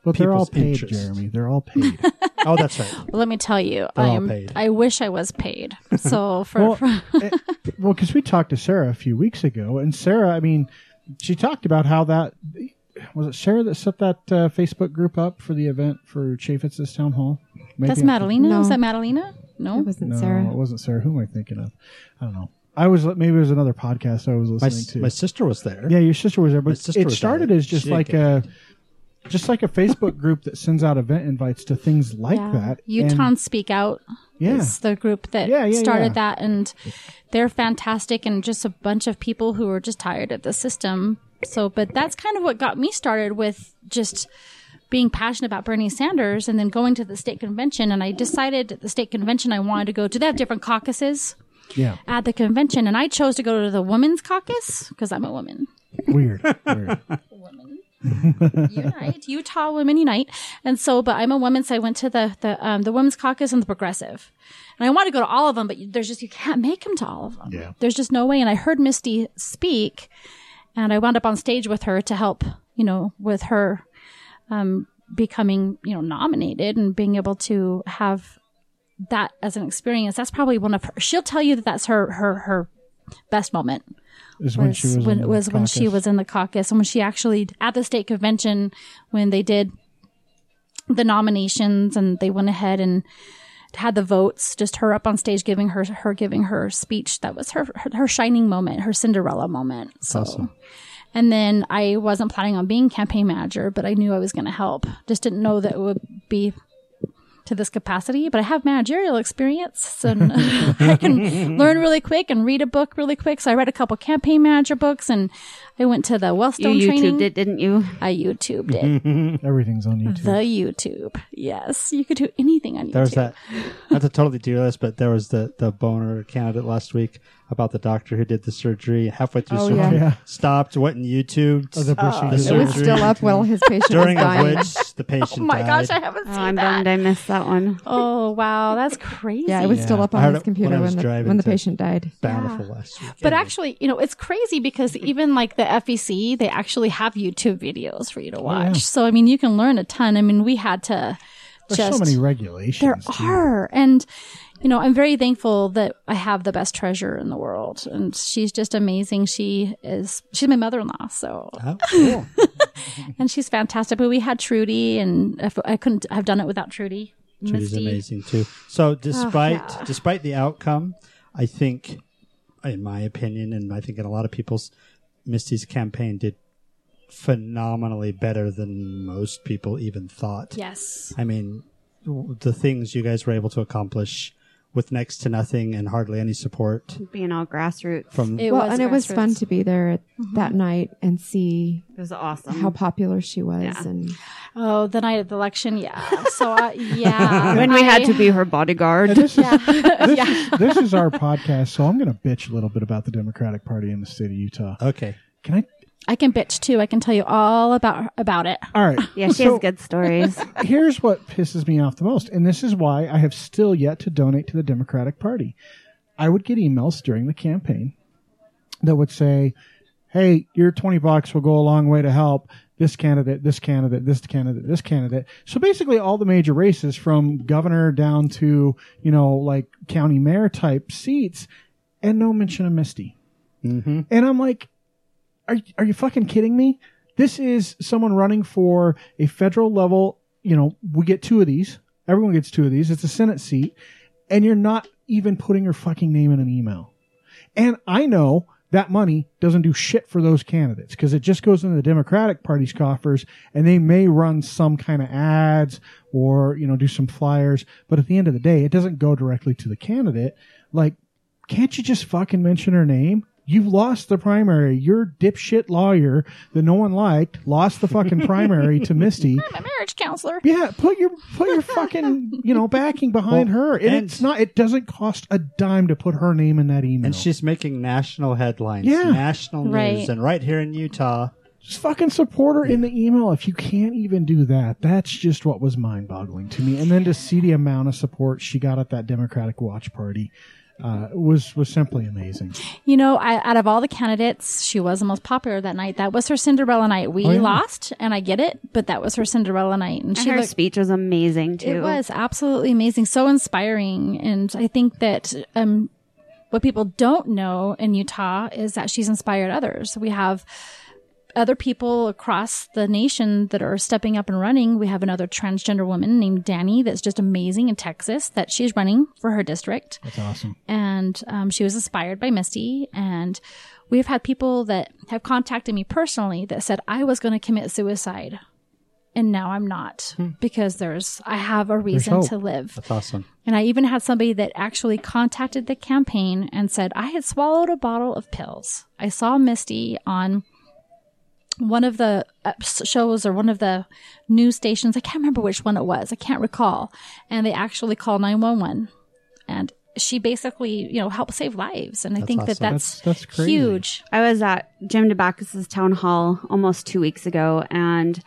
Speaker 2: But they're all
Speaker 3: People's
Speaker 2: paid,
Speaker 3: interest.
Speaker 2: Jeremy. They're all paid.
Speaker 3: Oh, that's right.
Speaker 6: Well, let me tell you,
Speaker 3: They're
Speaker 6: I
Speaker 3: all
Speaker 6: am.
Speaker 3: paid.
Speaker 6: I wish I was paid. So for,
Speaker 2: Well,
Speaker 6: for-
Speaker 2: eh, well, because we talked to Sarah a few weeks ago, and Sarah, I mean, she talked about how that was it. Sarah that set that uh, Facebook group up for the event for Chaffetz's town hall. Maybe
Speaker 6: that's
Speaker 2: I'm-
Speaker 6: Madalena.
Speaker 5: No.
Speaker 6: Is that Madalena?
Speaker 5: It
Speaker 6: No.
Speaker 5: wasn't
Speaker 2: No,
Speaker 5: Sarah.
Speaker 2: it wasn't Sarah. Who am I thinking of? I don't know. I was maybe it was another podcast I was
Speaker 3: My,
Speaker 2: listening
Speaker 3: s-
Speaker 2: to.
Speaker 3: my sister was there.
Speaker 2: Yeah, your sister was there, but
Speaker 3: sister
Speaker 2: it
Speaker 3: was
Speaker 2: started
Speaker 3: there.
Speaker 2: as just
Speaker 3: She
Speaker 2: like a
Speaker 3: didn't
Speaker 2: just like a Facebook group that sends out event invites to things like that. and-
Speaker 6: Utahns Speak Out
Speaker 2: yeah,
Speaker 6: is the group that
Speaker 2: Yeah, yeah,
Speaker 6: started
Speaker 2: yeah.
Speaker 6: that, and they're fantastic, and just a bunch of people who are just tired of the system. So, but that's kind of what got me started with just being passionate about Bernie Sanders, and then going to the state convention. And I decided at the state convention I wanted to go to. They have different caucuses
Speaker 2: yeah,
Speaker 6: at the convention, and I chose to go to the women's caucus because I'm a woman.
Speaker 2: weird. weird.
Speaker 6: unite utah women unite and so but i'm a woman so i went to the the um, the women's caucus and the progressive and i want to go to all of them but there's just you can't make them to all of them
Speaker 2: Yeah.
Speaker 6: there's just no way and i heard misty speak and i wound up on stage with her to help you know with her um becoming you know nominated and being able to have that as an experience that's probably one of her she'll tell you that that's her her her best moment
Speaker 2: Is when
Speaker 6: was
Speaker 2: she was in
Speaker 6: when it
Speaker 2: the
Speaker 6: was when she
Speaker 2: caucus.
Speaker 6: was in the caucus and when she actually at the state convention when they did the nominations and they went ahead and had the votes just her up on stage giving her her giving her speech that was her her, her shining moment her cinderella moment so and then i wasn't planning on being campaign manager but i knew i was going to help just didn't know that it would be to this capacity, but I have managerial experience and I can learn really quick and read a book really quick. So I read a couple campaign manager books and I went to the
Speaker 4: You
Speaker 6: Wellstone training.
Speaker 4: YouTubed it, didn't you?
Speaker 6: I YouTubed it.
Speaker 2: Everything's on YouTube.
Speaker 6: the YouTube. Yes. You could do anything on YouTube.
Speaker 3: There was that. Not to totally do this, but there was the the boner candidate last week about the doctor who did the surgery halfway through
Speaker 5: Oh,
Speaker 3: surgery,
Speaker 5: yeah.
Speaker 2: Yeah.
Speaker 3: stopped, went and YouTube
Speaker 2: Oh, the procedure.
Speaker 5: It was
Speaker 2: surgery
Speaker 5: still up while his patient was
Speaker 3: during of
Speaker 5: dying.
Speaker 3: which the patient.
Speaker 7: Oh my
Speaker 3: died.
Speaker 7: gosh, I haven't
Speaker 4: Oh,
Speaker 7: seen
Speaker 4: I'm
Speaker 7: that.
Speaker 4: bummed I missed that one.
Speaker 6: Oh wow, that's crazy.
Speaker 5: Yeah, it was
Speaker 3: Yeah.
Speaker 5: still up
Speaker 3: I
Speaker 5: on
Speaker 3: heard
Speaker 5: his
Speaker 3: it when
Speaker 5: computer
Speaker 3: I
Speaker 5: when,
Speaker 3: was
Speaker 5: the,
Speaker 3: driving
Speaker 5: when the
Speaker 3: to-
Speaker 5: patient died.
Speaker 3: Bountiful last week.
Speaker 6: But
Speaker 3: Anyway.
Speaker 6: actually, you know, it's crazy because even like the FEC, they actually have YouTube videos for you to watch. So I mean, you can learn a ton. I mean, we had to
Speaker 2: There's
Speaker 6: just
Speaker 2: so many regulations.
Speaker 6: there
Speaker 2: too.
Speaker 6: are, and you know, I'm very thankful that I have the best treasure in the world, and she's just amazing. She is. She's my mother-in-law, so
Speaker 3: Oh, cool.
Speaker 6: and she's fantastic. But we had Trudy, and if, I couldn't have done it without Trudy.
Speaker 3: Trudy's
Speaker 6: Misty. Oh,
Speaker 3: amazing too. So despite
Speaker 6: yeah.
Speaker 3: despite the outcome, I think, in my opinion, and I think in a lot of people's, Misty's campaign did phenomenally better than most people even thought.
Speaker 6: Yes.
Speaker 3: I mean, w- the things you guys were able to accomplish with next to nothing and hardly any support
Speaker 6: Mm-hmm.
Speaker 4: Being all grassroots.
Speaker 3: from
Speaker 6: It
Speaker 5: well, and it was Mm-hmm.
Speaker 6: grassroots.
Speaker 5: fun to be there at, that night and see
Speaker 4: It was awesome.
Speaker 5: how popular she was.
Speaker 4: Yeah.
Speaker 5: And
Speaker 6: Oh, the night of the election, yeah. So, uh, yeah.
Speaker 4: when we had
Speaker 6: I-
Speaker 4: to be her bodyguard.
Speaker 2: This, is, this is our podcast, so I'm going to bitch a little bit about the Democratic Party in the state of Utah.
Speaker 3: okay.
Speaker 2: Can I?
Speaker 6: I can bitch too. I can tell you all about about it.
Speaker 2: All right.
Speaker 4: Yeah, she
Speaker 2: So-
Speaker 4: has good stories.
Speaker 2: here's what pisses me off the most, and this is why I have still yet to donate to the Democratic Party. I would get emails during the campaign that would say, "Hey, your twenty bucks will go a long way to help this candidate, this candidate, this candidate, this candidate." So basically, all the major races from governor down to you know like county mayor type seats, and no mention of Misty.
Speaker 3: Mm-hmm.
Speaker 2: And I'm like, are, are you fucking kidding me? This is someone running for a federal level. You know, we get two of these. Everyone gets two of these. It's a Senate seat. And you're not even putting your fucking name in an email. And I know that money doesn't do shit for those candidates because it just goes into the Democratic Party's coffers and they may run some kind of ads or, you know, do some flyers. But at the end of the day, it doesn't go directly to the candidate. Like, can't you just fucking mention her name? You've lost the primary. Your dipshit lawyer that no one liked lost the fucking primary to Misty.
Speaker 6: I'm a marriage counselor.
Speaker 2: Yeah, put your put your fucking you know backing behind
Speaker 3: Well,
Speaker 2: her. And
Speaker 3: and-
Speaker 2: it's not. It doesn't cost a dime to put her name in that email.
Speaker 3: And she's making national headlines,
Speaker 2: Yeah.
Speaker 3: national news,
Speaker 6: Right.
Speaker 3: and right here in Utah.
Speaker 2: just fucking support her in the email. If you can't even do that, that's just what was mind boggling to me. And then to see the amount of support she got at that Democratic watch party uh, was was simply amazing.
Speaker 6: You know, I, out of all the candidates, she was the most popular that night. That was her Cinderella night. We
Speaker 2: Oh, yeah.
Speaker 6: lost, and I get it, but that was her Cinderella night, and she
Speaker 4: her
Speaker 6: looked.
Speaker 4: speech was amazing too.
Speaker 6: It was absolutely amazing, so inspiring, and I think that um, what people don't know in Utah is that she's inspired others. We have other people across the nation that are stepping up and running. We have another transgender woman named Danny that's just amazing in Texas that she's running for her district
Speaker 2: That's awesome.
Speaker 6: and um, she was inspired by Misty. And we've had people that have contacted me personally that said I was going to commit suicide, and now I'm not because there's I have a reason
Speaker 2: hope.
Speaker 6: to live.
Speaker 3: That's awesome.
Speaker 6: And I even had somebody that actually contacted the campaign and said I had swallowed a bottle of pills. I saw Misty on one of the uh, s- shows or one of the news stations. I can't remember which one it was. I can't recall. And they actually called 911 and she basically, you know, helped save lives. And I
Speaker 3: That's
Speaker 6: think that
Speaker 3: awesome.
Speaker 6: that's,
Speaker 2: That's- that's crazy.
Speaker 6: huge.
Speaker 4: I was at Jim DeBacchus's town hall almost two weeks ago, and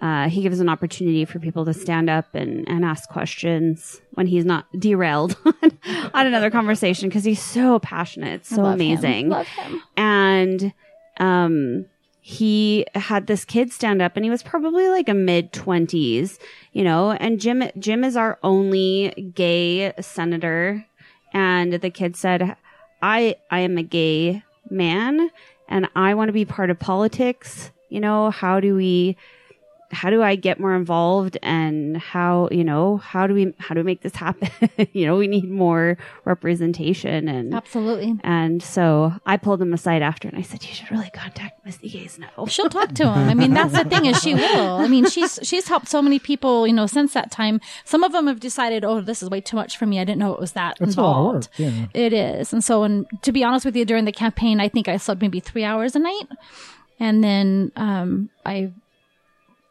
Speaker 4: uh, he gives an opportunity for people to stand up and, and ask questions when he's not derailed on, on another conversation because he's so passionate. It's
Speaker 6: I
Speaker 4: so
Speaker 6: love him.
Speaker 4: amazing.
Speaker 6: Love him.
Speaker 4: and um he had this kid stand up and he was probably like a mid 20s you know and jim jim is our only gay senator and the kid said i i am a gay man and i want to be part of politics you know how do we how do i get more involved and how you know how do we how do we make this happen you know we need more representation and
Speaker 6: Absolutely.
Speaker 4: and so I pulled him aside after and I said, You should really contact Misty Gaze now.
Speaker 6: Oh, She'll talk to him. I mean, that's the thing is she will. I mean, she's she's helped so many people, you know, since that time. Some of them have decided, oh, this is way too much for me. I didn't know it was that
Speaker 2: That's a lot of work,
Speaker 6: involved.
Speaker 2: yeah.
Speaker 6: It is. And so, and to be honest with you, during the campaign, I think I slept maybe three hours a night, and then um, I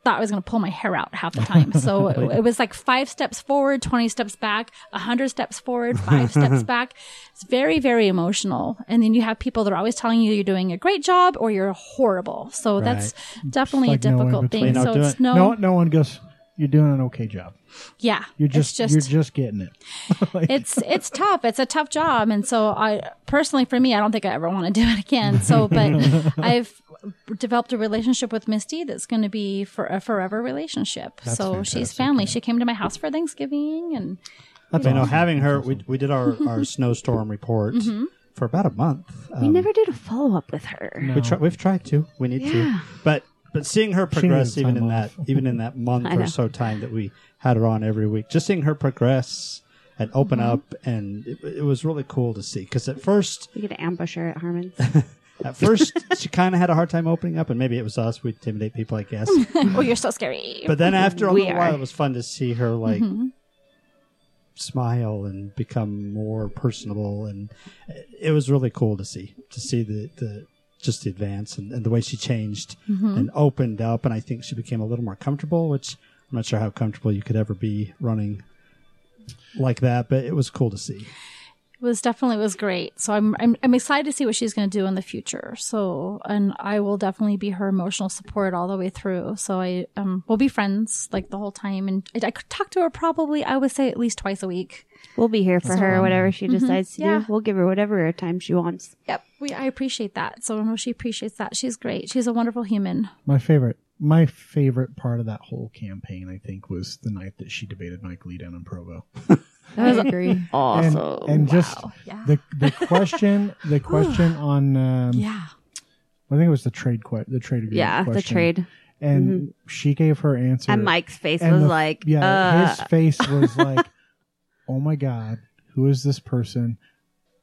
Speaker 6: thought I was going to pull my hair out half the time. So it, it was like five steps forward, 20 steps back, 100 steps forward, five steps back. It's very, very emotional. And then you have people that are always telling you you're doing a great job or you're horrible. So that's definitely
Speaker 2: like
Speaker 6: a
Speaker 2: no in
Speaker 6: difficult
Speaker 2: between.
Speaker 6: thing.
Speaker 3: Not
Speaker 6: so
Speaker 3: doing-
Speaker 6: it's no,
Speaker 2: No, no one goes. you're doing an okay job.
Speaker 6: Yeah.
Speaker 2: You're
Speaker 6: it's
Speaker 2: just, you're just getting it. Like,
Speaker 6: it's it's tough. It's a tough job, and so I personally, for me, I don't think I ever want to do it again. So, but I've developed a relationship with Misty that's going to be for a forever relationship.
Speaker 2: That's
Speaker 6: so she's
Speaker 2: fantastic,
Speaker 6: family.
Speaker 2: yeah.
Speaker 6: She came to my house for Thanksgiving, and
Speaker 2: that's
Speaker 3: you know,
Speaker 2: awesome.
Speaker 3: having her, we, we did our, our snowstorm report for about a month.
Speaker 4: we
Speaker 3: Um,
Speaker 4: never did a follow up with her.
Speaker 2: No.
Speaker 3: We try, we've tried to. We need to.
Speaker 4: Yeah.
Speaker 3: But but seeing her
Speaker 2: She needed
Speaker 3: progress, even
Speaker 2: time
Speaker 3: in
Speaker 2: off.
Speaker 3: that even in that month
Speaker 4: I
Speaker 3: or
Speaker 4: know.
Speaker 3: so time that we had her on every week, just seeing her progress and open up, and it, it was really cool to see. Because at first,
Speaker 4: We could ambush her at Harmon's.
Speaker 3: at first, she kind of had a hard time opening up, and maybe it was us. We intimidate people, I guess.
Speaker 6: oh, you're so scary.
Speaker 3: But then after a
Speaker 4: We
Speaker 3: little
Speaker 4: are.
Speaker 3: while, it was fun to see her like
Speaker 6: Mm-hmm.
Speaker 3: smile and become more personable, and it was really cool to see to see the the just the advance and, and the way she changed
Speaker 6: Mm-hmm.
Speaker 3: and opened up, and I think she became a little more comfortable, which I'm not sure how comfortable you could ever be running like that, but it was cool to see.
Speaker 6: It was definitely it was great. So I'm I'm, I'm excited to see what she's going to do in the future. So and I will definitely be her emotional support all the way through. So I um we'll be friends like the whole time, and I, I could talk to her probably I would say at least twice a week.
Speaker 4: We'll be here for her, whatever she decides to
Speaker 6: Yeah.
Speaker 4: do. We'll give her whatever time she wants.
Speaker 6: Yep, we I appreciate that. So I know she appreciates that. She's great. She's a wonderful human.
Speaker 2: my favorite, my favorite part of that whole campaign, I think, was the night that she debated Mike Lee down in Provo.
Speaker 5: I agree.
Speaker 2: And,
Speaker 4: Awesome.
Speaker 2: and just
Speaker 6: Yeah.
Speaker 2: the the question, the question on, um,
Speaker 6: Yeah.
Speaker 2: I think it was the trade, que- the trade agreement.
Speaker 4: yeah, the
Speaker 2: question.
Speaker 4: trade. Mm-hmm.
Speaker 2: and she gave her answer.
Speaker 4: And Mike's face
Speaker 2: And
Speaker 4: was
Speaker 2: the-
Speaker 4: like,
Speaker 2: yeah,
Speaker 4: uh,
Speaker 2: his face was like, "Oh my god, who is this person?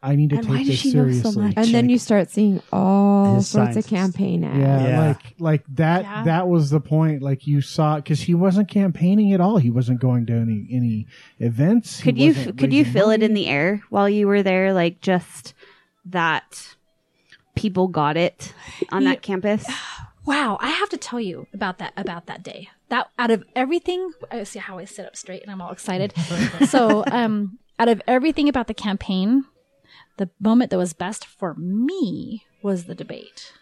Speaker 2: I need to
Speaker 4: And why
Speaker 2: take
Speaker 4: does
Speaker 2: this
Speaker 4: she know so
Speaker 2: seriously."
Speaker 4: much?
Speaker 5: And then
Speaker 2: Like,
Speaker 5: you start seeing all
Speaker 3: His
Speaker 5: sorts of
Speaker 3: scientists.
Speaker 5: campaign ads.
Speaker 2: yeah,
Speaker 3: Yeah.
Speaker 2: like like that.
Speaker 6: Yeah.
Speaker 2: That was the point. Like you saw, because he wasn't campaigning at all. He wasn't going to any any events. He
Speaker 4: could you
Speaker 2: wasn't
Speaker 4: could you
Speaker 2: raising
Speaker 4: feel it in
Speaker 2: money.
Speaker 4: the air while you were there? Like just that people got it on
Speaker 6: Ye-
Speaker 4: that campus.
Speaker 6: Wow, I have to tell you about that about that day. That out of everything, I see how I sit up straight and I'm all excited. so, um, out of everything about the campaign, the moment that was best for me was the debate.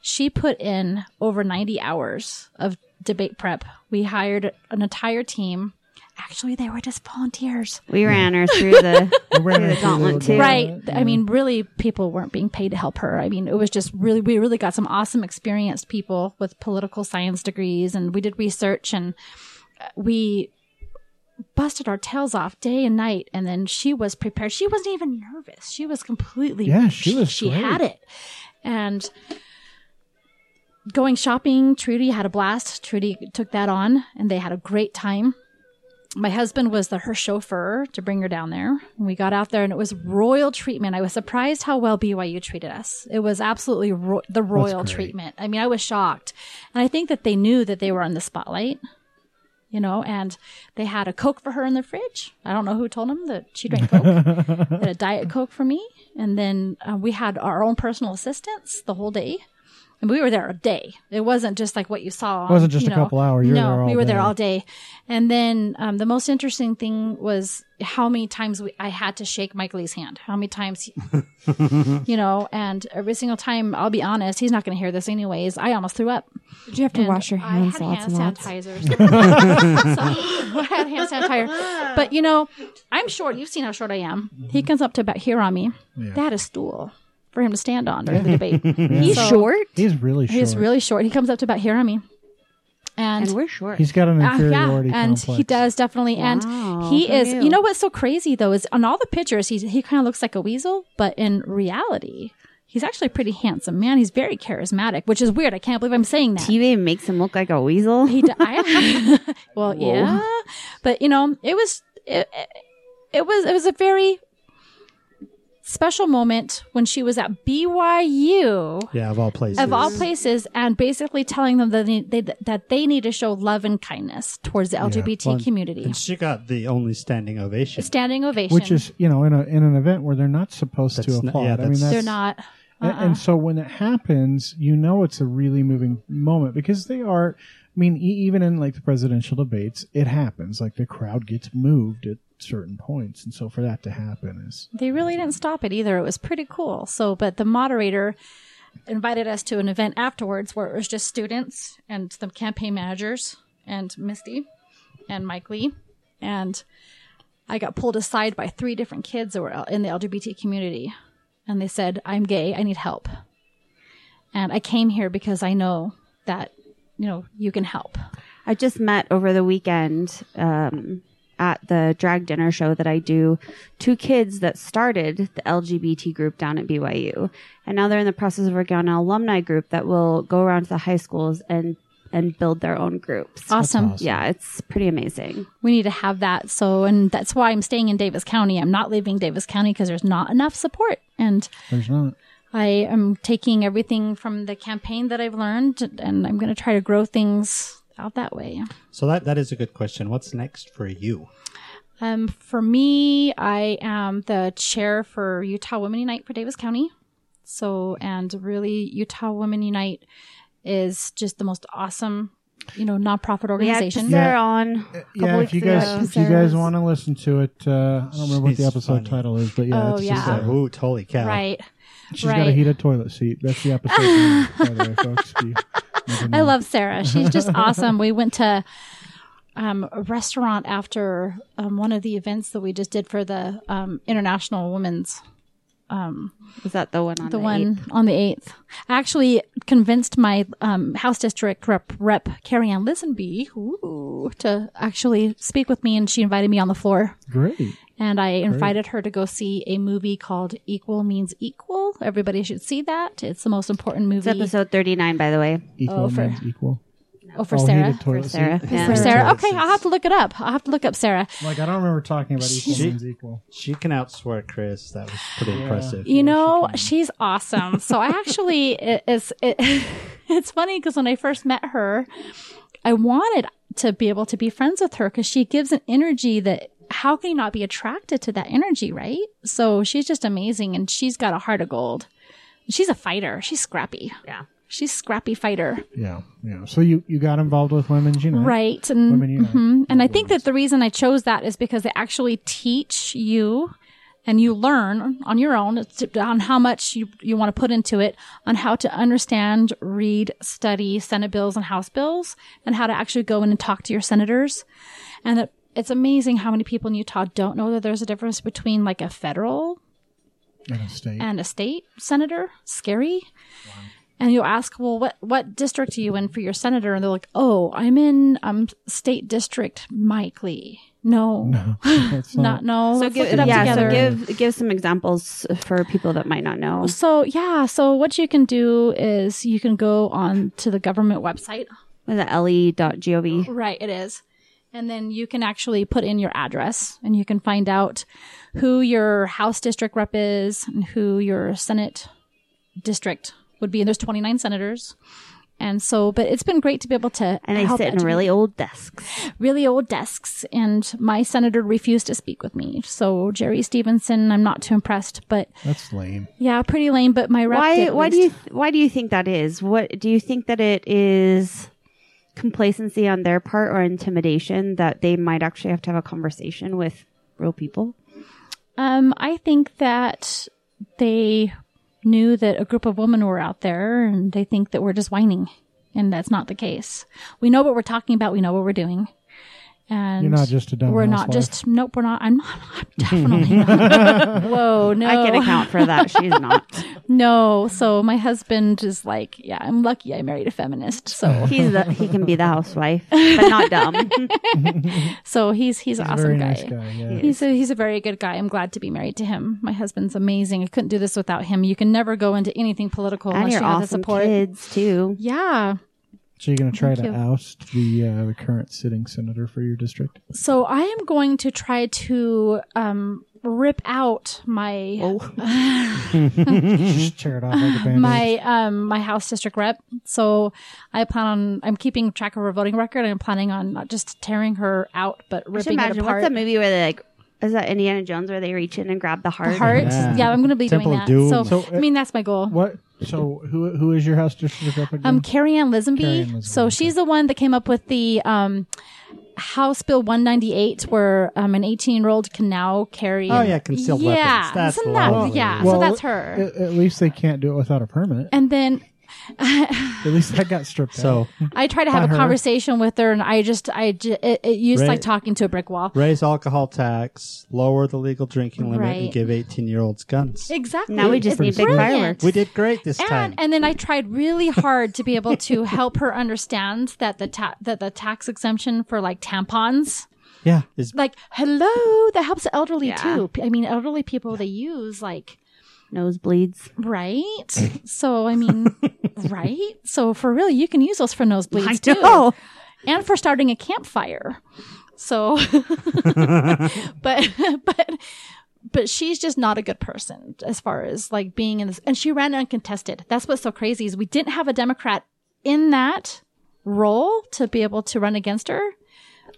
Speaker 6: She put in over 90 hours of debate prep. We hired an entire team. Actually, they were just volunteers.
Speaker 4: We ran her through the
Speaker 2: We ran
Speaker 4: the
Speaker 2: into a
Speaker 4: gauntlet
Speaker 2: little
Speaker 4: too.
Speaker 2: guy,
Speaker 6: Right.
Speaker 2: yeah.
Speaker 6: I mean, really, people weren't being paid to help her. I mean, it was just really, we really got some awesome, experienced people with political science degrees, and we did research and uh, we busted our tails off day and night. And then she was prepared. She wasn't even nervous. She was completely,
Speaker 2: Yeah, she was
Speaker 6: she
Speaker 2: great.
Speaker 6: had it. And going shopping, Trudy had a blast. Trudy took that on, and they had a great time my husband was the her chauffeur to bring her down there. We got out there and it was royal treatment. I was surprised how well BYU treated us. It was absolutely ro- the royal
Speaker 2: great.
Speaker 6: treatment. I mean, I was shocked. And I think that they knew that they were on the spotlight, you know, and they had a Coke for her in the fridge. I don't know who told them that she drank Coke. they had a Diet Coke for me. And then uh, we had our own personal assistants the whole day. And we were there a day. It wasn't just like what you saw.
Speaker 2: It wasn't just
Speaker 6: you
Speaker 2: a
Speaker 6: know.
Speaker 2: couple hours. You were
Speaker 6: no,
Speaker 2: there all
Speaker 6: we were there
Speaker 2: day.
Speaker 6: all day. And then um, the most interesting thing was how many times we, I had to shake Mike Lee's hand. How many times, he- you know, and every single time, I'll be honest, he's not going to hear this anyways. I almost threw up.
Speaker 5: Did you have to
Speaker 6: And
Speaker 5: wash your hands
Speaker 6: I had
Speaker 5: lots
Speaker 6: hand
Speaker 5: and lots?
Speaker 6: sanitizers. so, I had hand sanitizer. But, you know, I'm short. You've seen how short I am. He
Speaker 2: Mm-hmm.
Speaker 6: comes up to about here on me. They had a stool for him to stand on during the debate.
Speaker 4: He's
Speaker 6: So-
Speaker 4: short,
Speaker 2: he's really short.
Speaker 6: He's really short. He comes up to about here on me.
Speaker 4: and we're short.
Speaker 2: He's got an
Speaker 6: Uh,
Speaker 2: inferiority
Speaker 6: and
Speaker 2: complex.
Speaker 6: he does definitely.
Speaker 4: Wow,
Speaker 6: and he
Speaker 4: who
Speaker 6: is.
Speaker 4: knew?
Speaker 6: You know what's so crazy though is on all the pictures he he kind of looks like a weasel, but in reality, he's actually a pretty handsome man. He's very charismatic, which is weird. I can't believe I'm saying that.
Speaker 4: TV makes him look like a weasel.
Speaker 6: He d- I- well, yeah, but you know, it was it, it- it was it was a very special moment when she was at BYU
Speaker 3: Yeah, of all places.
Speaker 6: of all places and basically telling them that they, they, that they need to show love and kindness towards the LGBT
Speaker 3: Well,
Speaker 6: community.
Speaker 3: and she got the only standing ovation.
Speaker 6: Standing ovation.
Speaker 2: which is you know in a in an event where they're not supposed to
Speaker 3: That's not-
Speaker 2: applaud.
Speaker 3: yeah,
Speaker 2: I mean,
Speaker 3: that's-
Speaker 2: that's,
Speaker 6: they're not.
Speaker 2: A-
Speaker 6: Uh-uh.
Speaker 2: And, so when it happens, you know it's a really moving moment because they are. I mean, e- even in like the presidential debates, it happens. Like the crowd gets moved at certain points, and so for that to happen is
Speaker 6: They really didn't stop it either. It was pretty cool. So, but the moderator invited us to an event afterwards where it was just students and the campaign managers and Misty. and Mike Lee, and I got pulled aside by three different kids that were L- in the LGBT community, and they said, "I'm gay. I need help." And I came here because I know that you know you can help.
Speaker 4: I just met over the weekend um, at the drag dinner show that I do two kids that started the LGBT group down at BYU, and now they're in the process of working on an alumni group that will go around to the high schools and and build their own groups.
Speaker 6: Awesome.
Speaker 4: Yeah, it's pretty amazing.
Speaker 6: we need to have that. So, and that's why I'm staying in Davis County. I'm not leaving Davis County because there's not enough support. And
Speaker 2: There's not.
Speaker 6: I am taking everything from the campaign that I've learned and I'm going to try to grow things out that way.
Speaker 3: So that that is a good question. What's next for you?
Speaker 6: Um, for me, I am the chair for Utah Women Unite for Davis County. So, and really, Utah Women Unite is just the most awesome, you know, nonprofit
Speaker 4: We had
Speaker 6: organization.
Speaker 4: Sarah on.
Speaker 2: Yeah, if
Speaker 4: weeks
Speaker 2: you guys
Speaker 4: ago.
Speaker 2: if you guys want to listen to it, uh, I don't remember what the
Speaker 3: She's
Speaker 2: episode
Speaker 3: funny.
Speaker 2: title is, but yeah,
Speaker 6: Oh,
Speaker 2: it's
Speaker 6: yeah.
Speaker 2: just
Speaker 3: So,
Speaker 2: that.
Speaker 3: ooh, holy cow!
Speaker 6: Right.
Speaker 2: She's got a
Speaker 6: Right.
Speaker 2: heated toilet seat. That's the episode, name, by the way, folks. if you never
Speaker 6: I
Speaker 2: knew.
Speaker 6: love Sarah. She's just awesome. We went to um, a restaurant after um, one of the events that we just did for the um, International Women's, um,
Speaker 4: Was that the one on the,
Speaker 6: the one on the 8th. I actually convinced my um, House District Rep, Rep Carrie Ann Lisenby ooh, to actually speak with me, and she invited me on the floor.
Speaker 2: Great.
Speaker 6: And I invited her to go see a movie called Equal Means Equal. Everybody should see that. It's the most important
Speaker 4: It's
Speaker 6: movie.
Speaker 4: episode thirty nine, by the way.
Speaker 2: Equal
Speaker 6: Oh, for-
Speaker 2: means equal.
Speaker 6: oh, for
Speaker 2: All
Speaker 6: Sarah.
Speaker 2: heated toilet
Speaker 4: For Sarah.
Speaker 2: seat.
Speaker 4: Yeah.
Speaker 6: For Sarah. Okay,
Speaker 3: Sarah.
Speaker 6: I'll have to look it up. I'll have to look up Sarah.
Speaker 2: Like I don't remember talking about equal
Speaker 3: She-
Speaker 2: means equal.
Speaker 3: She can outswear Chris. That was pretty impressive.
Speaker 6: You know, she's awesome. So I actually it, it's it, it's funny because when I first met her, I wanted to be able to be friends with her because she gives an energy that how can you not be attracted to that energy, right? So she's just amazing, and she's got a heart of gold. She's a fighter. She's scrappy.
Speaker 4: Yeah.
Speaker 6: She's scrappy fighter,
Speaker 2: Yeah, yeah. So you you got involved with women's unite,
Speaker 6: right? And
Speaker 2: Mm-hmm. Women Unite.
Speaker 6: mhm. and I think that the reason I chose that is because they actually teach you and you learn on your own it's on how much you, you want to put into it on how to understand read study senate bills and house bills and how to actually go in and talk to your senators and it, it's amazing how many people in utah don't know that there's a difference between like a federal
Speaker 2: In a state.
Speaker 6: and a state senator. Scary. And you'll ask, well, what what district are you in for your senator? And they're like, oh, I'm in um state district Mike Lee. No,
Speaker 2: That's
Speaker 6: not no.
Speaker 4: So
Speaker 6: Oh, Let's
Speaker 4: give
Speaker 6: look it up
Speaker 4: yeah,
Speaker 6: together.
Speaker 4: so give give some examples for people that might not know.
Speaker 6: So, yeah, so what you can do is you can go on to the government website.
Speaker 4: Was it le.gov?
Speaker 6: Right, it is. And then you can actually put in your address and you can find out who your House district rep is and who your Senate district would be. And there's 29 senators. And so, but it's been great to be able to
Speaker 4: And they
Speaker 6: help
Speaker 4: sit in
Speaker 6: educate-
Speaker 4: really old desks.
Speaker 6: really old desks. And my senator refused to speak with me. So Jerry Stevenson, I'm not too impressed, but
Speaker 2: That's lame.
Speaker 6: yeah, pretty lame. But my rep, did
Speaker 4: Why?
Speaker 6: at
Speaker 4: Why do
Speaker 6: least.
Speaker 4: you? th- Why do you think that is? What do you think that it is? Complacency on their part or intimidation that they might actually have to have a conversation with real people.
Speaker 6: Um, I think that they knew that a group of women were out there and they think that we're just whining. And that's not the case. We know what we're talking about. We know what we're doing. And
Speaker 2: You're not just a dumb
Speaker 6: We're not
Speaker 2: housewife.
Speaker 6: just, nope, we're not. I'm not, I'm definitely not. Whoa, no.
Speaker 4: I can account for that. She's not.
Speaker 6: No. So my husband is like, yeah, I'm lucky I married a feminist. So,
Speaker 4: He's the, he can be the housewife, but not dumb.
Speaker 6: so he's, he's, an
Speaker 2: He's a
Speaker 6: awesome
Speaker 2: very nice guy. Yeah.
Speaker 6: He's a he's a very good guy. I'm glad to be married to him. My husband's amazing. I couldn't do this without him. You can never go into anything political
Speaker 4: and
Speaker 6: unless
Speaker 4: your
Speaker 6: you have the
Speaker 4: awesome
Speaker 6: support.
Speaker 4: kids too.
Speaker 6: Yeah.
Speaker 2: So you're going to try to
Speaker 6: you.
Speaker 2: oust the uh, the current sitting senator for your district.
Speaker 6: So I am going to try to um, rip out my
Speaker 4: Oh.
Speaker 2: just tear it off like a band
Speaker 6: my um, my house district rep. So I plan on I'm keeping track of her voting record. I'm planning on not just tearing her out, but
Speaker 4: I should
Speaker 6: ripping it
Speaker 4: imagine
Speaker 6: apart.
Speaker 4: what's that movie where they like. Is that Indiana Jones where they reach in and grab the heart?
Speaker 6: Heart.
Speaker 3: Yeah.
Speaker 6: Yeah. I'm going to be
Speaker 3: Temple
Speaker 6: doing
Speaker 3: of
Speaker 6: that.
Speaker 3: Doom.
Speaker 6: So,
Speaker 2: So,
Speaker 6: I mean, that's my goal.
Speaker 2: What? So who who is your house district rep again?
Speaker 6: Um, Carrie Ann Lisenby.
Speaker 2: Carrie Ann Lisenby,
Speaker 6: So she's the one that came up with the um, House Bill 198, where um, an 18 year old can now carry.
Speaker 3: Oh yeah, concealed
Speaker 6: yeah,
Speaker 3: weapons. That's
Speaker 6: isn't that-
Speaker 3: lovely.
Speaker 6: yeah.
Speaker 2: Well,
Speaker 6: so that's her.
Speaker 2: At, at least they can't do it without a permit.
Speaker 6: and then
Speaker 2: At least that got stripped out.
Speaker 3: So
Speaker 6: I tried to have
Speaker 2: By
Speaker 6: a
Speaker 2: her.
Speaker 6: conversation with her, and I just, I, ju- it, it used
Speaker 3: Right.
Speaker 6: like talking to a brick wall.
Speaker 3: raise alcohol tax, lower the legal drinking limit, and
Speaker 6: Right.
Speaker 3: give 18 year olds guns.
Speaker 6: Exactly.
Speaker 4: Now we just need big
Speaker 6: Brilliant.
Speaker 4: fireworks.
Speaker 3: We did great this time.
Speaker 6: And, and then I tried really hard to be able to help her understand that the ta- that the tax exemption for like tampons,
Speaker 3: yeah. It's
Speaker 6: like hello, that helps the elderly
Speaker 4: Yeah.
Speaker 6: too. P- I mean, elderly people they use like
Speaker 4: Nosebleeds.
Speaker 6: right. so I mean, right. So for real, you can use those for nosebleeds too,
Speaker 4: Oh,
Speaker 6: and for starting a campfire. So, but but but she's just not a good person as far as like being in this and she ran uncontested that's what's so crazy is we didn't have a democrat in that role to be able to run against her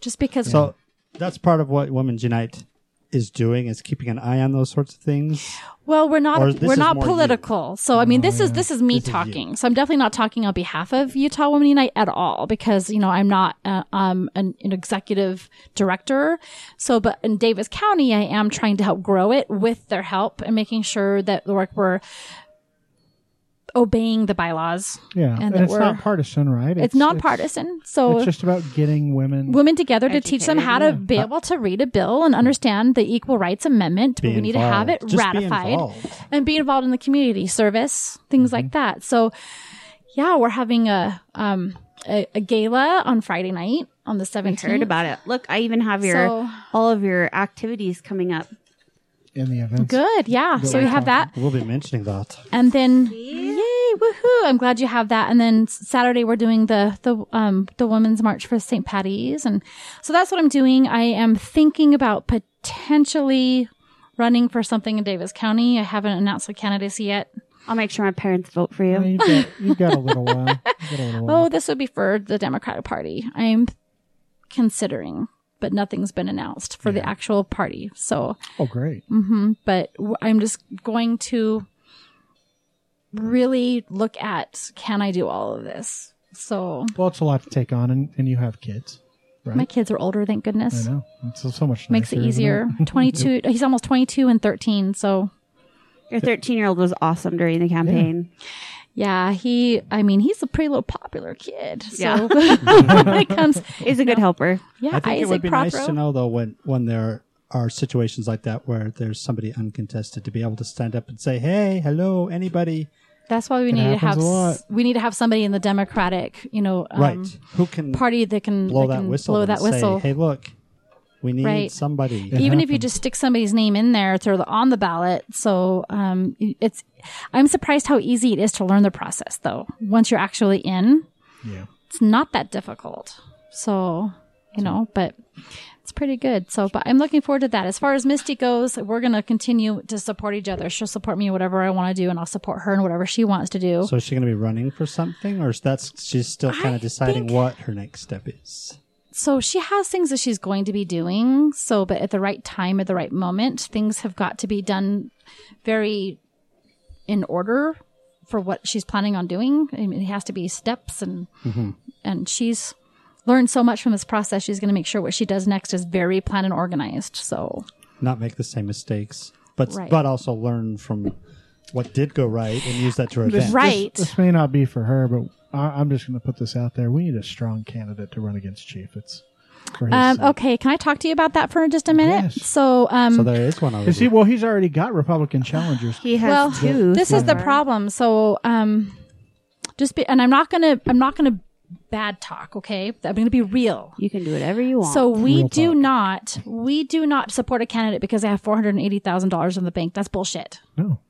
Speaker 6: just because
Speaker 3: So that's part of what Women's Unite is doing is keeping an eye on those sorts of things.
Speaker 6: well we're
Speaker 3: Or
Speaker 6: not
Speaker 3: this
Speaker 6: we're
Speaker 3: is
Speaker 6: not
Speaker 3: more you.
Speaker 6: political so i mean this is this is me
Speaker 3: This is you.
Speaker 6: talking so i'm definitely not talking on behalf of utah women unite at all because you know i'm not uh, um an, an executive director so but in davis county i am trying to help grow it with their help and making sure that the work we're obeying the bylaws
Speaker 2: yeah,
Speaker 6: and
Speaker 2: and,
Speaker 6: that
Speaker 2: it's
Speaker 6: we're-
Speaker 2: not partisan, right?
Speaker 6: it's, nonpartisan. So
Speaker 2: It's just about getting women.
Speaker 6: women together to teach them
Speaker 4: Educated,
Speaker 6: how to be able to read a bill and understand the Equal Rights Amendment.
Speaker 3: Be
Speaker 6: we need to have it
Speaker 3: involved. Just be
Speaker 6: ratified
Speaker 3: involved.
Speaker 6: and be involved in the community service, things like that. So, yeah, we're having a um a, a gala on Friday night on the
Speaker 4: I
Speaker 6: seventeenth.
Speaker 4: heard about it. Look, I even have your
Speaker 6: So-
Speaker 4: all of your activities coming up.
Speaker 2: in the events.
Speaker 6: Good, yeah. So we have that,
Speaker 3: We'll be mentioning that.
Speaker 6: and then yay, woohoo! I'm glad you have that. And then s- Saturday we're doing the the um the Women's March for St. Patty's, and so that's what I'm doing. I am thinking about potentially running for something in Davis County. I haven't announced a candidacy yet.
Speaker 4: I'll make sure my parents vote for
Speaker 2: Yeah,
Speaker 4: you.
Speaker 2: you've, got, you've got a little while. You've got a little while.
Speaker 6: Oh, this would be for the Democratic Party. I'm considering, but nothing's been announced for the actual party. So,
Speaker 2: Oh, great.
Speaker 6: hmm but w- I'm just going to really look at can I do all of this? So
Speaker 2: Well, it's a lot to take on, and, and you have kids. Right.
Speaker 6: my kids are older, thank
Speaker 2: I
Speaker 6: goodness.
Speaker 2: know. It's so, so much
Speaker 6: Makes it
Speaker 2: nicer, isn't
Speaker 6: easier. 22, he's almost 22 and 13. So,
Speaker 4: Your 13 year old was awesome during the campaign.
Speaker 6: yeah, he, I mean, he's a pretty little popular kid. So,
Speaker 4: Yeah.
Speaker 6: when it comes,
Speaker 4: He's a good helper.
Speaker 6: yeah,
Speaker 3: I think it would
Speaker 6: Isaac
Speaker 3: be nice to
Speaker 6: Prothero.
Speaker 3: know though when when there are situations like that where there's somebody uncontested to be able to stand up and say, "Hey, hello, anybody?"
Speaker 6: That's why we
Speaker 2: It
Speaker 6: need to
Speaker 2: happens
Speaker 6: have
Speaker 2: a lot.
Speaker 6: s- we need to have somebody in the Democratic, you know, um,
Speaker 3: right? Who can
Speaker 6: party that can
Speaker 3: blow
Speaker 6: that
Speaker 3: that
Speaker 6: can
Speaker 3: whistle?
Speaker 6: blow
Speaker 3: and
Speaker 6: that
Speaker 3: say,
Speaker 6: whistle.
Speaker 3: Hey, look, we need
Speaker 6: Right.
Speaker 3: somebody.
Speaker 2: It
Speaker 6: Even if you
Speaker 2: happens.
Speaker 6: just stick somebody's name in there, throw the on the ballot. So um, it's I'm surprised how easy it is to learn the process, though. Once you're actually in,
Speaker 2: Yeah.
Speaker 6: it's not that difficult. So you know, but it's pretty good. So, but I'm looking forward to that. As far as Misty goes, we're gonna continue to support each other. She'll support me in whatever I want to do, and I'll support her in whatever she wants to do.
Speaker 3: So is she going to be running for something, or is that's she's still kind of deciding what her next step is?
Speaker 6: so she has things that she's going to be doing so but at the right time at the right moment things have got to be done very in order for what she's planning on doing I mean, it has to be steps and and she's learned so much from this process she's going to make sure what she does next is very planned and organized so
Speaker 3: Not make the same mistakes, but
Speaker 6: Right.
Speaker 3: but also learn from what did go right and use that to her advantage.
Speaker 6: right
Speaker 2: This may not be for her, but I, I'm just going to put this out there. We need a strong candidate to run against Chief. It's for his
Speaker 6: um,
Speaker 2: sake.
Speaker 6: okay can i talk to you about that for just a minute
Speaker 2: Yes.
Speaker 6: so um
Speaker 3: So there is one already.
Speaker 2: Is he? Well, he's already got Republican challengers.
Speaker 4: He has
Speaker 6: well
Speaker 4: two.
Speaker 6: this is the
Speaker 4: somewhere.
Speaker 6: problem so um just be and i'm not gonna i'm not gonna bad talk okay i'm gonna be real
Speaker 4: You can do whatever you want.
Speaker 6: so we
Speaker 2: Real
Speaker 6: do
Speaker 2: talk.
Speaker 6: not we do not support a candidate because they have $480000 in the bank that's bullshit
Speaker 2: No.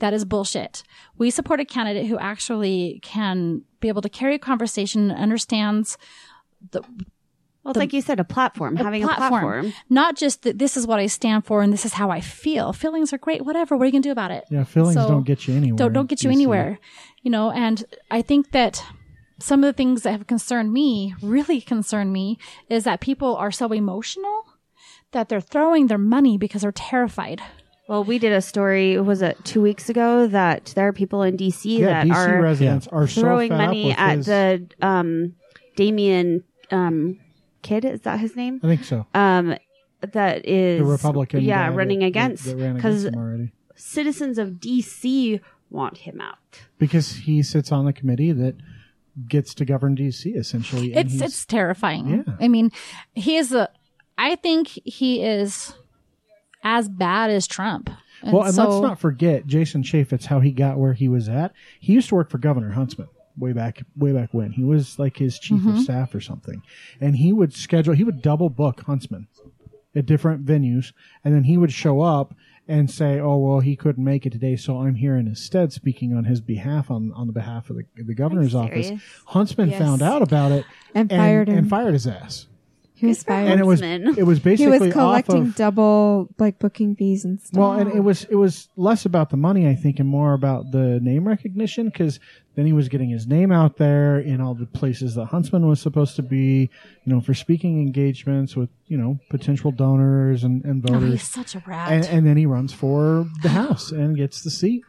Speaker 6: that is bullshit. We support a candidate who actually can be able to carry a conversation and understands
Speaker 4: well, it's like you said, a platform, having a platform.
Speaker 6: Not just that this is what I stand for and this is how I feel. Feelings are great, whatever. What are you going to do about it?
Speaker 2: Yeah, feelings
Speaker 6: So-
Speaker 2: don't get you anywhere.
Speaker 6: don't don't get you
Speaker 2: see.
Speaker 6: anywhere you know and i think that some of the things that have concerned me really concern me is that people are so emotional that they're throwing their money because they're terrified
Speaker 4: Well, we did a story, was it two weeks ago, that there are people in D.C.
Speaker 2: Yeah,
Speaker 4: that
Speaker 2: DC
Speaker 4: are
Speaker 2: residents are so
Speaker 4: throwing
Speaker 2: fed up
Speaker 4: money
Speaker 2: with
Speaker 4: at
Speaker 2: his-
Speaker 4: the um, Damien um, kid. Is that his name?
Speaker 2: I think so.
Speaker 4: Um, that is
Speaker 2: The Republican.
Speaker 4: Yeah,
Speaker 2: guy
Speaker 4: running
Speaker 2: that-
Speaker 4: against
Speaker 2: that ran
Speaker 4: because
Speaker 2: against him already.
Speaker 4: citizens of D.C. want him out.
Speaker 2: because he sits on the committee that gets to govern DC essentially. and
Speaker 6: It's
Speaker 2: he's-
Speaker 6: it's terrifying.
Speaker 2: Yeah.
Speaker 6: I mean, he is a. I think he is as bad as Trump. And
Speaker 2: well, and
Speaker 6: so,
Speaker 2: let's not forget Jason Chaffetz, how he got where he was at. He used to work for Governor Huntsman way back way back when. He was like his chief of staff or something. And he would schedule he would double book Huntsman at different venues and then he would show up and say, "Oh well, he couldn't make it today, so I'm here in his stead, speaking on his behalf on on the behalf of the, the governor's office."
Speaker 4: serious?
Speaker 2: Huntsman
Speaker 5: Yes.
Speaker 2: found out about it
Speaker 5: And fired him.
Speaker 2: and fired his ass.
Speaker 5: He was fired.
Speaker 2: and it was
Speaker 4: Huntsman.
Speaker 2: it was
Speaker 5: he
Speaker 2: basically
Speaker 5: was collecting
Speaker 2: off of,
Speaker 5: double like booking fees and stuff.
Speaker 2: well, and it was it was less about the money, I think, and more about the name recognition because then he was getting his name out there in all the places that Huntsman was supposed to be, you know, for speaking engagements with you know potential donors and and
Speaker 6: Oh, he's
Speaker 2: voters,
Speaker 6: such a rat.
Speaker 2: and, and then he runs for the House and gets the seat,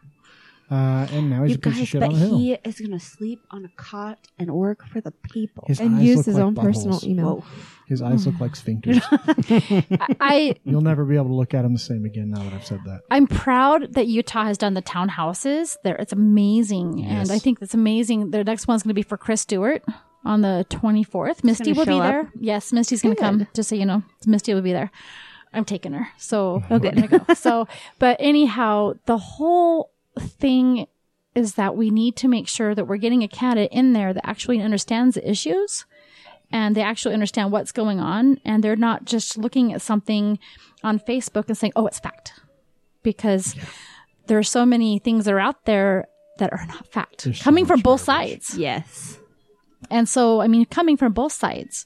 Speaker 2: uh, and now he's
Speaker 4: you
Speaker 2: a piece of
Speaker 4: guys,
Speaker 2: shit
Speaker 4: but
Speaker 2: on the hill.
Speaker 4: he is going to sleep on a cot and work for the people.
Speaker 2: his
Speaker 5: and
Speaker 2: eyes
Speaker 5: used
Speaker 2: look
Speaker 5: his
Speaker 2: like
Speaker 5: own
Speaker 2: buttholes.
Speaker 5: personal email.
Speaker 2: His eyes look like sphincters.
Speaker 6: I
Speaker 2: You'll never be able to look at him the same again now that I've said that.
Speaker 6: I'm proud that Utah has done the townhouses. There, it's amazing,
Speaker 2: Yes.
Speaker 6: and I think that's amazing. Their next one's going to be for Chris Stewart on the 24th. Misty
Speaker 4: gonna
Speaker 6: will be
Speaker 4: show up?
Speaker 6: there. Yes, Misty's going to come. Just so you know, Misty will be there. I'm taking her. So
Speaker 4: Oh, good.
Speaker 6: we're gonna go. so, but anyhow, the whole thing is that we need to make sure that we're getting a candidate in there that actually understands the issues and they actually understand what's going on and they're not just looking at something on Facebook and saying, oh, it's fact. Because there are so many things that are out there that are not fact
Speaker 2: There's so
Speaker 6: coming from
Speaker 2: much
Speaker 6: both
Speaker 2: garbage.
Speaker 6: sides.
Speaker 4: Yes.
Speaker 6: And so, I mean, coming from both sides.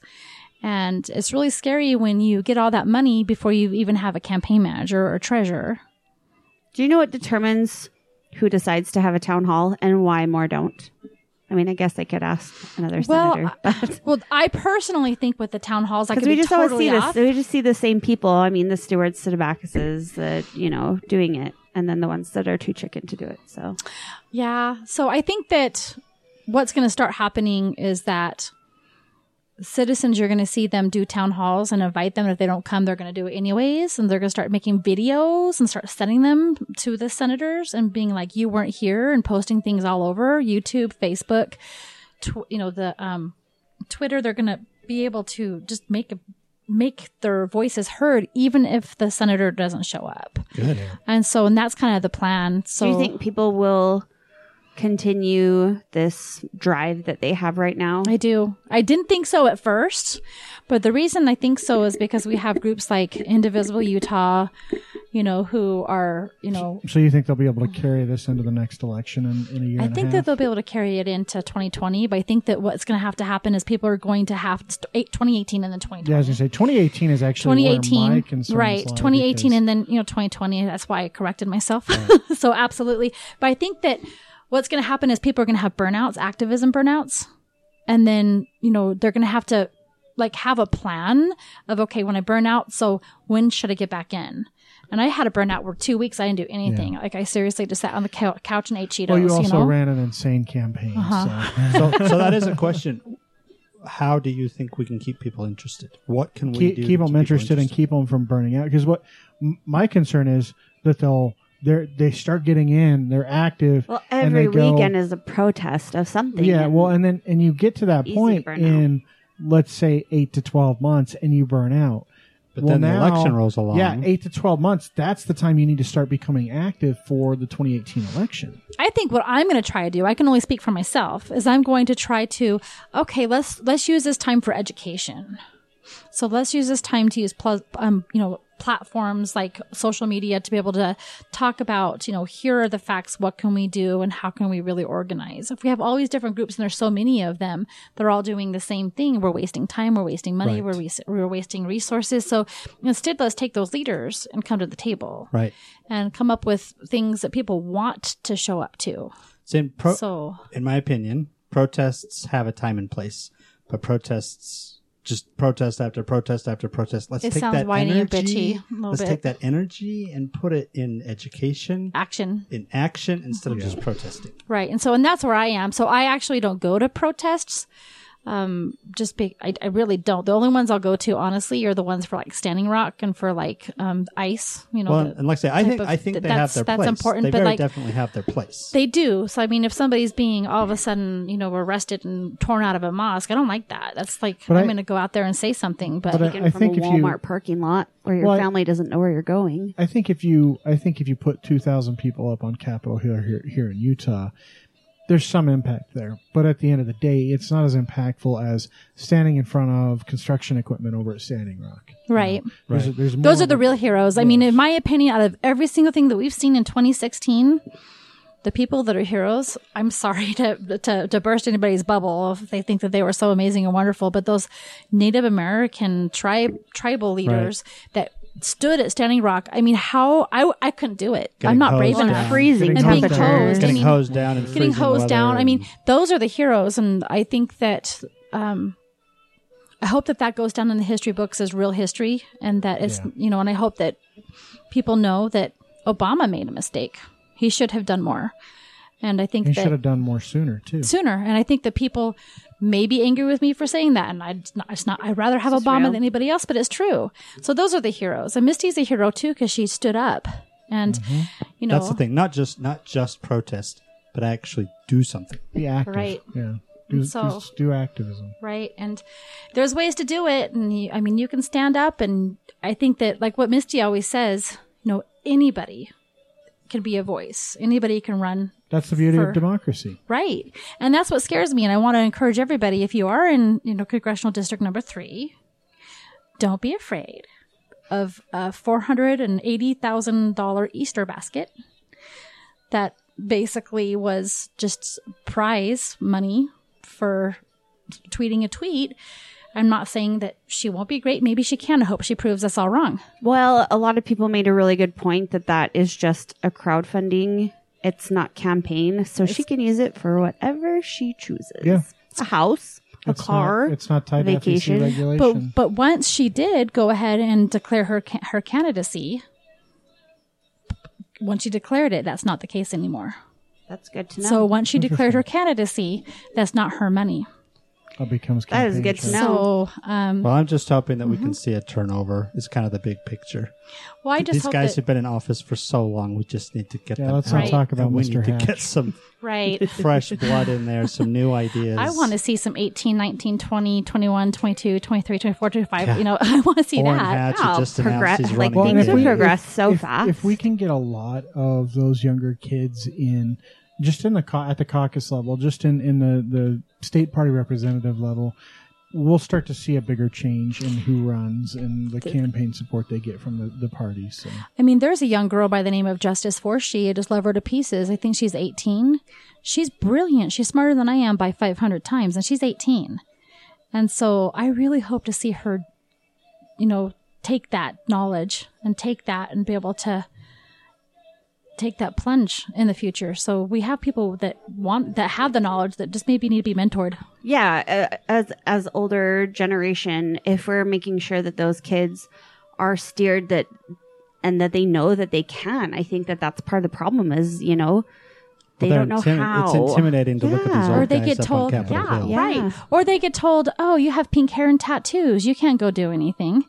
Speaker 6: And it's really scary when you get all that money before you even have a campaign manager or treasurer.
Speaker 4: Do you know what determines who decides to have a town hall and why more don't? I mean, I guess I could ask another
Speaker 6: Well,
Speaker 4: senator.
Speaker 6: I, well, I personally think with the town halls, I could
Speaker 4: Because we
Speaker 6: be
Speaker 4: just always
Speaker 6: totally
Speaker 4: see
Speaker 6: off.
Speaker 4: this, we just see the same people. I mean, the stewards, the tobacconists, that you know, doing it, and then the ones that are too chicken to do it. So
Speaker 6: Yeah. So I think that what's going to start happening is that citizens, you're going to see them do town halls and invite them. If they don't come, they're going to do it anyways. And they're going to start making videos and start sending them to the senators and being like, you weren't here and posting things all over YouTube, Facebook, tw- you know, the, um, Twitter. They're going to be able to just make a, make their voices heard even if the senator doesn't show up
Speaker 2: Good.
Speaker 6: and so and that's kind of the plan so
Speaker 4: do you think people will continue this drive that they have right now?
Speaker 6: I do. I didn't think so at first, but the reason I think so is because we have groups like Indivisible Utah, you know, who are, you know,
Speaker 2: So you think they'll be able to carry this into the next election in, in a year?
Speaker 6: I
Speaker 2: and a
Speaker 6: think
Speaker 2: half?
Speaker 6: that they'll be able to carry it into 2020, but I think that what's going to have to happen is people are going to have to st- eight- 2018 and then 2020.
Speaker 2: Yeah, I was gonna say 2018 is actually 2018, where my
Speaker 6: 2018
Speaker 2: concerns
Speaker 6: right
Speaker 2: lie
Speaker 6: 2018
Speaker 2: because-
Speaker 6: and then you know 2020 that's why i corrected myself so absolutely but i think that what's going to happen is people are going to have burnouts activism burnouts and then you know they're going to have to like have a plan of okay when i burn out so when should i get back in and i had a burnout where two weeks i didn't do anything like i seriously just sat on the cou- couch and ate cheetos
Speaker 2: well, you also
Speaker 6: know
Speaker 2: ran an insane campaign.
Speaker 4: Uh-huh.
Speaker 2: So.
Speaker 3: so, so that is a question. How do you think we can keep people interested? What can we
Speaker 2: keep,
Speaker 3: do? to
Speaker 2: keep them
Speaker 3: people
Speaker 2: interested and keep them from burning out. Because what m- my concern is that they'll they they start getting in, they're active.
Speaker 4: Well,
Speaker 2: and
Speaker 4: every
Speaker 2: they go-
Speaker 4: weekend is a protest of something.
Speaker 2: Yeah,
Speaker 4: and
Speaker 2: well, and then and you get to that
Speaker 4: Easy
Speaker 2: point
Speaker 4: burnout.
Speaker 2: in let's say eight to twelve months, and you burn out.
Speaker 3: But
Speaker 2: Well,
Speaker 3: then
Speaker 2: now-
Speaker 3: the election rolls along.
Speaker 2: Yeah, eight to twelve months. That's the time you need to start becoming active for the 2018 election.
Speaker 6: I think what I'm going to try to do, I can only speak for myself, is I'm going to try to okay, let's let's use this time for education. So let's use this time to use plus, um, you know, platforms like social media to be able to talk about, you know, here are the facts, what can we do, and how can we really organize? If we have all these different groups and there's so many of them, they're all doing the same thing. We're wasting time, we're wasting money,
Speaker 3: Right.
Speaker 6: we're res- we're wasting resources. So instead, let's take those leaders and come to the table
Speaker 3: Right.
Speaker 6: and come up with things that people want to show up to.
Speaker 3: So in, pro-
Speaker 6: so
Speaker 3: in my opinion, protests have a time and place, but protests just protest after protest after protest. Let's
Speaker 6: It
Speaker 3: take
Speaker 6: sounds
Speaker 3: that
Speaker 6: whiny and
Speaker 3: energy.
Speaker 6: bitchy a little
Speaker 3: Let's
Speaker 6: bit.
Speaker 3: take that energy and put it in education,
Speaker 6: action,
Speaker 3: in action, instead of just protesting.
Speaker 6: right? And so, and that's where I am. So I actually don't go to protests. Um, just be, I, I really don't. The only ones I'll go to, honestly, are the ones for like Standing Rock and for like um, ice. You know,
Speaker 3: well,
Speaker 6: the-
Speaker 3: and like I say, I
Speaker 6: type
Speaker 3: think
Speaker 6: of-
Speaker 3: I think
Speaker 6: th-
Speaker 3: they have
Speaker 6: that's-
Speaker 3: their
Speaker 6: that's
Speaker 3: place.
Speaker 6: important,
Speaker 3: they
Speaker 6: but,
Speaker 3: very
Speaker 6: like,
Speaker 3: definitely have their place.
Speaker 6: They do. So I mean, if somebody's being all of a sudden, you know, arrested and torn out of a mosque, I don't like that. That's like
Speaker 2: But
Speaker 6: I'm
Speaker 2: I-
Speaker 6: going to go out there and say something. But,
Speaker 2: But
Speaker 4: Taken
Speaker 2: I
Speaker 4: from
Speaker 2: think
Speaker 4: a
Speaker 2: if you-
Speaker 4: Walmart parking lot where your
Speaker 2: Well, I-
Speaker 4: family doesn't know where you're going.
Speaker 2: I think if you I think if you put two thousand people up on Capitol Hill here here in Utah, there's some impact there. But at the end of the day, it's not as impactful as standing in front of construction equipment over at Standing Rock.
Speaker 6: right,
Speaker 2: There's,
Speaker 3: Right.
Speaker 2: there's more
Speaker 6: those are
Speaker 2: of
Speaker 6: the
Speaker 2: a-
Speaker 6: real heroes. I mean, in my opinion, out of every single thing that we've seen in 2016. The people that are heroes, I'm sorry to, to to burst anybody's bubble if they think that they were so amazing and wonderful, but those Native American tribe tribal leaders that stood at Standing Rock, I mean, how I I couldn't do it.
Speaker 3: Getting
Speaker 6: I'm not brave
Speaker 3: hosed
Speaker 6: enough.
Speaker 3: down.
Speaker 4: Freezing
Speaker 6: And being
Speaker 4: temperatures.
Speaker 6: cold.
Speaker 3: Getting
Speaker 6: I mean,
Speaker 3: hosed down and
Speaker 6: getting
Speaker 3: freezing
Speaker 6: hosed
Speaker 3: weather
Speaker 6: down. I mean,
Speaker 3: and-
Speaker 6: those are the heroes, and I think that um, I hope that that goes down in the history books as real history, and that it's
Speaker 2: Yeah.
Speaker 6: you know, and I hope that people know that Obama made a mistake. He should have done more, and I think
Speaker 2: They
Speaker 6: that
Speaker 2: should have done more sooner too.
Speaker 6: sooner. And I think that people may be angry with me for saying that, and I it's not, it's not I'd rather have
Speaker 4: It's just
Speaker 6: Obama
Speaker 4: real.
Speaker 6: than anybody else, but it's true. So those are the heroes, and Misty's a hero too because she stood up, and you
Speaker 3: Mm-hmm.
Speaker 6: know
Speaker 3: that's the thing. Not just not just protest, but actually do something.
Speaker 2: Be active.
Speaker 6: Right.
Speaker 2: Yeah. Do,
Speaker 6: So-
Speaker 2: do, do activism.
Speaker 6: right and there's ways to do it and you, i mean you can stand up and i think that like what misty always says you know anybody can be a voice anybody can run
Speaker 2: That's the beauty
Speaker 6: For-
Speaker 2: of democracy.
Speaker 6: right and that's what scares me and i want to encourage everybody if you are in you know congressional district number three don't be afraid of a $480000 easter basket that basically was just prize money for tweeting a tweet. I'm not saying that she won't be great. Maybe she can. I hope she proves us all wrong.
Speaker 4: Well, a lot of people made a really good point that that is just a crowdfunding. It's not campaign, so she can use it for whatever she chooses.
Speaker 2: Yeah.
Speaker 4: A house, a
Speaker 2: It's not-
Speaker 4: car.
Speaker 2: it's not tied
Speaker 4: vacation.
Speaker 2: to
Speaker 4: But-
Speaker 2: FEC regulation.
Speaker 6: But but once she did go ahead and declare her ca- her candidacy, once she declared it, that's not the case anymore.
Speaker 4: That's good to know.
Speaker 6: So once she declared her candidacy, that's not her money.
Speaker 2: That becomes
Speaker 4: That is
Speaker 2: campaign
Speaker 4: good to
Speaker 2: trail.
Speaker 4: know.
Speaker 6: So um,
Speaker 3: Well, I'm just hoping that we
Speaker 6: Mm-hmm.
Speaker 3: can see a turnover. It's kind of the big picture.
Speaker 6: well, I just
Speaker 3: These
Speaker 6: hope
Speaker 3: guys
Speaker 6: that,
Speaker 3: have been in office for so long. We just need to get
Speaker 2: Yeah,
Speaker 3: them.
Speaker 2: let's
Speaker 3: out.
Speaker 2: not talk about
Speaker 3: And we
Speaker 2: Mr.
Speaker 3: need to
Speaker 2: Hatch.
Speaker 3: get some
Speaker 6: right.
Speaker 3: fresh blood in there, some new ideas.
Speaker 6: I want to see some 18, 19, 20, 21, 22, 23, 24, 25. You know, I want to see
Speaker 3: Orrin
Speaker 6: that.
Speaker 3: Hatch
Speaker 4: Oh,
Speaker 3: has just announced
Speaker 4: progress-
Speaker 3: he's
Speaker 4: like
Speaker 3: running.
Speaker 4: Well,
Speaker 2: and if
Speaker 4: things will
Speaker 2: we-
Speaker 3: again.
Speaker 4: progress so
Speaker 2: if-
Speaker 4: fast.
Speaker 2: If we can get a lot of those younger kids in, just in the cau- at the caucus level, just in in the the state party representative level, we'll start to see a bigger change in who runs and the campaign support they get from the the parties. So.
Speaker 6: I mean, there's a young girl by the name of Justice Forshee. I just love her to pieces. I think she's 18. She's brilliant. She's smarter than I am by 500 times, and she's 18. And so I really hope to see her, you know, take that knowledge and take that and be able to take that plunge in the future. So we have people that want, that have the knowledge that just maybe need to be mentored.
Speaker 4: yeah uh, as as older generation if we're making sure that those kids are steered that and that they know that they can i think that that's part of the problem is you know they
Speaker 3: They're
Speaker 4: don't know
Speaker 3: intimi-
Speaker 4: how
Speaker 3: It's intimidating to look at these
Speaker 4: Yeah.
Speaker 3: old
Speaker 6: or they
Speaker 3: guys
Speaker 6: get
Speaker 3: up
Speaker 6: told,
Speaker 3: on Capitol
Speaker 6: yeah,
Speaker 3: Hill.
Speaker 4: Yeah.
Speaker 6: right. Or they get told, oh, you have pink hair and tattoos. You can't go do anything.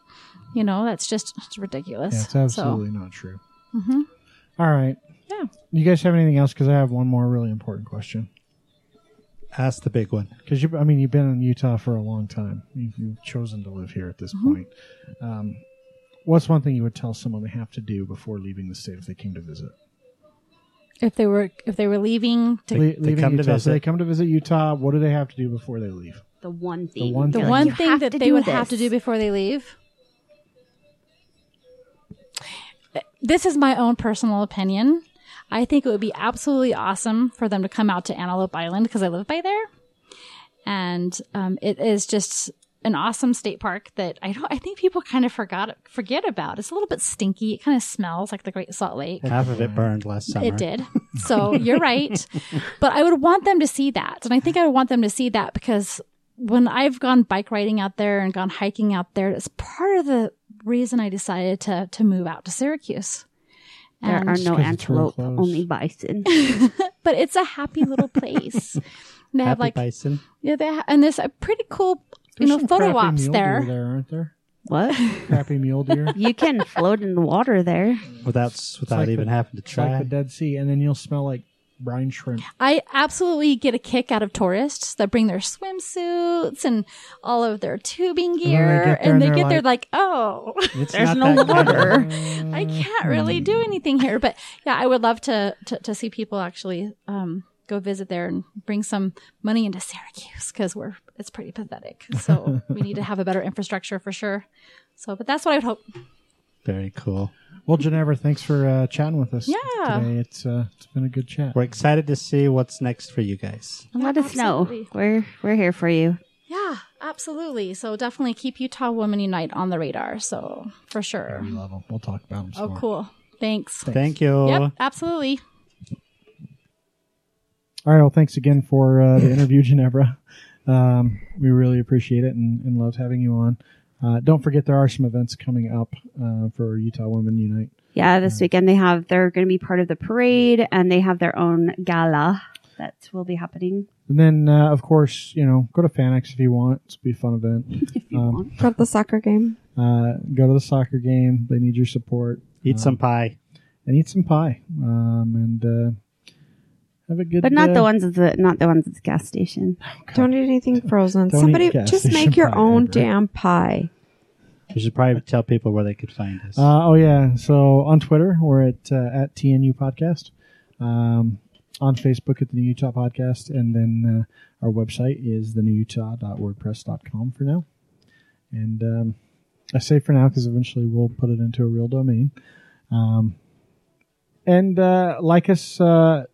Speaker 6: You know, that's just it's ridiculous.
Speaker 2: Yeah, it's absolutely not true.
Speaker 4: mm-hmm.
Speaker 6: Mhm.
Speaker 2: All right.
Speaker 6: Yeah.
Speaker 2: You guys have anything else? Because I have one more really important question.
Speaker 3: Ask the big one.
Speaker 2: Because you, I mean, you've been in Utah for a long time. You've, you've chosen to live here at this
Speaker 6: Mm-hmm.
Speaker 2: point. Um, what's one thing you would tell someone they have to do before leaving the state if they came to visit?
Speaker 6: So if they were if they were leaving to
Speaker 2: Le-
Speaker 3: they
Speaker 2: leaving
Speaker 3: come to
Speaker 2: Utah. So
Speaker 3: visit.
Speaker 2: they come to visit Utah. What do they have to do before they leave?
Speaker 4: the one thing
Speaker 2: The one
Speaker 6: the
Speaker 2: Yeah,
Speaker 6: one
Speaker 4: you
Speaker 6: thing
Speaker 4: have
Speaker 6: that
Speaker 4: to
Speaker 6: they
Speaker 4: do
Speaker 6: would have to
Speaker 4: this.
Speaker 6: do before they leave. This is my own personal opinion. I think it would be absolutely awesome for them to come out to Antelope Island because I live by there, and um, it is just an awesome state park that I don't. I think people kind of forgot forget about. It's a little bit stinky. It kind of smells like the Great Salt Lake.
Speaker 3: Half of it burned last summer.
Speaker 6: It did. So you're right. But I would want them to see that. And I think I would want them to see that because when I've gone bike riding out there and gone hiking out there, it's part of the reason I decided to to move out to Syracuse.
Speaker 4: there
Speaker 6: And-
Speaker 4: are no
Speaker 2: Just 'cause it's real
Speaker 4: antelope
Speaker 2: close.
Speaker 4: only bison
Speaker 6: but it's a happy little place. And they have
Speaker 3: Happy
Speaker 6: like
Speaker 3: Bison.
Speaker 6: yeah, they ha- and there's a pretty cool you
Speaker 2: There's
Speaker 6: know
Speaker 2: some
Speaker 6: photo
Speaker 2: crappy
Speaker 6: ops
Speaker 2: mule
Speaker 6: there.
Speaker 2: Deer there, aren't there?
Speaker 4: What?
Speaker 2: Crappy mule deer.
Speaker 4: you can float in the water there.
Speaker 3: Without without
Speaker 2: like
Speaker 3: even
Speaker 2: the-
Speaker 3: having to
Speaker 2: It's like
Speaker 3: try.
Speaker 2: the Dead Sea, and then you'll smell like brine shrimp.
Speaker 6: I absolutely get a kick out of tourists that bring their swimsuits and all of their
Speaker 2: then
Speaker 6: tubing
Speaker 2: they
Speaker 6: gear,
Speaker 2: get there
Speaker 6: and
Speaker 2: and
Speaker 6: they
Speaker 2: they're
Speaker 6: get there like, oh,
Speaker 3: It's
Speaker 4: There's
Speaker 3: not
Speaker 4: no
Speaker 3: that kind of-
Speaker 4: water.
Speaker 6: I can't really do anything here. But yeah, I would love to to, to see people actually um, go visit there and bring some money into Syracuse because we're it's pretty pathetic. So we need to have a better infrastructure for sure. So, but that's what I would hope.
Speaker 3: Very cool.
Speaker 2: Well, Jennifer, thanks for uh, chatting with us
Speaker 6: Yeah.
Speaker 2: today. It's uh, it's been a good chat.
Speaker 3: We're excited to see what's next for you guys.
Speaker 4: And
Speaker 6: Yeah,
Speaker 4: let us know.
Speaker 6: absolutely.
Speaker 4: We're we're here for you.
Speaker 6: Yeah, absolutely. So definitely keep Utah Women Unite on the radar. So for sure.
Speaker 2: We love 'em. We'll talk about them. Some
Speaker 6: Oh,
Speaker 2: more.
Speaker 6: cool. Thanks.
Speaker 3: Thank you.
Speaker 6: Yep, absolutely.
Speaker 2: All right. Well, thanks again for uh, the interview, Ginevra. Um, we really appreciate it and, and loved having you on. Uh, don't forget there are some events coming up uh, for Utah Women Unite.
Speaker 4: Yeah, this weekend they have they're going to be part of the parade and they have their own gala that will be happening.
Speaker 2: And then, uh, of course, you know, go to Fanex if you want. It's be a fun event.
Speaker 4: If you
Speaker 2: Um,
Speaker 4: want,
Speaker 5: Go to the soccer game.
Speaker 2: Uh, go to the soccer game. They need your support.
Speaker 3: Eat
Speaker 2: Uh,
Speaker 3: some pie.
Speaker 2: and eat some pie. Um, and uh, have a good.
Speaker 4: but not
Speaker 2: uh,
Speaker 4: the ones at the not the ones at the gas station.
Speaker 5: Don't eat anything frozen.
Speaker 2: Don't eat
Speaker 5: Somebody
Speaker 2: gas
Speaker 5: just
Speaker 2: station
Speaker 5: make your
Speaker 2: pie
Speaker 5: own
Speaker 2: ever.
Speaker 5: damn pie.
Speaker 3: We should probably tell people where they could find us.
Speaker 2: Uh, oh yeah. So on Twitter, we're at uh, at TNU Podcast. Um, on Facebook at the New Utah Podcast, and then uh, our website is thenewutah.wordpress.com for now. And um, I say for now because eventually we'll put it into a real domain. Um, and uh, like us, uh,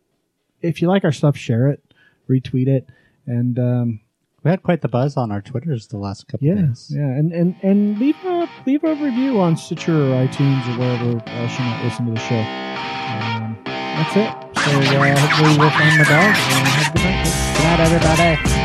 Speaker 2: if you like our stuff, share it, retweet it, and um,
Speaker 3: we had quite the buzz on our Twitters the last couple
Speaker 2: Yeah,
Speaker 3: days.
Speaker 2: yeah, and and and leave a leave a review on Stitcher or iTunes or wherever else you might listen to the show. Um, that's it. So uh, hopefully we'll find the dog and have a good night. Good night, everybody.